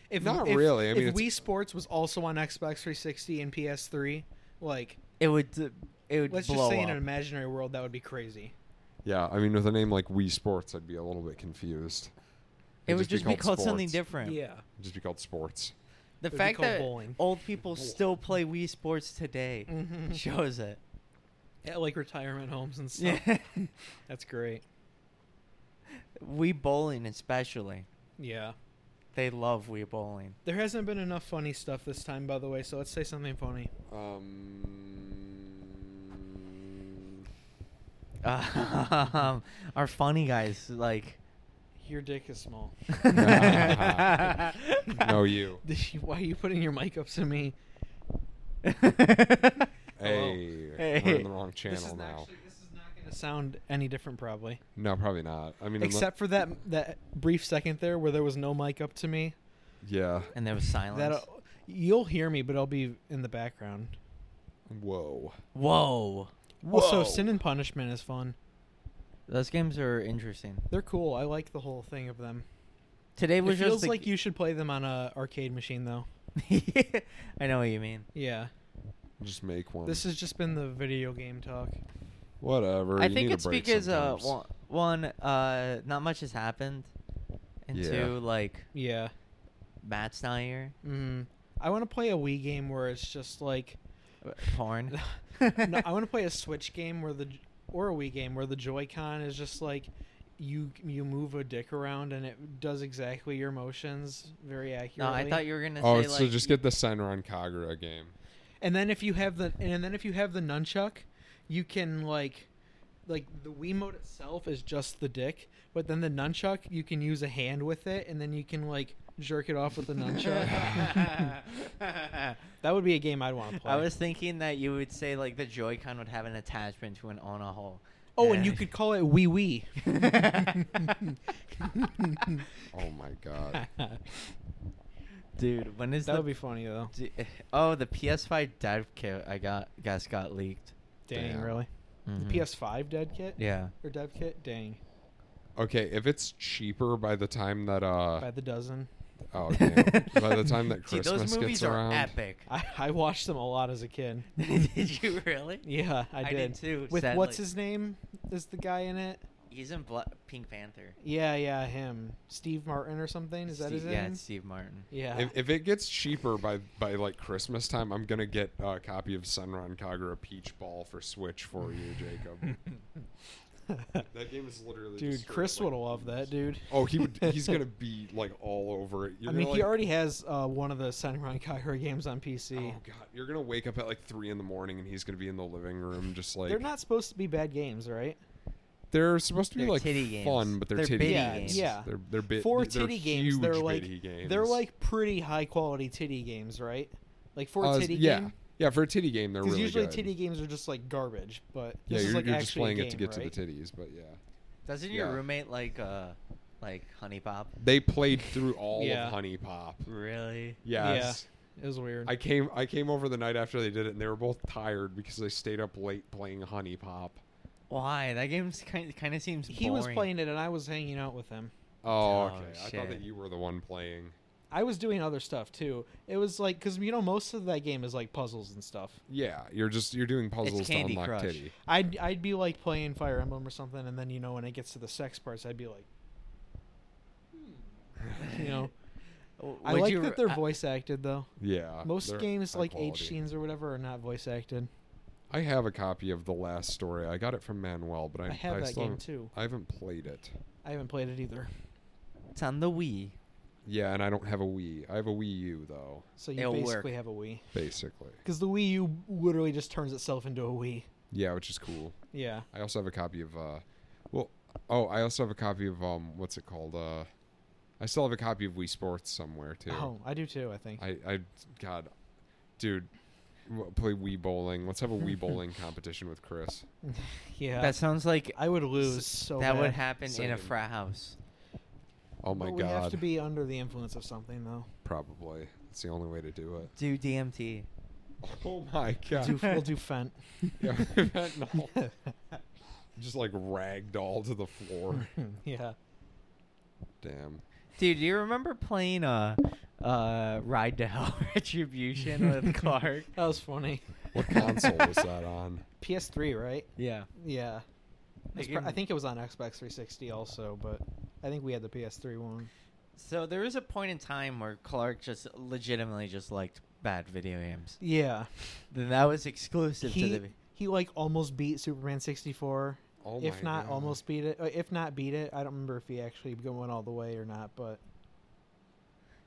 [SPEAKER 3] If,
[SPEAKER 2] Not
[SPEAKER 3] if-
[SPEAKER 2] really, I mean,
[SPEAKER 3] if
[SPEAKER 2] it's-
[SPEAKER 3] Wii Sports was also on Xbox 360 and PS3, like
[SPEAKER 1] It would d- it would
[SPEAKER 3] let's
[SPEAKER 1] blow
[SPEAKER 3] just say in
[SPEAKER 1] up.
[SPEAKER 3] an imaginary world, that would be crazy.
[SPEAKER 2] Yeah, I mean, with a name like Wii Sports, I'd be a little bit confused.
[SPEAKER 1] it
[SPEAKER 2] It'd
[SPEAKER 1] would just be called, something
[SPEAKER 2] sports.
[SPEAKER 1] different.
[SPEAKER 2] It'd just be called sports.
[SPEAKER 1] The
[SPEAKER 3] It'd be
[SPEAKER 1] fact
[SPEAKER 3] called
[SPEAKER 1] that
[SPEAKER 3] bowling.
[SPEAKER 1] old people still play Wii Sports today
[SPEAKER 3] Mhm.
[SPEAKER 1] shows it.
[SPEAKER 3] At like retirement homes and stuff.
[SPEAKER 1] Yeah.
[SPEAKER 3] That's great.
[SPEAKER 1] Wii bowling especially.
[SPEAKER 3] Yeah.
[SPEAKER 1] They love Wii bowling.
[SPEAKER 3] There hasn't been enough funny stuff this time, by the way. So let's say something funny.
[SPEAKER 2] Um,
[SPEAKER 1] Um, our funny guys like
[SPEAKER 3] Your dick is small.
[SPEAKER 2] no, you.
[SPEAKER 3] Did you- Why are you putting your mic up to me?
[SPEAKER 2] Hey, we're
[SPEAKER 1] Hey.
[SPEAKER 2] in the wrong channel
[SPEAKER 3] this is
[SPEAKER 2] now.
[SPEAKER 3] Actually, this is not going to sound any different, probably.
[SPEAKER 2] no, probably not. I mean, unle-
[SPEAKER 3] Except for that that brief second there where there was no mic up to me.
[SPEAKER 2] yeah.
[SPEAKER 1] and there was silence.
[SPEAKER 3] That uh, you'll hear me, but I'll be in the background.
[SPEAKER 2] Whoa.
[SPEAKER 1] Whoa.
[SPEAKER 3] Also,
[SPEAKER 2] Whoa.
[SPEAKER 3] Sin and Punishment is fun.
[SPEAKER 1] Those games are interesting.
[SPEAKER 3] They're cool. I like the whole thing of them.
[SPEAKER 1] Today
[SPEAKER 3] It,
[SPEAKER 1] was just
[SPEAKER 3] feels
[SPEAKER 1] the-
[SPEAKER 3] like you should play them on a arcade machine, though.
[SPEAKER 1] I know what you mean.
[SPEAKER 3] Yeah.
[SPEAKER 2] Just make one.
[SPEAKER 3] This has just been the video game talk.
[SPEAKER 2] whatever.
[SPEAKER 1] I
[SPEAKER 2] you
[SPEAKER 1] think
[SPEAKER 2] need
[SPEAKER 1] it's
[SPEAKER 2] a break
[SPEAKER 1] because uh,
[SPEAKER 2] sometimes.
[SPEAKER 1] one, one, uh, not much has happened, and
[SPEAKER 2] Yeah.
[SPEAKER 1] two, like
[SPEAKER 3] Yeah.
[SPEAKER 1] Matt's not here.
[SPEAKER 3] Mm. I want to play a Wii game where it's just like.
[SPEAKER 1] Uh, Porn.
[SPEAKER 3] no, I want to play a Switch game where the or a Wii game where the Joy-Con is just like you you move a dick around and it does exactly your motions very
[SPEAKER 1] No,
[SPEAKER 3] accurately.
[SPEAKER 1] I thought you were gonna
[SPEAKER 2] Oh,
[SPEAKER 1] say
[SPEAKER 2] so
[SPEAKER 1] like
[SPEAKER 2] just get the Senran Kagura game.
[SPEAKER 3] And then if you have the and then if you have the nunchuck, you can like like the Wiimote itself is just the dick, but then the nunchuck you can use a hand with it and then you can like jerk it off with the nunchuck. that would be a game I'd want to play.
[SPEAKER 1] I was thinking that you would say like the Joy-Con would have an attachment to an on a hole.
[SPEAKER 3] Oh, and you could call it Wee Wee.
[SPEAKER 2] Oh my god.
[SPEAKER 1] dude. When is
[SPEAKER 3] That
[SPEAKER 1] the
[SPEAKER 3] would be funny though.
[SPEAKER 1] d- oh the PS5 dev kit I got guess got leaked.
[SPEAKER 3] Dang,
[SPEAKER 2] Damn.
[SPEAKER 3] really?
[SPEAKER 1] Mhm.
[SPEAKER 3] The PS5 dead kit
[SPEAKER 1] Yeah.
[SPEAKER 3] or dev kit? Dang,
[SPEAKER 2] Okay, if it's cheaper by the time that
[SPEAKER 3] by
[SPEAKER 2] uh
[SPEAKER 3] the dozen.
[SPEAKER 2] oh damn. by the time that
[SPEAKER 1] See,
[SPEAKER 2] Christmas
[SPEAKER 1] those movies
[SPEAKER 2] gets
[SPEAKER 1] are
[SPEAKER 2] around,
[SPEAKER 1] epic.
[SPEAKER 3] I, I watched them a lot as a kid.
[SPEAKER 1] Did you really?
[SPEAKER 3] Yeah, I
[SPEAKER 1] I
[SPEAKER 3] did,
[SPEAKER 1] did too,
[SPEAKER 3] With what's
[SPEAKER 1] sadly.
[SPEAKER 3] his name? Is the guy in it?
[SPEAKER 1] He's in Bla- Pink Panther.
[SPEAKER 3] Yeah, yeah, him. Steve Martin or something. Is that his
[SPEAKER 1] Steve- Yeah,
[SPEAKER 3] name?
[SPEAKER 1] it's Steve Martin.
[SPEAKER 3] Yeah.
[SPEAKER 2] If, if it gets cheaper by by like Christmas time, I'm gonna get a copy of Sunron Kagura Peach Ball for Switch for you, Jacob. that game is literally
[SPEAKER 3] dude,
[SPEAKER 2] just
[SPEAKER 3] Chris
[SPEAKER 2] straight
[SPEAKER 3] would
[SPEAKER 2] up,
[SPEAKER 3] have
[SPEAKER 2] like,
[SPEAKER 3] loved that, dude.
[SPEAKER 2] Oh, he would. He's gonna be like all over it. You're
[SPEAKER 3] I mean,
[SPEAKER 2] gonna,
[SPEAKER 3] he
[SPEAKER 2] like-
[SPEAKER 3] already has uh, one of the Senran Kagura games on PC.
[SPEAKER 2] Oh god, you're gonna wake up at like three in the morning and he's gonna be in the living room, just like
[SPEAKER 3] They're not supposed to be bad games, right?
[SPEAKER 2] They're supposed to be
[SPEAKER 1] They're
[SPEAKER 2] like
[SPEAKER 1] titty
[SPEAKER 2] fun,
[SPEAKER 1] games.
[SPEAKER 2] but they're,
[SPEAKER 1] They're
[SPEAKER 2] titty
[SPEAKER 1] bitty
[SPEAKER 3] Yeah,
[SPEAKER 2] games.
[SPEAKER 3] yeah.
[SPEAKER 2] They're they're bit
[SPEAKER 3] for
[SPEAKER 2] they're
[SPEAKER 3] titty games, they're
[SPEAKER 2] huge
[SPEAKER 3] like
[SPEAKER 2] bitty games.
[SPEAKER 3] they're like pretty high quality titty games, right? Like for
[SPEAKER 2] Uh,
[SPEAKER 3] a titty
[SPEAKER 2] yeah.
[SPEAKER 3] game,
[SPEAKER 2] Yeah, for a titty game, they're
[SPEAKER 3] because
[SPEAKER 2] really
[SPEAKER 3] usually
[SPEAKER 2] good.
[SPEAKER 3] titty games are just like garbage. But
[SPEAKER 2] yeah,
[SPEAKER 3] this
[SPEAKER 2] you're,
[SPEAKER 3] is like
[SPEAKER 2] you're
[SPEAKER 3] actually
[SPEAKER 2] just playing
[SPEAKER 3] a game,
[SPEAKER 2] it to get
[SPEAKER 3] right?
[SPEAKER 2] to the titties, but yeah,
[SPEAKER 1] Doesn't your
[SPEAKER 2] Yeah.
[SPEAKER 1] roommate like uh like Honey Pop?
[SPEAKER 2] they played through all
[SPEAKER 3] Yeah.
[SPEAKER 2] of Honey Pop.
[SPEAKER 1] Really?
[SPEAKER 2] Yes.
[SPEAKER 3] It was weird.
[SPEAKER 2] I came I came over the night after they did it, and they were both tired because they stayed up late playing Honey Pop.
[SPEAKER 1] Why? That game's kind kind of seems
[SPEAKER 3] he was playing it, and I was hanging out with him.
[SPEAKER 2] Oh,
[SPEAKER 1] Oh,
[SPEAKER 2] okay. I thought
[SPEAKER 1] shit.
[SPEAKER 2] that you were the one playing.
[SPEAKER 3] I was doing other stuff too. It was like because you know most of that game is like puzzles and stuff.
[SPEAKER 2] Yeah, you're just you're doing puzzles to
[SPEAKER 1] Candy
[SPEAKER 2] unlock
[SPEAKER 1] Crush.
[SPEAKER 2] titty.
[SPEAKER 3] I'd I'd be like playing Fire Emblem or something, and then you know when it gets to the sex parts, I'd be like, you know, I like that
[SPEAKER 1] uh,
[SPEAKER 3] they're voice acted though.
[SPEAKER 2] Yeah.
[SPEAKER 3] Most
[SPEAKER 2] Uh, they're
[SPEAKER 3] games
[SPEAKER 2] high
[SPEAKER 3] like
[SPEAKER 2] quality.
[SPEAKER 3] H scenes or whatever are not voice acted.
[SPEAKER 2] I have a copy of the last story. I got it from Manuel, but I,
[SPEAKER 3] I have that
[SPEAKER 2] still
[SPEAKER 3] game
[SPEAKER 2] haven't-
[SPEAKER 3] too.
[SPEAKER 2] I haven't played it.
[SPEAKER 3] I haven't played it either.
[SPEAKER 1] It's on the Wii.
[SPEAKER 2] Yeah, and I don't have a Wii. I have a Wii U though,
[SPEAKER 3] So you
[SPEAKER 1] It'll work.
[SPEAKER 3] basically have a Wii
[SPEAKER 2] basically.
[SPEAKER 3] because the Wii U literally just turns itself into a Wii.
[SPEAKER 2] Yeah, which is cool.
[SPEAKER 3] Yeah.
[SPEAKER 2] I also have a copy of uh well oh, I also have a copy of um what's it called? Uh I still have a copy of Wii Sports somewhere too.
[SPEAKER 3] Oh, I do too. I think.
[SPEAKER 2] I, I, God, dude, w- play Wii bowling. Let's have a Wii bowling competition with Chris.
[SPEAKER 3] yeah.
[SPEAKER 1] That sounds like
[SPEAKER 3] I would lose so
[SPEAKER 1] that would
[SPEAKER 3] bad.
[SPEAKER 1] happen in
[SPEAKER 2] Same.
[SPEAKER 1] a frat house.
[SPEAKER 2] Oh my
[SPEAKER 3] But
[SPEAKER 2] God,
[SPEAKER 3] We have to be under the influence of something though.
[SPEAKER 2] probably. It's the only way to do it.
[SPEAKER 1] Do DMT.
[SPEAKER 2] Oh my
[SPEAKER 3] Do,
[SPEAKER 2] God,
[SPEAKER 3] we'll do fent.
[SPEAKER 2] Yeah, fentanyl. just like ragdoll to the floor.
[SPEAKER 3] yeah.
[SPEAKER 2] Damn.
[SPEAKER 1] Dude, do you remember playing uh, uh, Ride to Hell Retribution with Clark?
[SPEAKER 3] That was funny.
[SPEAKER 2] What console was that on?
[SPEAKER 3] PS3, right?
[SPEAKER 1] Yeah.
[SPEAKER 3] Yeah. It was
[SPEAKER 1] They
[SPEAKER 3] pro- I
[SPEAKER 1] can-
[SPEAKER 3] think it was on Xbox 360 also, but I think we had the PS3 one.
[SPEAKER 1] So there was a point in time where Clark just legitimately just liked bad video games.
[SPEAKER 3] Yeah.
[SPEAKER 1] Then that was exclusive to
[SPEAKER 3] He,
[SPEAKER 1] the.
[SPEAKER 3] he like almost beat Superman 64.
[SPEAKER 2] Oh my
[SPEAKER 3] if not
[SPEAKER 2] God.
[SPEAKER 3] almost beat it, uh, if not beat it, I don't remember if he actually went all the way or not. But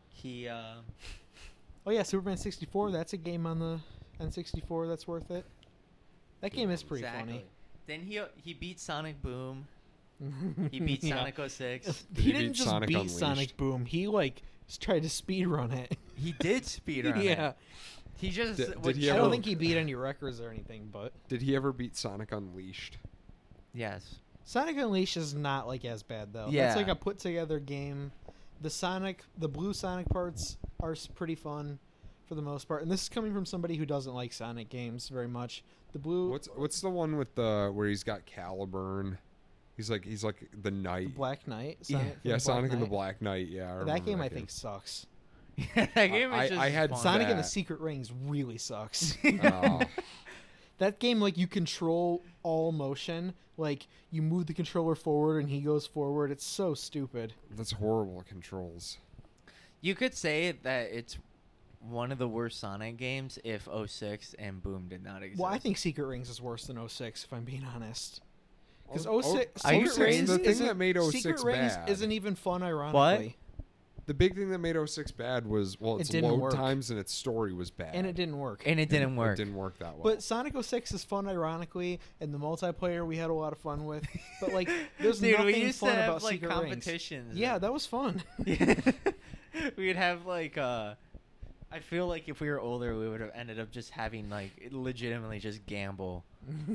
[SPEAKER 1] He. Uh,
[SPEAKER 3] oh yeah, Superman 64. That's a game on the N64 that's worth it. That game is pretty funny.
[SPEAKER 1] Then he uh, he beat Sonic Boom. He beat
[SPEAKER 3] Yeah.
[SPEAKER 1] Sonic 06.
[SPEAKER 2] Did
[SPEAKER 3] he
[SPEAKER 2] he
[SPEAKER 3] didn't
[SPEAKER 2] beat
[SPEAKER 3] just
[SPEAKER 2] Sonic
[SPEAKER 3] beat
[SPEAKER 2] Unleashed?
[SPEAKER 3] Sonic Boom. He like s- tried to speed run it.
[SPEAKER 1] He did speed run
[SPEAKER 3] yeah,
[SPEAKER 1] it. He just
[SPEAKER 2] Did- did
[SPEAKER 1] would
[SPEAKER 2] he
[SPEAKER 3] I
[SPEAKER 2] ever-
[SPEAKER 3] don't
[SPEAKER 1] choke.
[SPEAKER 3] think he beat any records or anything. But
[SPEAKER 2] Did he ever beat Sonic Unleashed?
[SPEAKER 1] Yes.
[SPEAKER 3] Sonic Unleashed is not like as bad though.
[SPEAKER 1] Yeah.
[SPEAKER 3] it's like a put together game. The Sonic, the blue Sonic parts are s- pretty fun for the most part. And this is coming from somebody who doesn't like Sonic games very much. The blue,
[SPEAKER 2] What's what's the one with the where he's got Caliburn? He's like he's like the knight.
[SPEAKER 3] the Black Knight.
[SPEAKER 1] Yeah.
[SPEAKER 3] Sonic
[SPEAKER 2] yeah, Sonic and the
[SPEAKER 3] Knight.
[SPEAKER 2] Black Knight. Yeah, I
[SPEAKER 3] That
[SPEAKER 2] remember
[SPEAKER 3] game I
[SPEAKER 2] game.
[SPEAKER 3] think sucks.
[SPEAKER 1] that game is
[SPEAKER 2] I-
[SPEAKER 1] just
[SPEAKER 2] I had
[SPEAKER 1] fun.
[SPEAKER 3] Sonic and the
[SPEAKER 2] that.
[SPEAKER 3] Secret Rings really sucks.
[SPEAKER 2] Oh.
[SPEAKER 3] That game, like you control all motion, like you move the controller forward and he goes forward. It's so stupid.
[SPEAKER 2] That's horrible controls.
[SPEAKER 1] You could say that it's one of the worst Sonic games if 06 and Boom did not exist.
[SPEAKER 3] Well, I think Secret Rings is worse than 06, if I'm being honest. Because
[SPEAKER 2] Oh,
[SPEAKER 3] 06,
[SPEAKER 1] oh, Are you
[SPEAKER 3] Secret
[SPEAKER 1] serious?
[SPEAKER 3] Rings
[SPEAKER 2] The thing
[SPEAKER 3] isn't-
[SPEAKER 2] that made 06
[SPEAKER 3] Secret Rings
[SPEAKER 2] bad.
[SPEAKER 3] isn't even fun, ironically,
[SPEAKER 2] The big thing that made 06 bad was well,
[SPEAKER 3] It
[SPEAKER 2] its
[SPEAKER 3] didn't
[SPEAKER 2] load
[SPEAKER 3] work.
[SPEAKER 2] times and its story was bad,
[SPEAKER 3] and it didn't work.
[SPEAKER 1] and it didn't work.
[SPEAKER 2] It didn't work that well.
[SPEAKER 3] but Sonic 06 is fun, ironically, and the multiplayer we had a lot of fun with. But like, there's
[SPEAKER 1] Dude,
[SPEAKER 3] nothing
[SPEAKER 1] we used
[SPEAKER 3] fun
[SPEAKER 1] to have
[SPEAKER 3] about
[SPEAKER 1] like
[SPEAKER 3] Secret Rings.
[SPEAKER 1] competitions.
[SPEAKER 3] Yeah,
[SPEAKER 1] and-
[SPEAKER 3] that was fun.
[SPEAKER 1] We'd have like uh I feel like if we were older we would have ended up just having like legitimately just gamble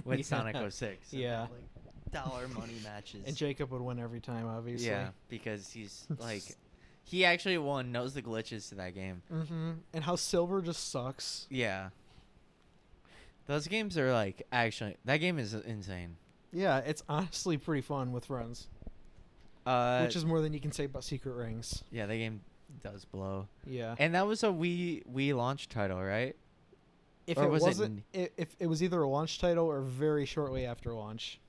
[SPEAKER 1] with
[SPEAKER 3] Yeah.
[SPEAKER 1] Sonic 06. and
[SPEAKER 3] Yeah.
[SPEAKER 1] have, Like dollar money matches.
[SPEAKER 3] And Jacob would win every time, obviously.
[SPEAKER 1] yeah, because he's like he actually won knows the glitches to that game.
[SPEAKER 3] hmm And how silver just sucks.
[SPEAKER 1] Yeah. Those games are like actually that game is insane.
[SPEAKER 3] Yeah, it's honestly pretty fun with friends,
[SPEAKER 1] Uh
[SPEAKER 3] which is more than you can say about Secret Rings.
[SPEAKER 1] yeah, that game does blow.
[SPEAKER 3] Yeah.
[SPEAKER 1] And that was a Wii Wii launch title, right?
[SPEAKER 3] if
[SPEAKER 1] or
[SPEAKER 3] it
[SPEAKER 1] was it
[SPEAKER 3] wasn't,
[SPEAKER 1] n-
[SPEAKER 3] i- if it was either a launch title or very shortly after launch,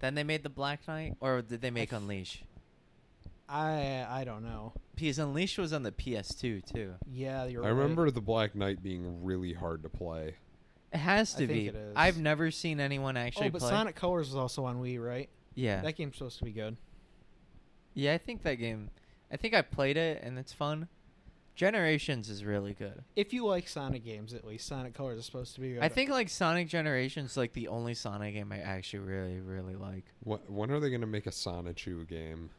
[SPEAKER 1] Then they made the Black Knight or did they make Unleash?
[SPEAKER 3] I I don't know.
[SPEAKER 1] Because Unleashed was on the PS2 too.
[SPEAKER 3] Yeah, you're.
[SPEAKER 2] I
[SPEAKER 3] right.
[SPEAKER 2] remember the Black Knight being really hard to play.
[SPEAKER 1] It has
[SPEAKER 3] I
[SPEAKER 1] to
[SPEAKER 3] think
[SPEAKER 1] be.
[SPEAKER 3] it is.
[SPEAKER 1] I've never seen anyone actually
[SPEAKER 3] Oh, but
[SPEAKER 1] play.
[SPEAKER 3] Sonic Colors was also on Wii, right?
[SPEAKER 1] yeah,
[SPEAKER 3] That game's supposed to be good.
[SPEAKER 1] yeah. I think that game. I think I played it and it's fun. Generations is really good.
[SPEAKER 3] If you like Sonic games, at least Sonic Colors is supposed to be good.
[SPEAKER 1] I think like Sonic Generations like the only Sonic game I actually really really like.
[SPEAKER 2] What, when are they going to make a Sonichu game?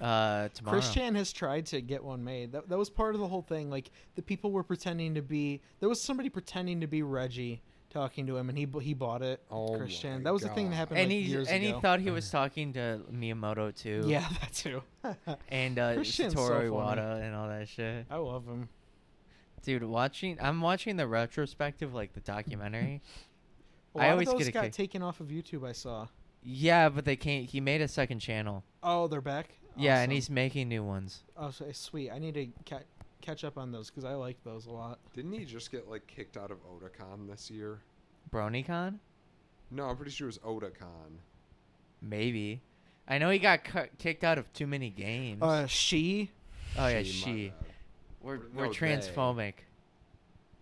[SPEAKER 1] Uh, tomorrow.
[SPEAKER 3] Chris Chan has tried to get one made. That, that was part of the whole thing. Like the people were pretending to be. There was somebody pretending to be Reggie talking to him, and he bu- he bought it.
[SPEAKER 2] Oh
[SPEAKER 3] Chris
[SPEAKER 2] my
[SPEAKER 3] Chan. That was the thing that
[SPEAKER 2] God.
[SPEAKER 3] happened
[SPEAKER 1] and
[SPEAKER 3] like,
[SPEAKER 1] he
[SPEAKER 3] years
[SPEAKER 1] and
[SPEAKER 3] ago.
[SPEAKER 1] he thought he was talking to Miyamoto too.
[SPEAKER 3] yeah, that too.
[SPEAKER 1] And uh,
[SPEAKER 3] Chris Chan's so
[SPEAKER 1] Satoru
[SPEAKER 3] funny.
[SPEAKER 1] Iwata and all that shit.
[SPEAKER 3] I love him.
[SPEAKER 1] Dude, watching I'm watching the retrospective, like the documentary.
[SPEAKER 3] A
[SPEAKER 1] I
[SPEAKER 3] lot
[SPEAKER 1] always
[SPEAKER 3] of
[SPEAKER 1] get
[SPEAKER 3] those
[SPEAKER 1] a
[SPEAKER 3] got
[SPEAKER 1] kick.
[SPEAKER 3] taken off of YouTube. I saw.
[SPEAKER 1] yeah, but they can't. He made a second channel.
[SPEAKER 3] Oh, they're back.
[SPEAKER 1] Yeah, and
[SPEAKER 3] Awesome.
[SPEAKER 1] he's making new ones.
[SPEAKER 3] Oh, so- sweet. I need to ca- catch up on those because I like those a lot.
[SPEAKER 2] Didn't he just get like kicked out of Otakon this year?
[SPEAKER 1] BronyCon,
[SPEAKER 2] No, I'm pretty sure it was Otakon.
[SPEAKER 1] maybe. I know he got cu- kicked out of too many games.
[SPEAKER 3] Uh, she.
[SPEAKER 1] oh yeah,
[SPEAKER 2] Gee, my
[SPEAKER 1] she.
[SPEAKER 2] bad.
[SPEAKER 1] We're
[SPEAKER 2] Or-
[SPEAKER 1] we're
[SPEAKER 2] no, they.
[SPEAKER 1] transphobic.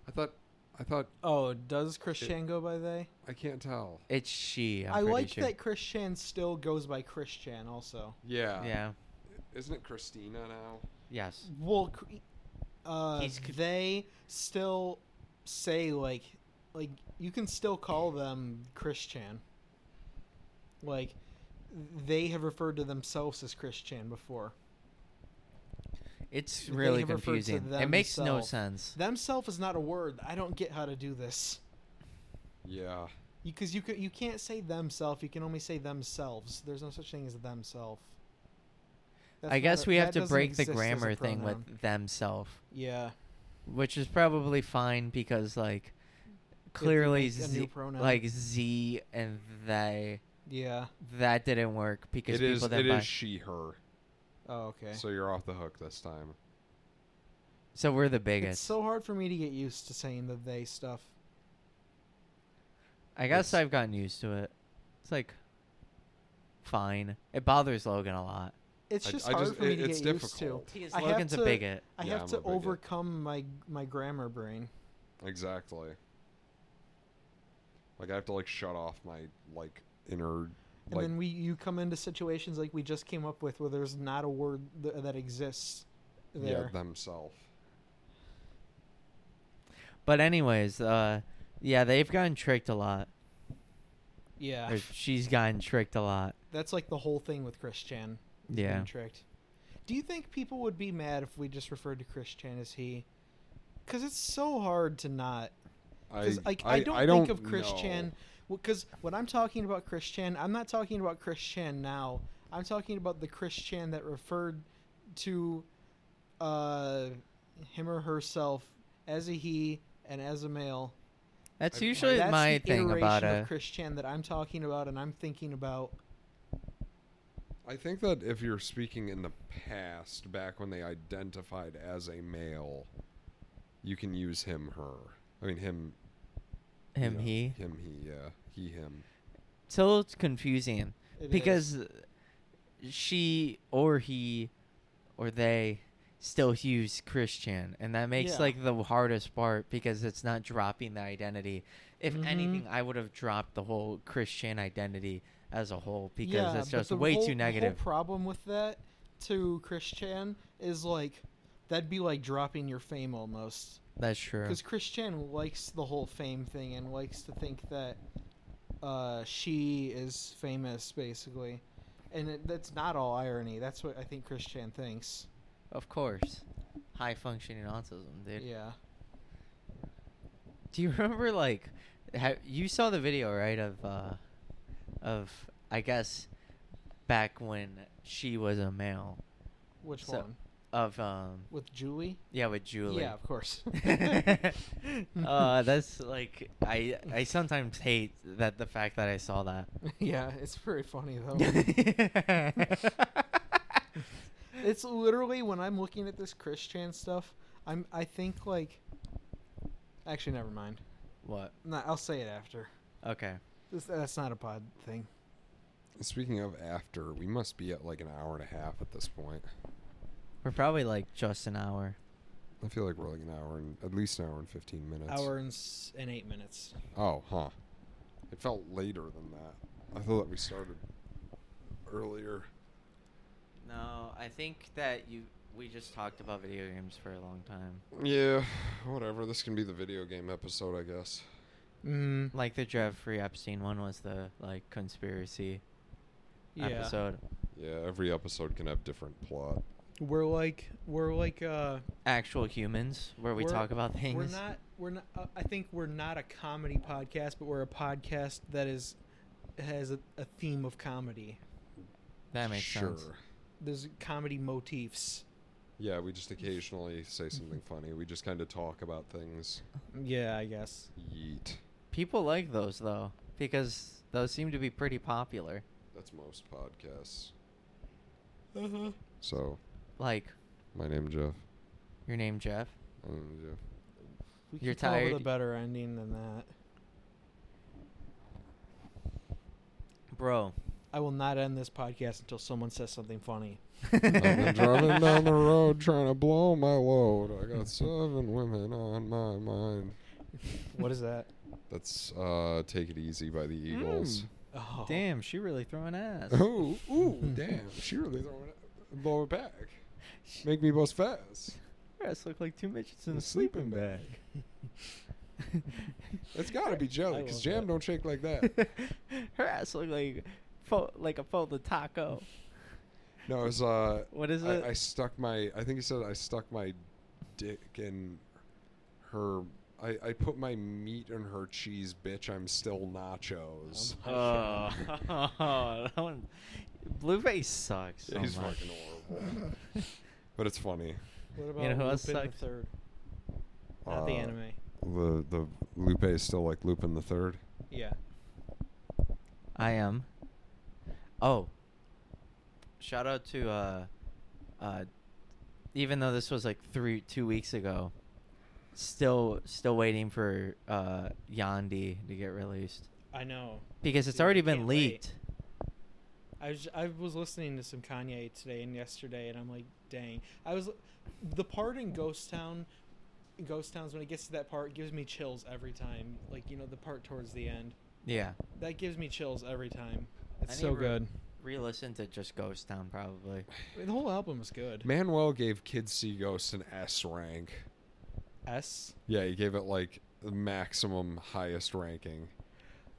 [SPEAKER 2] I thought I thought
[SPEAKER 3] Oh, does Chris
[SPEAKER 2] It-
[SPEAKER 3] Chan go by they?
[SPEAKER 2] I can't tell.
[SPEAKER 1] It's she. I'm
[SPEAKER 3] I
[SPEAKER 1] pretty
[SPEAKER 3] like
[SPEAKER 1] sure.
[SPEAKER 3] that Chris Chan still goes by Chris Chan also.
[SPEAKER 2] Yeah.
[SPEAKER 1] Yeah.
[SPEAKER 2] Isn't it Christina now?
[SPEAKER 1] Yes.
[SPEAKER 3] Well, cr- uh,
[SPEAKER 1] He's c-
[SPEAKER 3] they still say like, like you can still call them Chris Chan. Like, they have referred to themselves as Chris Chan before.
[SPEAKER 1] It's
[SPEAKER 3] They
[SPEAKER 1] really
[SPEAKER 3] have referred to
[SPEAKER 1] confusing. It makes no
[SPEAKER 3] themself.
[SPEAKER 1] sense.
[SPEAKER 3] Themself is not a word. I don't get how to do this.
[SPEAKER 2] Yeah.
[SPEAKER 3] Because you, can, you can't say themself. You can only say themselves. There's no such thing as themself. That's
[SPEAKER 1] I
[SPEAKER 3] not
[SPEAKER 1] guess
[SPEAKER 3] a-
[SPEAKER 1] we have
[SPEAKER 3] that
[SPEAKER 1] to
[SPEAKER 3] doesn't
[SPEAKER 1] break the
[SPEAKER 3] exist as a
[SPEAKER 1] grammar thing
[SPEAKER 3] pronoun.
[SPEAKER 1] with themself,
[SPEAKER 3] Yeah.
[SPEAKER 1] which is probably fine because like clearly
[SPEAKER 3] make a new
[SPEAKER 1] z,
[SPEAKER 3] pronoun.
[SPEAKER 1] like z and they
[SPEAKER 3] Yeah.
[SPEAKER 1] that didn't work because
[SPEAKER 2] It
[SPEAKER 1] people
[SPEAKER 2] is.
[SPEAKER 1] then
[SPEAKER 2] It
[SPEAKER 1] buy-
[SPEAKER 2] is she her.
[SPEAKER 3] Oh, okay.
[SPEAKER 2] So you're off the hook this time.
[SPEAKER 1] so we're the
[SPEAKER 3] it's
[SPEAKER 1] biggest.
[SPEAKER 3] so hard for me to get used to saying the they stuff.
[SPEAKER 1] I guess
[SPEAKER 2] it's-
[SPEAKER 1] I've gotten used to it. It's like fine. It bothers Logan a lot.
[SPEAKER 3] It's
[SPEAKER 2] I-
[SPEAKER 3] just
[SPEAKER 2] I
[SPEAKER 3] hard
[SPEAKER 2] just-
[SPEAKER 3] for me
[SPEAKER 2] it-
[SPEAKER 3] to
[SPEAKER 2] it's
[SPEAKER 3] get used
[SPEAKER 2] difficult.
[SPEAKER 3] to.
[SPEAKER 1] He is
[SPEAKER 3] I have
[SPEAKER 1] Logan's a
[SPEAKER 3] to-
[SPEAKER 1] bigot.
[SPEAKER 3] I
[SPEAKER 2] Yeah,
[SPEAKER 3] have
[SPEAKER 2] I'm a
[SPEAKER 3] to
[SPEAKER 2] bigot.
[SPEAKER 3] overcome my my grammar brain.
[SPEAKER 2] Exactly. Like I have to like shut off my like inner
[SPEAKER 3] And
[SPEAKER 2] like
[SPEAKER 3] then we you come into situations like we just came up with where there's not a word th- that exists
[SPEAKER 2] yeah
[SPEAKER 3] there.
[SPEAKER 2] themself.
[SPEAKER 1] But anyways, uh yeah, they've gotten tricked a lot.
[SPEAKER 3] Yeah.
[SPEAKER 1] Or she's gotten tricked a lot.
[SPEAKER 3] That's like the whole thing with Chris Chan. is being
[SPEAKER 1] Yeah.
[SPEAKER 3] tricked. Do you think people would be mad if we just referred to Chris Chan as he? Because it's so hard to not.
[SPEAKER 2] I,
[SPEAKER 3] Because like I, don't think of Chris
[SPEAKER 2] know.
[SPEAKER 3] Chan. Because when I'm talking about Chris Chan, I'm not talking about Chris Chan now. I'm talking about the Chris Chan that referred to uh, him or herself as a he and as a male.
[SPEAKER 1] That's
[SPEAKER 2] I-
[SPEAKER 1] usually
[SPEAKER 3] That's
[SPEAKER 1] my
[SPEAKER 3] the
[SPEAKER 1] thing about
[SPEAKER 3] iteration
[SPEAKER 1] it.
[SPEAKER 3] of Chris Chan that I'm talking about and I'm thinking about.
[SPEAKER 2] I think that if you're speaking in the past, back when they identified as a male, you can use him, her. I mean him. you
[SPEAKER 1] him
[SPEAKER 2] know,
[SPEAKER 1] he.
[SPEAKER 2] Him he. Yeah. He him.
[SPEAKER 1] So it's confusing
[SPEAKER 3] It is-
[SPEAKER 1] because she or he or they still use Christian, and that makes
[SPEAKER 3] Yeah.
[SPEAKER 1] like the hardest part because it's not dropping the identity. If
[SPEAKER 3] Mhm.
[SPEAKER 1] anything, I would have dropped the whole Christian identity as a whole because
[SPEAKER 3] Yeah,
[SPEAKER 1] that's
[SPEAKER 3] but
[SPEAKER 1] just
[SPEAKER 3] the
[SPEAKER 1] way
[SPEAKER 3] whole-
[SPEAKER 1] too
[SPEAKER 3] The
[SPEAKER 1] negative.
[SPEAKER 3] whole problem with that to Chris Chan is like that'd be like dropping your fame almost
[SPEAKER 1] that's true.
[SPEAKER 3] because Chris Chan likes the whole fame thing and likes to think that uh, she is famous basically, and it, that's not all irony. That's what I think Chris Chan thinks.
[SPEAKER 1] Of course, high functioning autism, dude.
[SPEAKER 3] Yeah,
[SPEAKER 1] Do you remember like ha- you saw the video right of uh of I guess back when she was a male
[SPEAKER 3] which
[SPEAKER 1] So-
[SPEAKER 3] one
[SPEAKER 1] of um
[SPEAKER 3] with Julie?
[SPEAKER 1] yeah with Julie.
[SPEAKER 3] Yeah, of course.
[SPEAKER 1] uh that's like I I sometimes hate that the fact that I saw that.
[SPEAKER 3] yeah, it's very funny though. It's literally when I'm looking at this Chris Chan stuff, I'm I think like actually never mind.
[SPEAKER 1] what?
[SPEAKER 3] No, I'll say it after.
[SPEAKER 1] Okay.
[SPEAKER 3] This, that's not a pod thing.
[SPEAKER 2] Speaking of after, we must be at like an hour and a half at this point.
[SPEAKER 1] We're probably like just an hour.
[SPEAKER 2] I feel like we're like an hour and at least an hour and fifteen minutes.
[SPEAKER 4] Hour and, s- and eight minutes.
[SPEAKER 2] Oh, huh. It felt later than that. I thought that we started earlier.
[SPEAKER 1] No, I think that you we just talked about video games for a long time.
[SPEAKER 2] Yeah, whatever. This can be the video game episode, I guess.
[SPEAKER 4] Mm-hmm.
[SPEAKER 3] Mm,
[SPEAKER 1] Like the Jeffrey Epstein one was the like conspiracy
[SPEAKER 4] Yeah.
[SPEAKER 1] episode.
[SPEAKER 2] Yeah, every episode can have different plot.
[SPEAKER 4] We're like we're like uh
[SPEAKER 1] Actual humans where we
[SPEAKER 4] We're-
[SPEAKER 1] talk about things.
[SPEAKER 4] We're not. We're not. Uh, I think we're not a comedy podcast, but we're a podcast that is has a, a theme of comedy.
[SPEAKER 1] that makes
[SPEAKER 2] sure.
[SPEAKER 1] sense.
[SPEAKER 4] There's comedy motifs.
[SPEAKER 2] Yeah, we just occasionally say something funny. We just kind of talk about things.
[SPEAKER 4] Yeah, I guess.
[SPEAKER 2] Yeet.
[SPEAKER 1] People like those though because those seem to be pretty popular.
[SPEAKER 2] That's most podcasts.
[SPEAKER 4] Uh-huh.
[SPEAKER 2] So,
[SPEAKER 1] Like
[SPEAKER 2] my name Jeff.
[SPEAKER 1] your name Jeff.
[SPEAKER 2] My name Jeff.
[SPEAKER 3] we
[SPEAKER 1] You're
[SPEAKER 3] could come up with
[SPEAKER 1] tired?
[SPEAKER 3] a better ending than that.
[SPEAKER 1] Bro.
[SPEAKER 3] I will not end this podcast until someone says something funny.
[SPEAKER 2] I've been driving down the road trying to blow my load. I got seven women on my mind.
[SPEAKER 3] What is that?
[SPEAKER 2] That's uh, "Take It Easy" by the
[SPEAKER 1] Mm.
[SPEAKER 2] Eagles.
[SPEAKER 3] Oh,
[SPEAKER 1] Damn, she really throwing ass.
[SPEAKER 2] Oh, ooh, damn! She really throwing it, blow it back. Make me bust fast.
[SPEAKER 1] Her ass look like two midgets in
[SPEAKER 2] The
[SPEAKER 1] a sleeping bag.
[SPEAKER 2] It's gotta be jelly, cause
[SPEAKER 4] love
[SPEAKER 2] jam
[SPEAKER 4] that.
[SPEAKER 2] don't shake like that.
[SPEAKER 1] Her ass look like fo- like a folded taco.
[SPEAKER 2] No, it was uh
[SPEAKER 1] What is it?
[SPEAKER 2] I, I stuck my I think he said I stuck my dick in her I, I put my meat in her cheese, bitch. I'm still nachos.
[SPEAKER 1] Oh, that one. Blueface sucks. Oh So
[SPEAKER 2] He's
[SPEAKER 1] much.
[SPEAKER 2] fucking horrible. but it's funny.
[SPEAKER 3] What about
[SPEAKER 1] You know who else
[SPEAKER 3] Lupin the
[SPEAKER 1] sucked?
[SPEAKER 3] Third? Not the
[SPEAKER 2] Uh,
[SPEAKER 3] anime.
[SPEAKER 2] The the Lupe is still like Lupin the Third.
[SPEAKER 3] Yeah.
[SPEAKER 1] I am. Oh. Shout out to uh, uh, even though this was like three two weeks ago, still still waiting for uh Yandi to get released
[SPEAKER 3] I know.
[SPEAKER 1] because it's
[SPEAKER 3] Dude, I
[SPEAKER 1] already been
[SPEAKER 3] can't wait.
[SPEAKER 1] leaked.
[SPEAKER 3] I was, I was listening to some Kanye today and yesterday, and I'm like, dang. I was the part in Ghost Town, Ghost Towns when it gets to that part gives me chills every time. Like you know the part towards the end
[SPEAKER 1] Yeah.
[SPEAKER 3] that gives me chills every time. It's
[SPEAKER 1] I need
[SPEAKER 3] so
[SPEAKER 1] re-
[SPEAKER 3] good.
[SPEAKER 1] Re-listen to just Ghost Town probably.
[SPEAKER 3] I mean, the whole album is good.
[SPEAKER 2] Manuel gave Kid Sea Ghost an S rank.
[SPEAKER 3] S.
[SPEAKER 2] Yeah, he gave it like the maximum highest ranking.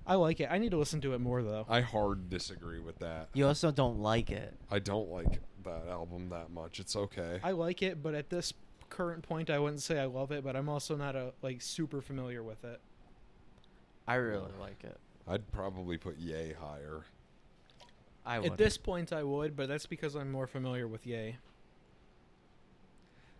[SPEAKER 3] I like it. I need to listen to it more though.
[SPEAKER 2] I hard disagree with that.
[SPEAKER 1] You also don't like it.
[SPEAKER 2] I don't like that album that much. It's okay.
[SPEAKER 3] I like it, but at this current point, I wouldn't say I love it. But I'm also not a like super familiar with it.
[SPEAKER 1] I really like it.
[SPEAKER 2] I'd probably put Yay higher.
[SPEAKER 1] I
[SPEAKER 3] at
[SPEAKER 1] would.
[SPEAKER 3] this point, I would, but that's because I'm more familiar with Yay.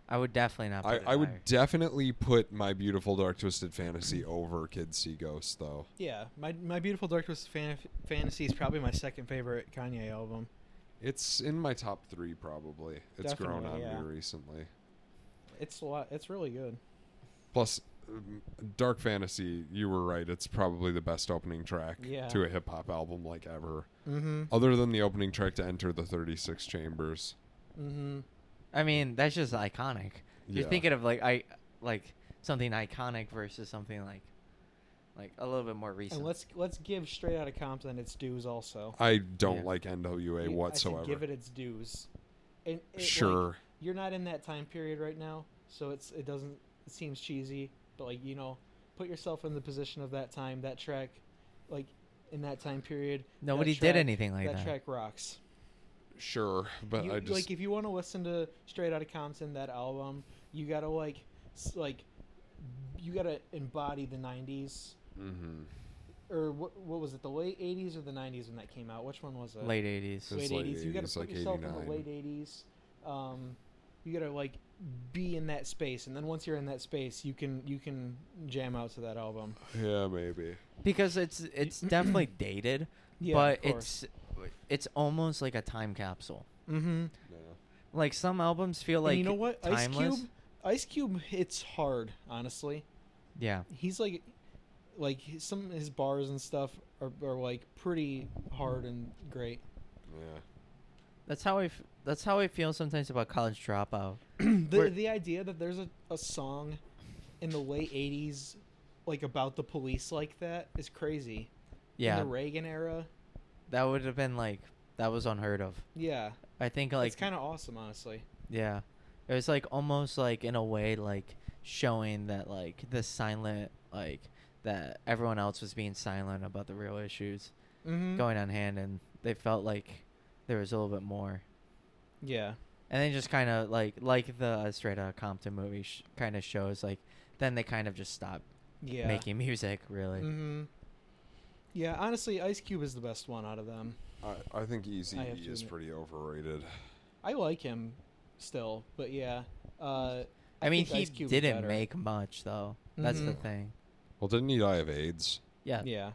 [SPEAKER 1] I would definitely not. Put
[SPEAKER 2] I,
[SPEAKER 1] it
[SPEAKER 2] I
[SPEAKER 1] higher.
[SPEAKER 2] would definitely put my beautiful dark twisted fantasy over Kid Sea Ghost though.
[SPEAKER 3] Yeah, my my beautiful dark twisted fan- fantasy is probably my second favorite Kanye album.
[SPEAKER 2] It's in my top three probably. It's grown on
[SPEAKER 3] Definitely, yeah.
[SPEAKER 2] me recently.
[SPEAKER 3] It's a lot. It's really good.
[SPEAKER 2] Plus, um, Dark Fantasy, you were right. It's probably the best opening track
[SPEAKER 3] Yeah.
[SPEAKER 2] to a hip hop album like ever.
[SPEAKER 3] Mm-hmm.
[SPEAKER 2] Other than the opening track to Enter the 36 Chambers.
[SPEAKER 3] Mm-hmm.
[SPEAKER 1] I mean, that's just iconic. You're
[SPEAKER 2] Yeah.
[SPEAKER 1] thinking of like I like something iconic versus something like like a little bit more recent.
[SPEAKER 3] And let's let's give Straight Outta Compton its dues also.
[SPEAKER 2] I don't
[SPEAKER 1] Yeah.
[SPEAKER 2] like NWA
[SPEAKER 3] Oh, You- I
[SPEAKER 2] whatsoever.
[SPEAKER 3] should give it its dues. And it, like,
[SPEAKER 2] sure.
[SPEAKER 3] you're not in that time period right now, so it's it doesn't it seems cheesy, but like you know, put yourself in the position of that time, that track, like in that time period. that
[SPEAKER 1] Nobody
[SPEAKER 3] track-
[SPEAKER 1] did anything like that.
[SPEAKER 3] That track rocks.
[SPEAKER 2] sure. But
[SPEAKER 3] You-
[SPEAKER 2] I
[SPEAKER 3] you-
[SPEAKER 2] just.
[SPEAKER 3] like if you want to listen to Straight Outta Compton that album, you gotta like s- like you gotta embody the '90s
[SPEAKER 2] Mhm.
[SPEAKER 3] or what, what was it? The late '80s or the '90s when that came out? Which one was it?
[SPEAKER 1] Late eighties.
[SPEAKER 2] It's
[SPEAKER 3] Late
[SPEAKER 2] late
[SPEAKER 3] '80s. You gotta
[SPEAKER 2] 80s,
[SPEAKER 3] put
[SPEAKER 2] like
[SPEAKER 3] yourself in
[SPEAKER 2] 89.
[SPEAKER 3] the late '80s. Um, you gotta like be in that space, and then once you're in that space, you can you can jam out to that album.
[SPEAKER 2] Yeah, maybe.
[SPEAKER 1] Because it's it's definitely dated,
[SPEAKER 3] Yeah,
[SPEAKER 1] but it's it's almost like a time capsule.
[SPEAKER 3] mm-hmm.
[SPEAKER 2] Yeah.
[SPEAKER 1] Like some albums feel like
[SPEAKER 3] you know what?
[SPEAKER 1] timeless.
[SPEAKER 3] Ice Cube. Ice Cube hits hard, honestly.
[SPEAKER 1] Yeah.
[SPEAKER 3] he's like like his- some of his bars and stuff are, are like pretty hard and great
[SPEAKER 2] Yeah.
[SPEAKER 1] That's how I f- that's how I feel sometimes about college dropout.
[SPEAKER 3] the,
[SPEAKER 1] Where-
[SPEAKER 3] the idea that there's a, a song in the late 80s like about the police like that is crazy
[SPEAKER 1] Yeah.
[SPEAKER 3] in the reagan era
[SPEAKER 1] That would have been like that was unheard of.
[SPEAKER 3] yeah
[SPEAKER 1] I think
[SPEAKER 3] like,
[SPEAKER 1] like
[SPEAKER 3] it's kind of awesome honestly
[SPEAKER 1] Yeah. It was like almost like in a way like showing that like the silent like that everyone else was being silent about the real issues
[SPEAKER 3] mm-hmm.
[SPEAKER 1] going on hand and they felt like there was a little bit more.
[SPEAKER 3] yeah
[SPEAKER 1] And then just kind of like like the uh, straight out Compton movie sh- kind of shows like then they kind of just stopped
[SPEAKER 3] yeah
[SPEAKER 1] making music really.
[SPEAKER 3] mm-hmm. yeah honestly ice cube is the best one out of them
[SPEAKER 2] I, I think Easy
[SPEAKER 3] I have
[SPEAKER 2] E
[SPEAKER 3] to
[SPEAKER 2] is
[SPEAKER 3] admit-
[SPEAKER 2] pretty overrated.
[SPEAKER 3] i like him still but yeah uh
[SPEAKER 1] I, mean
[SPEAKER 3] think
[SPEAKER 1] he
[SPEAKER 3] Ice Cube is
[SPEAKER 1] didn't
[SPEAKER 3] better.
[SPEAKER 1] make much though. That's the
[SPEAKER 3] Mhm.
[SPEAKER 1] thing.
[SPEAKER 2] Well, didn't he die of AIDS?
[SPEAKER 1] Yeah.
[SPEAKER 3] yeah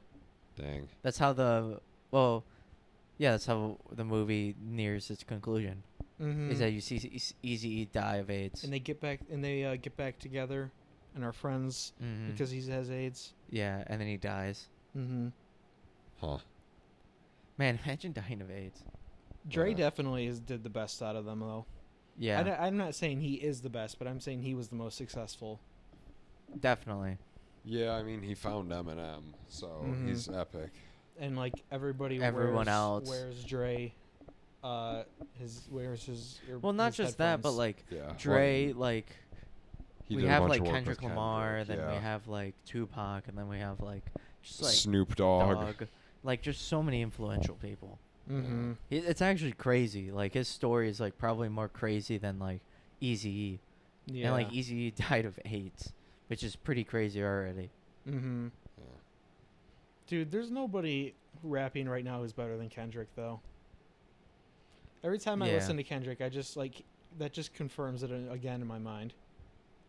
[SPEAKER 2] Dang.
[SPEAKER 1] That's how the well yeah, that's how the movie nears its conclusion.
[SPEAKER 3] mm-hmm.
[SPEAKER 1] is that you see Easy die of AIDS.
[SPEAKER 3] and they get back and they uh, get back together and are friends
[SPEAKER 1] Mhm.
[SPEAKER 3] because he has AIDS.
[SPEAKER 1] yeah, and then he dies.
[SPEAKER 3] Mm-hmm.
[SPEAKER 2] Huh.
[SPEAKER 1] Man, imagine dying of AIDS.
[SPEAKER 3] Dre
[SPEAKER 2] Yeah.
[SPEAKER 3] definitely is did the best out of them though.
[SPEAKER 1] Yeah,
[SPEAKER 3] I, am not saying he is the best, but I'm saying he was the most successful.
[SPEAKER 1] definitely.
[SPEAKER 2] Yeah, I mean, he found Eminem, so
[SPEAKER 1] Mm-hmm.
[SPEAKER 3] Mhm.
[SPEAKER 2] he's epic.
[SPEAKER 3] And like everybody,
[SPEAKER 1] Everyone
[SPEAKER 3] wears,
[SPEAKER 1] else.
[SPEAKER 3] wears Dre. Uh, his wears his. ear-
[SPEAKER 1] Well, not
[SPEAKER 3] his
[SPEAKER 1] just that, but
[SPEAKER 3] headphones.
[SPEAKER 1] like
[SPEAKER 2] Yeah.
[SPEAKER 1] Dre,
[SPEAKER 2] Well,
[SPEAKER 1] like
[SPEAKER 2] he
[SPEAKER 1] we
[SPEAKER 2] did a
[SPEAKER 1] have
[SPEAKER 2] bunch
[SPEAKER 1] like
[SPEAKER 2] of work
[SPEAKER 1] Kendrick
[SPEAKER 2] with
[SPEAKER 1] Lamar,
[SPEAKER 2] Kendrick,
[SPEAKER 1] then
[SPEAKER 2] yeah.
[SPEAKER 1] we have like Tupac, and then we have like just like
[SPEAKER 2] Snoop Dogg.
[SPEAKER 1] Dogg. like just so many influential people.
[SPEAKER 3] Mm-hmm.
[SPEAKER 1] It- It's actually crazy. Like his story is like probably more crazy than like Easy E.
[SPEAKER 3] Yeah.
[SPEAKER 1] And like Easy E died of AIDS, which is pretty crazy already.
[SPEAKER 3] Mm-hmm.
[SPEAKER 2] Yeah.
[SPEAKER 3] Dude, there's nobody rapping right now who's better than Kendrick though. Every time I
[SPEAKER 1] Yeah.
[SPEAKER 3] listen to Kendrick, I just like that just confirms it a- again in my mind.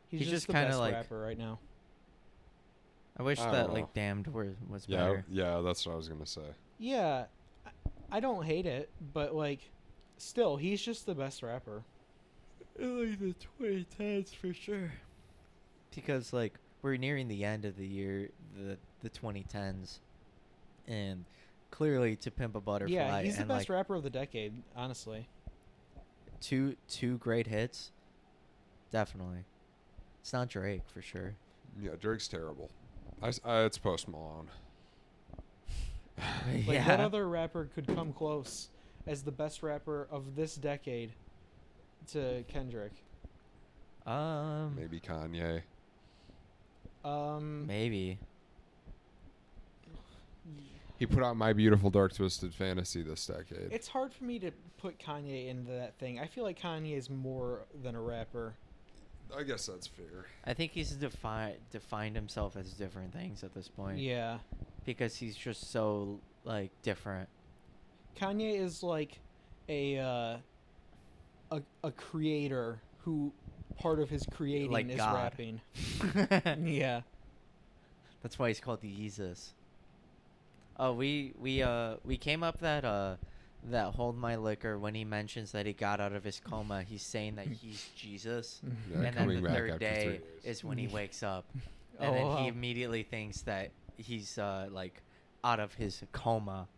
[SPEAKER 3] He's,
[SPEAKER 1] He's
[SPEAKER 3] just,
[SPEAKER 1] just
[SPEAKER 3] the
[SPEAKER 1] kinda
[SPEAKER 3] best
[SPEAKER 1] like-
[SPEAKER 3] rapper right now.
[SPEAKER 1] I wish
[SPEAKER 2] I don't
[SPEAKER 1] that
[SPEAKER 2] know.
[SPEAKER 1] like Damned were, was
[SPEAKER 2] Yeah,
[SPEAKER 1] better.
[SPEAKER 2] yeah, that's what I was gonna say.
[SPEAKER 3] Yeah, I, I don't hate it, but like, still, he's just the best rapper.
[SPEAKER 1] like the 2010s for sure. Because like we're nearing the end of the year, the the 2010s, and clearly to pimp a butterfly.
[SPEAKER 3] yeah, he's the
[SPEAKER 1] and,
[SPEAKER 3] best
[SPEAKER 1] like,
[SPEAKER 3] rapper of the decade, honestly.
[SPEAKER 1] Two two great hits. Definitely, it's not Drake for sure.
[SPEAKER 2] Yeah, Drake's terrible. I, s- uh, it's Post Malone.
[SPEAKER 3] Like, what other rapper could come close as the best rapper of this decade to Kendrick?
[SPEAKER 1] um,
[SPEAKER 2] Maybe
[SPEAKER 1] maybe.
[SPEAKER 2] Kanye.
[SPEAKER 3] Um,
[SPEAKER 2] He put out My Beautiful Dark Twisted Fantasy this decade.
[SPEAKER 3] It's hard for me to put Kanye into that thing. I feel like Kanye is more than a rapper.
[SPEAKER 2] I guess that's fair.
[SPEAKER 1] I think he's defined defined himself as different things at this point.
[SPEAKER 3] Yeah.
[SPEAKER 1] because he's just so like different.
[SPEAKER 3] Kanye is like a uh, a, a creator who part of his creating
[SPEAKER 1] Like
[SPEAKER 3] is
[SPEAKER 1] God.
[SPEAKER 3] rapping. yeah.
[SPEAKER 1] That's why he's called the Jesus. Oh, we we uh we came up that uh that hold my liquor when he mentions that he got out of his coma. He's saying that he's Jesus,
[SPEAKER 2] Yeah,
[SPEAKER 1] and then
[SPEAKER 2] coming
[SPEAKER 1] the
[SPEAKER 2] back
[SPEAKER 1] third
[SPEAKER 2] after
[SPEAKER 1] day
[SPEAKER 2] three days.
[SPEAKER 1] is when he wakes up,
[SPEAKER 3] Oh,
[SPEAKER 1] and then
[SPEAKER 3] wow.
[SPEAKER 1] he immediately thinks that he's uh like out of his coma.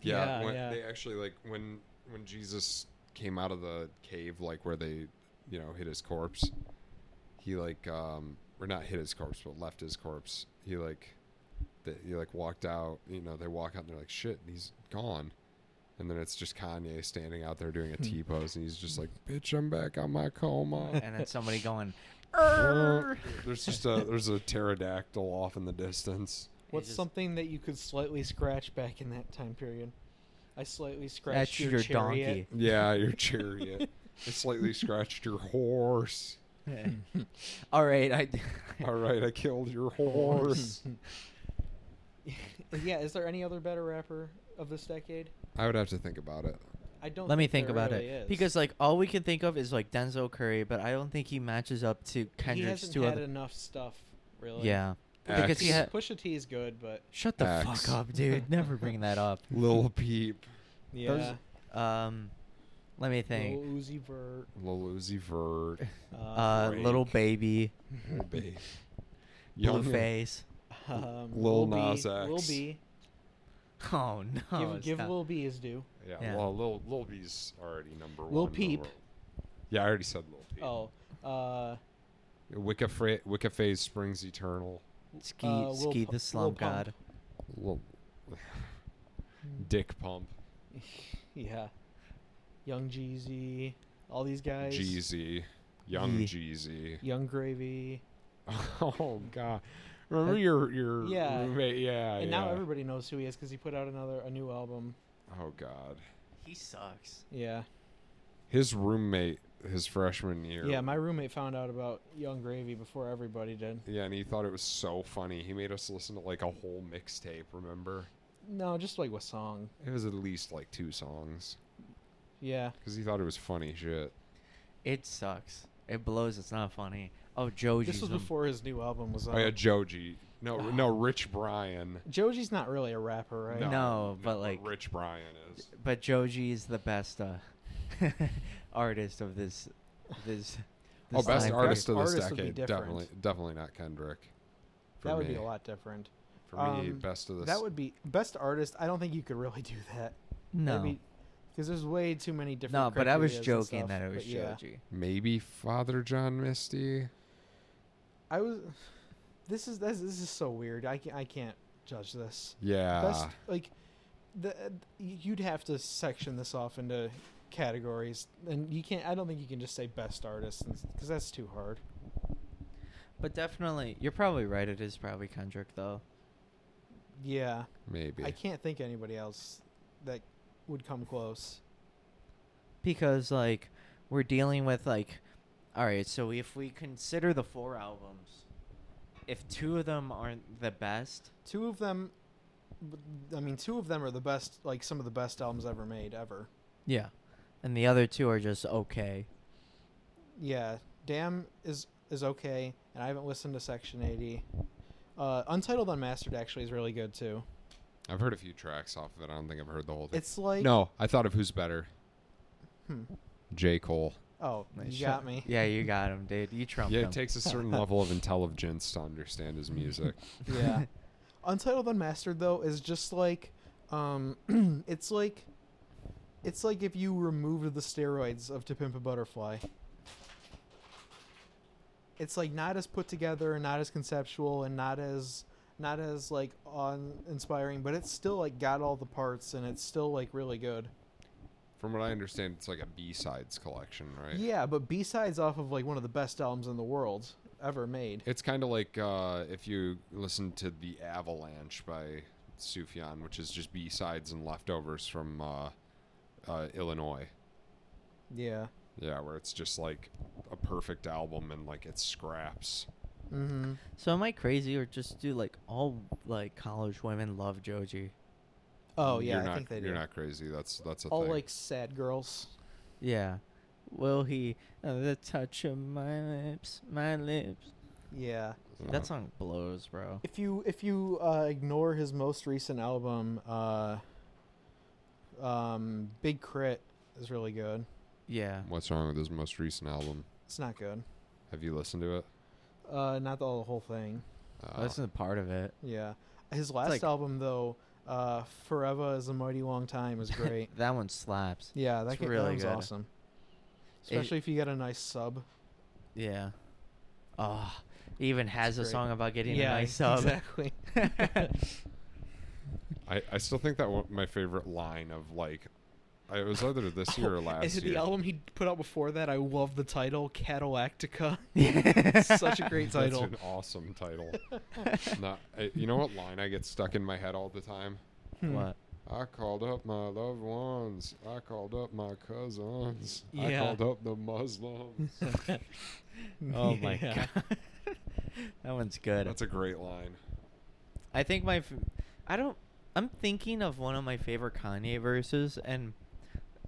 [SPEAKER 2] Yeah,
[SPEAKER 3] Yeah,
[SPEAKER 2] when
[SPEAKER 3] yeah.
[SPEAKER 2] they actually like when when Jesus came out of the cave, like where they, you know, hit his corpse. He like um or not hit his corpse, but left his corpse. He like that he like walked out. You know, they walk out and they're like, shit, he's gone. And then it's just Kanye standing out there doing a T pose, and he's just like, "Bitch, I'm back on my coma."
[SPEAKER 1] and then somebody going,
[SPEAKER 2] Uh, there's just a there's a pterodactyl off in the distance.
[SPEAKER 3] What's
[SPEAKER 1] just-
[SPEAKER 3] something that you could slightly scratch back in that time period? I slightly scratched
[SPEAKER 1] "That's
[SPEAKER 3] your,
[SPEAKER 1] your
[SPEAKER 3] chariot.
[SPEAKER 1] donkey."
[SPEAKER 2] Yeah, your chariot. it slightly scratched your horse.
[SPEAKER 1] All right, I.
[SPEAKER 2] All right, I killed your horse.
[SPEAKER 3] yeah, is there any other better rapper of this decade?
[SPEAKER 2] I would have to think about it.
[SPEAKER 3] I don't.
[SPEAKER 1] Let me think
[SPEAKER 3] think there
[SPEAKER 1] about
[SPEAKER 3] really
[SPEAKER 1] it
[SPEAKER 3] is.
[SPEAKER 1] because like all we can think of is like Denzel Curry, but I don't think he matches up to
[SPEAKER 3] he
[SPEAKER 1] Kendrick's
[SPEAKER 3] hasn't
[SPEAKER 1] two
[SPEAKER 3] had
[SPEAKER 1] other.
[SPEAKER 3] enough stuff, really.
[SPEAKER 1] Yeah,
[SPEAKER 2] X.
[SPEAKER 1] because he had.
[SPEAKER 3] Pusha T is good, but
[SPEAKER 1] Shut the
[SPEAKER 2] Axe.
[SPEAKER 1] fuck up, dude! Never bring that up.
[SPEAKER 2] Lil Peep,
[SPEAKER 3] yeah,
[SPEAKER 1] Those- Um, let me
[SPEAKER 3] Lil
[SPEAKER 1] think.
[SPEAKER 3] Uzi Vert,
[SPEAKER 2] Lil Uzi Vert,
[SPEAKER 1] Uh,
[SPEAKER 2] Drake.
[SPEAKER 1] little baby,
[SPEAKER 2] Lil Babe,
[SPEAKER 1] blue
[SPEAKER 2] Young
[SPEAKER 1] face.
[SPEAKER 3] um,
[SPEAKER 2] Lil
[SPEAKER 3] B,
[SPEAKER 2] Nas X.
[SPEAKER 3] Lil B,
[SPEAKER 1] Oh no!
[SPEAKER 3] give, give
[SPEAKER 1] stop.
[SPEAKER 3] Lil B his due.
[SPEAKER 2] Yeah,
[SPEAKER 1] Yeah.
[SPEAKER 2] well, Lil Lil B's already number one.
[SPEAKER 3] Lil
[SPEAKER 2] in the
[SPEAKER 3] Peep.
[SPEAKER 2] world. Yeah, I already said Lil Peep.
[SPEAKER 3] Oh, uh,
[SPEAKER 2] Wicca Fra- Wicca Phase Springs Eternal.
[SPEAKER 1] Ski,
[SPEAKER 3] uh, Lil
[SPEAKER 1] ski
[SPEAKER 3] Pump-
[SPEAKER 1] the
[SPEAKER 3] Lil
[SPEAKER 1] slum
[SPEAKER 3] Pump.
[SPEAKER 1] god.
[SPEAKER 2] Lil
[SPEAKER 3] Hmm.
[SPEAKER 2] Dick Pump,
[SPEAKER 3] yeah, Young Jeezy, all these guys,
[SPEAKER 2] Jeezy, Young
[SPEAKER 1] Ye-
[SPEAKER 2] Jeezy.
[SPEAKER 3] Young Gravy,
[SPEAKER 2] Oh God, remember your your
[SPEAKER 3] Yeah.
[SPEAKER 2] roommate? Yeah,
[SPEAKER 3] and
[SPEAKER 2] Ah, yeah.
[SPEAKER 3] now everybody knows who he is because he put out another a new album.
[SPEAKER 2] oh God,
[SPEAKER 1] He sucks.
[SPEAKER 3] Yeah,
[SPEAKER 2] his roommate, his freshman year.
[SPEAKER 3] yeah. My roommate found out about Young Gravy before everybody did.
[SPEAKER 2] Yeah, and he thought it was so funny. He made us listen to like a whole mixtape, remember?
[SPEAKER 3] No, just like what song?
[SPEAKER 2] It was at least like two songs
[SPEAKER 3] Yeah,
[SPEAKER 2] because he thought it was funny shit.
[SPEAKER 1] It sucks. It blows. It's not funny. Oh, Joji's.
[SPEAKER 3] this was
[SPEAKER 1] um,
[SPEAKER 3] before his new album was uh, out.
[SPEAKER 2] Oh, yeah, Joji. No, r- no, Rich Brian.
[SPEAKER 3] Joji's not really a rapper, right?
[SPEAKER 1] No, but, like-
[SPEAKER 2] Rich Brian is.
[SPEAKER 1] But Joji is the best uh, artist of this. This.
[SPEAKER 2] Oh,
[SPEAKER 1] this
[SPEAKER 2] best
[SPEAKER 1] time
[SPEAKER 2] artist
[SPEAKER 1] period.
[SPEAKER 2] of this
[SPEAKER 3] Artist would be
[SPEAKER 2] decade.
[SPEAKER 3] different.
[SPEAKER 2] Definitely, definitely not Kendrick. For
[SPEAKER 3] that would
[SPEAKER 2] me.
[SPEAKER 3] be a lot different.
[SPEAKER 2] For me,
[SPEAKER 3] Um,
[SPEAKER 2] best of this.
[SPEAKER 3] That would be best artist. I don't think you could really do that.
[SPEAKER 1] No,
[SPEAKER 3] because there's way too many different.
[SPEAKER 1] no, but I was
[SPEAKER 3] criterias and
[SPEAKER 1] joking
[SPEAKER 3] stuff,
[SPEAKER 1] that it
[SPEAKER 3] but
[SPEAKER 1] was
[SPEAKER 3] yeah.
[SPEAKER 1] Joji.
[SPEAKER 2] maybe Father John Misty.
[SPEAKER 3] I was. This is this, this is so weird. I can't, I can't judge this.
[SPEAKER 2] Yeah.
[SPEAKER 3] Best like, the you'd have to section this off into categories, and you can't. I don't think you can just say best artist because that's too hard.
[SPEAKER 1] But definitely, you're probably right. It is probably Kendrick though.
[SPEAKER 3] Yeah,
[SPEAKER 2] Maybe.
[SPEAKER 3] I can't think of anybody else that would come close.
[SPEAKER 1] because like we're dealing with like all right so if we consider the four albums if two of them aren't the best
[SPEAKER 3] Two of them, I mean, two of them are the best, like some of the best albums ever made ever.
[SPEAKER 1] yeah and the other two are just okay
[SPEAKER 3] Yeah, Damn is is okay, and I haven't listened to Section 80. Uh, Untitled Unmastered actually is really good too.
[SPEAKER 2] I've heard a few tracks off of it. I don't think I've heard the whole thing.
[SPEAKER 3] It's like
[SPEAKER 2] no, I thought of who's better,
[SPEAKER 3] Hmm.
[SPEAKER 2] J Cole.
[SPEAKER 3] Oh,
[SPEAKER 1] Nice
[SPEAKER 3] you
[SPEAKER 1] shot.
[SPEAKER 3] got me.
[SPEAKER 1] yeah you got him dude you trumped
[SPEAKER 2] yeah,
[SPEAKER 1] him
[SPEAKER 2] it takes a certain level of intelligence to understand his music.
[SPEAKER 3] Yeah. Untitled Unmastered though is just like um it's like it's like if you removed the steroids of To Pimp a Butterfly. It's like not as put together, not as conceptual, and not as not as like on inspiring, but it's still like got all the parts and it's still like really good.
[SPEAKER 2] From what I understand, it's like a B sides collection, right?
[SPEAKER 3] Yeah, but B sides off of like one of the best albums in the world ever made.
[SPEAKER 2] It's kind of like uh, if you listen to The Avalanche by Sufjan, which is just B sides and leftovers from uh, uh, Illinois.
[SPEAKER 3] Yeah.
[SPEAKER 2] Yeah, where it's just like a perfect album and like it's scraps.
[SPEAKER 3] Mm-hmm.
[SPEAKER 1] so am i crazy or just do like all like college women love joji
[SPEAKER 3] Oh yeah,
[SPEAKER 2] You're
[SPEAKER 3] I
[SPEAKER 2] not-
[SPEAKER 3] think they do.
[SPEAKER 2] You're not crazy. That's that's a
[SPEAKER 3] all
[SPEAKER 2] thing.
[SPEAKER 3] like sad girls.
[SPEAKER 1] yeah will he uh, the touch of my lips my lips
[SPEAKER 3] Yeah.
[SPEAKER 2] Yeah.
[SPEAKER 1] that song blows bro
[SPEAKER 3] If you if you uh, ignore his most recent album, uh, um, Big Crit is really good.
[SPEAKER 1] yeah
[SPEAKER 2] What's wrong with his most recent album?
[SPEAKER 3] It's not good.
[SPEAKER 2] Have you listened to it?
[SPEAKER 3] Uh, not the, the whole thing.
[SPEAKER 2] Uh,
[SPEAKER 1] that's a part of it
[SPEAKER 3] Yeah. His last
[SPEAKER 1] like-
[SPEAKER 3] album though, uh, Forever is a Mighty Long Time is great.
[SPEAKER 1] that one slaps
[SPEAKER 3] yeah, that
[SPEAKER 1] It's
[SPEAKER 3] ca- that
[SPEAKER 1] really
[SPEAKER 3] one's
[SPEAKER 1] good.
[SPEAKER 3] awesome.
[SPEAKER 1] It-
[SPEAKER 3] Especially if you get a nice sub.
[SPEAKER 1] Yeah. Oh, he even has a
[SPEAKER 3] great.
[SPEAKER 1] song about getting
[SPEAKER 4] Yeah,
[SPEAKER 1] a nice sub.
[SPEAKER 4] exactly.
[SPEAKER 2] I, I still think that one, my favorite line of like, I, it was either this year or last
[SPEAKER 4] Is it
[SPEAKER 2] year.
[SPEAKER 4] the album he put out before that? I love the title Catalactica. Such a great
[SPEAKER 2] That's
[SPEAKER 4] title.
[SPEAKER 2] an awesome title. Not, I, you know what line I get stuck in my head all the time?
[SPEAKER 3] Hmm.
[SPEAKER 1] What?
[SPEAKER 2] I called up my loved ones. I called up my cousins. I
[SPEAKER 4] Yeah.
[SPEAKER 2] called up the Muslims.
[SPEAKER 1] Oh my
[SPEAKER 4] Yeah.
[SPEAKER 1] god. that one's good.
[SPEAKER 2] That's a great line.
[SPEAKER 1] I think my, f- I don't. I'm thinking of one of my favorite Kanye verses, and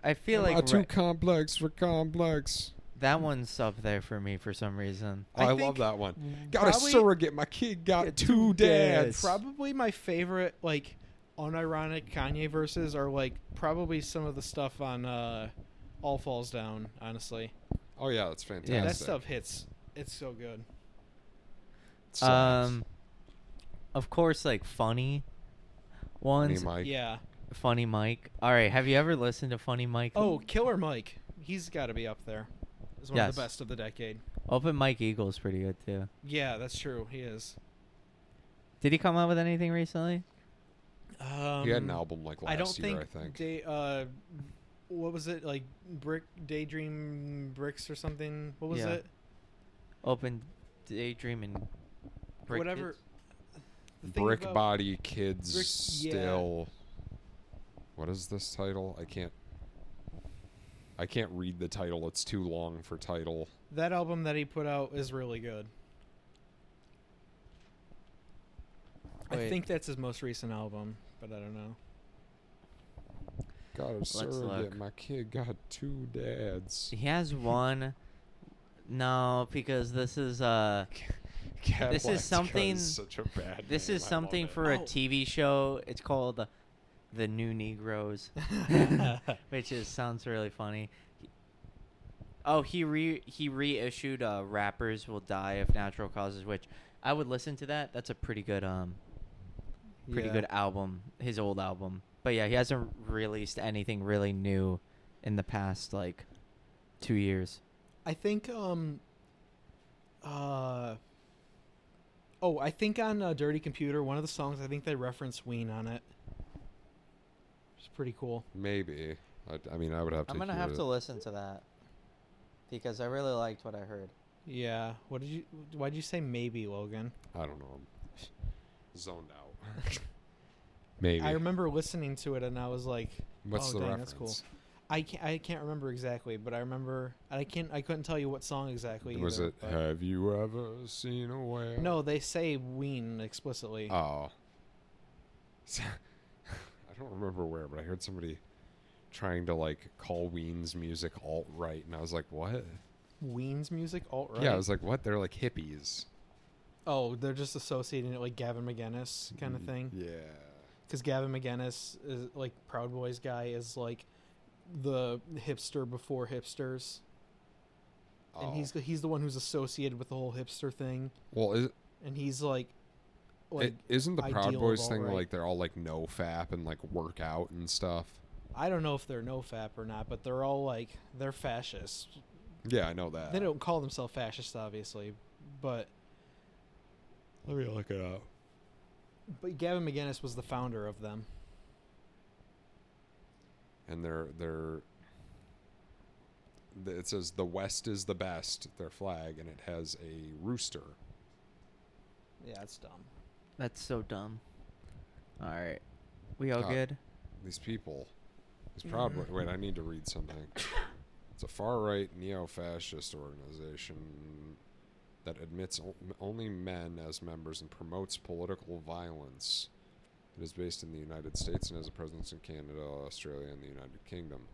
[SPEAKER 1] I feel
[SPEAKER 2] Am I
[SPEAKER 1] like
[SPEAKER 2] too
[SPEAKER 1] ri-
[SPEAKER 2] complex for complex.
[SPEAKER 1] that one's up there for me for some reason.
[SPEAKER 2] I,
[SPEAKER 4] I
[SPEAKER 2] love
[SPEAKER 4] think
[SPEAKER 2] that one. Got a
[SPEAKER 4] probably-
[SPEAKER 2] surrogate. My kid got
[SPEAKER 4] Yeah,
[SPEAKER 2] two
[SPEAKER 4] two
[SPEAKER 2] dads.
[SPEAKER 4] Probably my favorite, like, unironic Kanye verses are like probably some of the stuff on uh, "All Falls Down." Honestly,
[SPEAKER 2] Oh yeah, that's fantastic.
[SPEAKER 1] Yeah.
[SPEAKER 4] that stuff hits. It's so good.
[SPEAKER 2] Sucks.
[SPEAKER 1] Um, of course, like funny
[SPEAKER 2] Funny
[SPEAKER 1] ones.
[SPEAKER 2] Mike.
[SPEAKER 4] yeah.
[SPEAKER 1] Funny Mike. All right, have you ever listened to Funny Mike?
[SPEAKER 4] Oh, Killer Mike. He's got to be up there. He's one of
[SPEAKER 1] Yes.
[SPEAKER 4] the best of the decade.
[SPEAKER 1] Open Mike Eagle's pretty good too.
[SPEAKER 4] Yeah, that's true. He is.
[SPEAKER 1] Did he come out with anything recently?
[SPEAKER 4] Um,
[SPEAKER 2] he had an album like last
[SPEAKER 4] I don't
[SPEAKER 2] year,
[SPEAKER 4] think.
[SPEAKER 2] I think.
[SPEAKER 4] Day, uh, what was it like? Brick Daydream Bricks or something? What was
[SPEAKER 1] Yeah.
[SPEAKER 4] it?
[SPEAKER 1] Open Daydream and Brick
[SPEAKER 4] Whatever.
[SPEAKER 1] Kids?
[SPEAKER 4] The thing
[SPEAKER 2] Brick
[SPEAKER 4] about-
[SPEAKER 2] Body Kids
[SPEAKER 4] Brick- yeah.
[SPEAKER 2] Still. What is this title? I can't. I can't read the title. It's too long for title.
[SPEAKER 4] That album that he put out is really good. I
[SPEAKER 1] Wait.
[SPEAKER 4] think that's his most recent album, but I don't know.
[SPEAKER 2] Got a surrogate.
[SPEAKER 1] look.
[SPEAKER 2] My kid got two dads.
[SPEAKER 1] He has one. No, because this is uh This is
[SPEAKER 2] Cadillac's
[SPEAKER 1] something-
[SPEAKER 2] Cut is Such a bad
[SPEAKER 1] this
[SPEAKER 2] name.
[SPEAKER 1] is
[SPEAKER 2] I love
[SPEAKER 1] something
[SPEAKER 2] it.
[SPEAKER 1] for a
[SPEAKER 4] Oh.
[SPEAKER 1] TV show. It's called The New Negroes, which is sounds really funny. He- Oh, he re he reissued uh, "Rappers Will Die of Natural Causes," which I would listen to. That that's a pretty good um pretty
[SPEAKER 3] Yeah.
[SPEAKER 1] good album, his old album. But yeah, he hasn't released anything really new in the past like two years.
[SPEAKER 3] I think um uh Oh, I think on uh, Dirty Computer, one of the songs I think they reference Ween on it. It's pretty cool.
[SPEAKER 2] Maybe. I, I mean, I would have to.
[SPEAKER 1] I'm gonna
[SPEAKER 2] hear
[SPEAKER 1] have
[SPEAKER 2] it.
[SPEAKER 1] to listen to that because I really liked what I heard.
[SPEAKER 3] Yeah. What did you why did you say maybe, Logan?
[SPEAKER 2] I don't know. I'm zoned out. Maybe.
[SPEAKER 3] I remember listening to it and I was like,
[SPEAKER 2] What's
[SPEAKER 3] Oh,
[SPEAKER 2] the
[SPEAKER 3] dang,
[SPEAKER 2] reference?
[SPEAKER 3] that's cool. I can't, I can't remember exactly, but I remember and I can't I couldn't tell you what song exactly.
[SPEAKER 2] Was
[SPEAKER 3] either,
[SPEAKER 2] it
[SPEAKER 3] but-
[SPEAKER 2] Have you ever seen a whale?
[SPEAKER 3] No, they say Ween explicitly.
[SPEAKER 2] Oh. So- I don't remember where, but I heard somebody trying to like call Ween's music alt right, and I was like, "What?"
[SPEAKER 3] Ween's music alt right.
[SPEAKER 2] Yeah, I was like, "What?" They're like hippies,
[SPEAKER 3] oh, they're just associating it like Gavin McGinnis kind of
[SPEAKER 2] Mm,
[SPEAKER 3] thing.
[SPEAKER 2] Yeah.
[SPEAKER 3] Because Gavin McGinnis is like Proud Boys guy is like the hipster before hipsters,
[SPEAKER 2] Oh.
[SPEAKER 3] and he's he's the one who's associated with the whole hipster thing,
[SPEAKER 2] well, is,
[SPEAKER 3] and he's like, like
[SPEAKER 2] it, isn't the Proud
[SPEAKER 3] ideal of
[SPEAKER 2] Boys
[SPEAKER 3] alt
[SPEAKER 2] thing
[SPEAKER 3] right.
[SPEAKER 2] like they're all like no fap and like work out and stuff?
[SPEAKER 3] I don't know if they're no fap or not, but they're all like they're fascists.
[SPEAKER 2] Yeah, I know that.
[SPEAKER 3] They don't call themselves fascists, obviously, but
[SPEAKER 2] Let me look it up.
[SPEAKER 3] but Gavin McGinnis was the founder of them.
[SPEAKER 2] And they're they're. th- It says the West is the best. Their flag, and it has a rooster.
[SPEAKER 3] Yeah, it's dumb.
[SPEAKER 1] That's so dumb. All right, we all
[SPEAKER 2] Uh,
[SPEAKER 1] good?
[SPEAKER 2] these people. These Proud Boys. Wait, I need to read something. It's a far right neo fascist organization that admits o- only men as members and promotes political violence. It is based in the United States and has a presence in Canada, Australia, and the United Kingdom.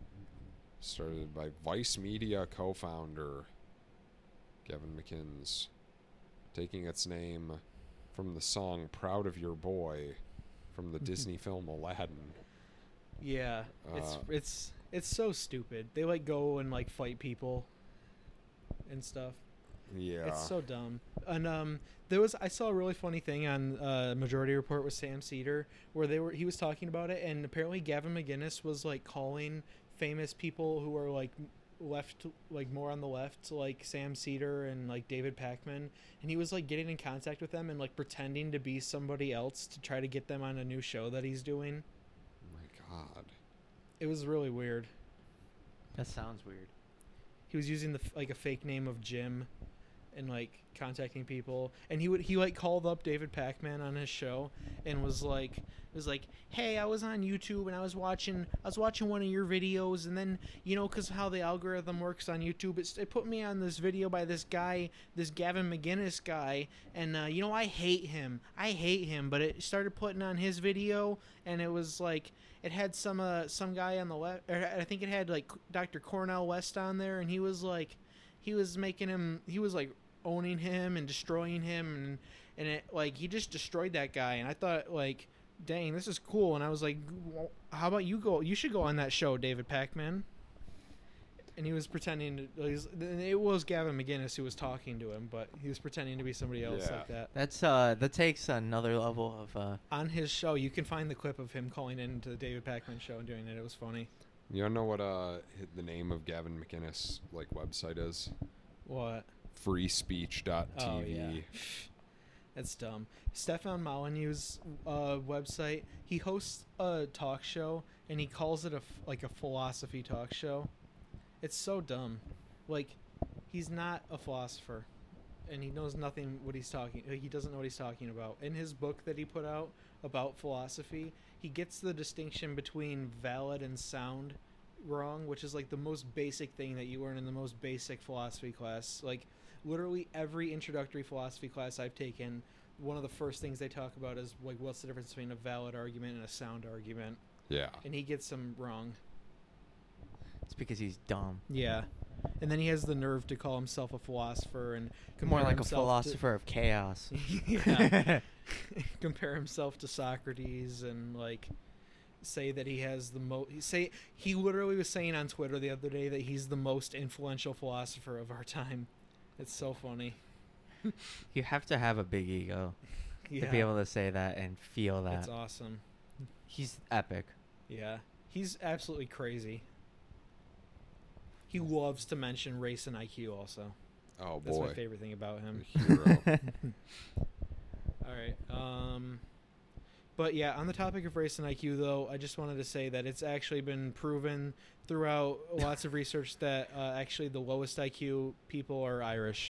[SPEAKER 2] Started by Vice Media co founder Gavin McKins, taking its name from the song Proud of Your Boy from the Disney film Aladdin.
[SPEAKER 3] Yeah, it's
[SPEAKER 2] Uh,
[SPEAKER 3] it's it's so stupid. They like go and like fight people and stuff.
[SPEAKER 2] Yeah.
[SPEAKER 3] It's so dumb. And um, there was I saw a really funny thing on uh, Majority Report with Sam Cedar where they were he was talking about it, and apparently Gavin McGinnis was like calling famous people who are like left like more on the left like Sam Cedar and like David Packman and he was like getting in contact with them and like pretending to be somebody else to try to get them on a new show that he's doing
[SPEAKER 2] Oh my god.
[SPEAKER 3] it was really weird
[SPEAKER 1] That sounds weird.
[SPEAKER 3] he was using the f- like a fake name of Jim and like contacting people and he would he like called up David Pacman on his show and was like was like hey I was on YouTube and I was watching I was watching one of your videos and then you know cuz how the algorithm works on YouTube it's, it put me on this video by this guy this Gavin McGinnis guy and uh, you know I hate him I hate him but it started putting on his video and it was like it had some uh some guy on the left or I think it had like Dr. Cornell West on there and he was like he was making him he was like owning him and destroying him and and it like he just destroyed that guy and I thought like dang this is cool and I was like well, how about you go you should go on that show David Pacman and he was pretending to he was- and it was Gavin McGinnis who was talking to him but he was pretending to be somebody else
[SPEAKER 2] Yeah.
[SPEAKER 3] like that
[SPEAKER 1] That's uh, that takes another level of uh.
[SPEAKER 3] on his show you can find the clip of him calling into the David Pacman show and doing it it was funny
[SPEAKER 2] You don't know what uh hi- the name of Gavin McInnes like website is?
[SPEAKER 3] what
[SPEAKER 2] Freespeech.tv.
[SPEAKER 3] Oh, yeah. That's dumb. Stefan Molyneux's uh, website. He hosts a talk show and he calls it a f- like a philosophy talk show. It's so dumb. Like he's not a philosopher, and he knows nothing what he's talking. He doesn't know what he's talking about. In his book that he put out about philosophy, he gets the distinction between valid and sound wrong, which is like the most basic thing that you learn in the most basic philosophy class. Like literally every introductory philosophy class I've taken, one of the first things they talk about is like what's the difference between a valid argument and a sound argument,
[SPEAKER 2] Yeah.
[SPEAKER 3] and he gets them wrong.
[SPEAKER 1] It's because he's dumb.
[SPEAKER 3] Yeah, and then he has the nerve to call himself a philosopher and
[SPEAKER 1] More
[SPEAKER 3] compare
[SPEAKER 1] like a
[SPEAKER 3] himself to-
[SPEAKER 1] philosopher of chaos.
[SPEAKER 3] Yeah. compare himself to Socrates and like say that he has the most say he literally was saying on Twitter the other day that he's the most influential philosopher of our time. It's so funny.
[SPEAKER 1] you have to have a big ego
[SPEAKER 3] Yeah.
[SPEAKER 1] to be able to say that and feel that.
[SPEAKER 3] It's awesome.
[SPEAKER 1] He's epic.
[SPEAKER 3] Yeah. He's absolutely crazy. He loves to mention race and IQ also.
[SPEAKER 2] Oh
[SPEAKER 3] That's
[SPEAKER 2] boy.
[SPEAKER 3] my favorite thing about him.
[SPEAKER 2] A hero.
[SPEAKER 3] All right. Um, but yeah, on the topic of race and IQ, though, I just wanted to say that it's actually been proven throughout lots of research that uh, actually the lowest IQ people are Irish.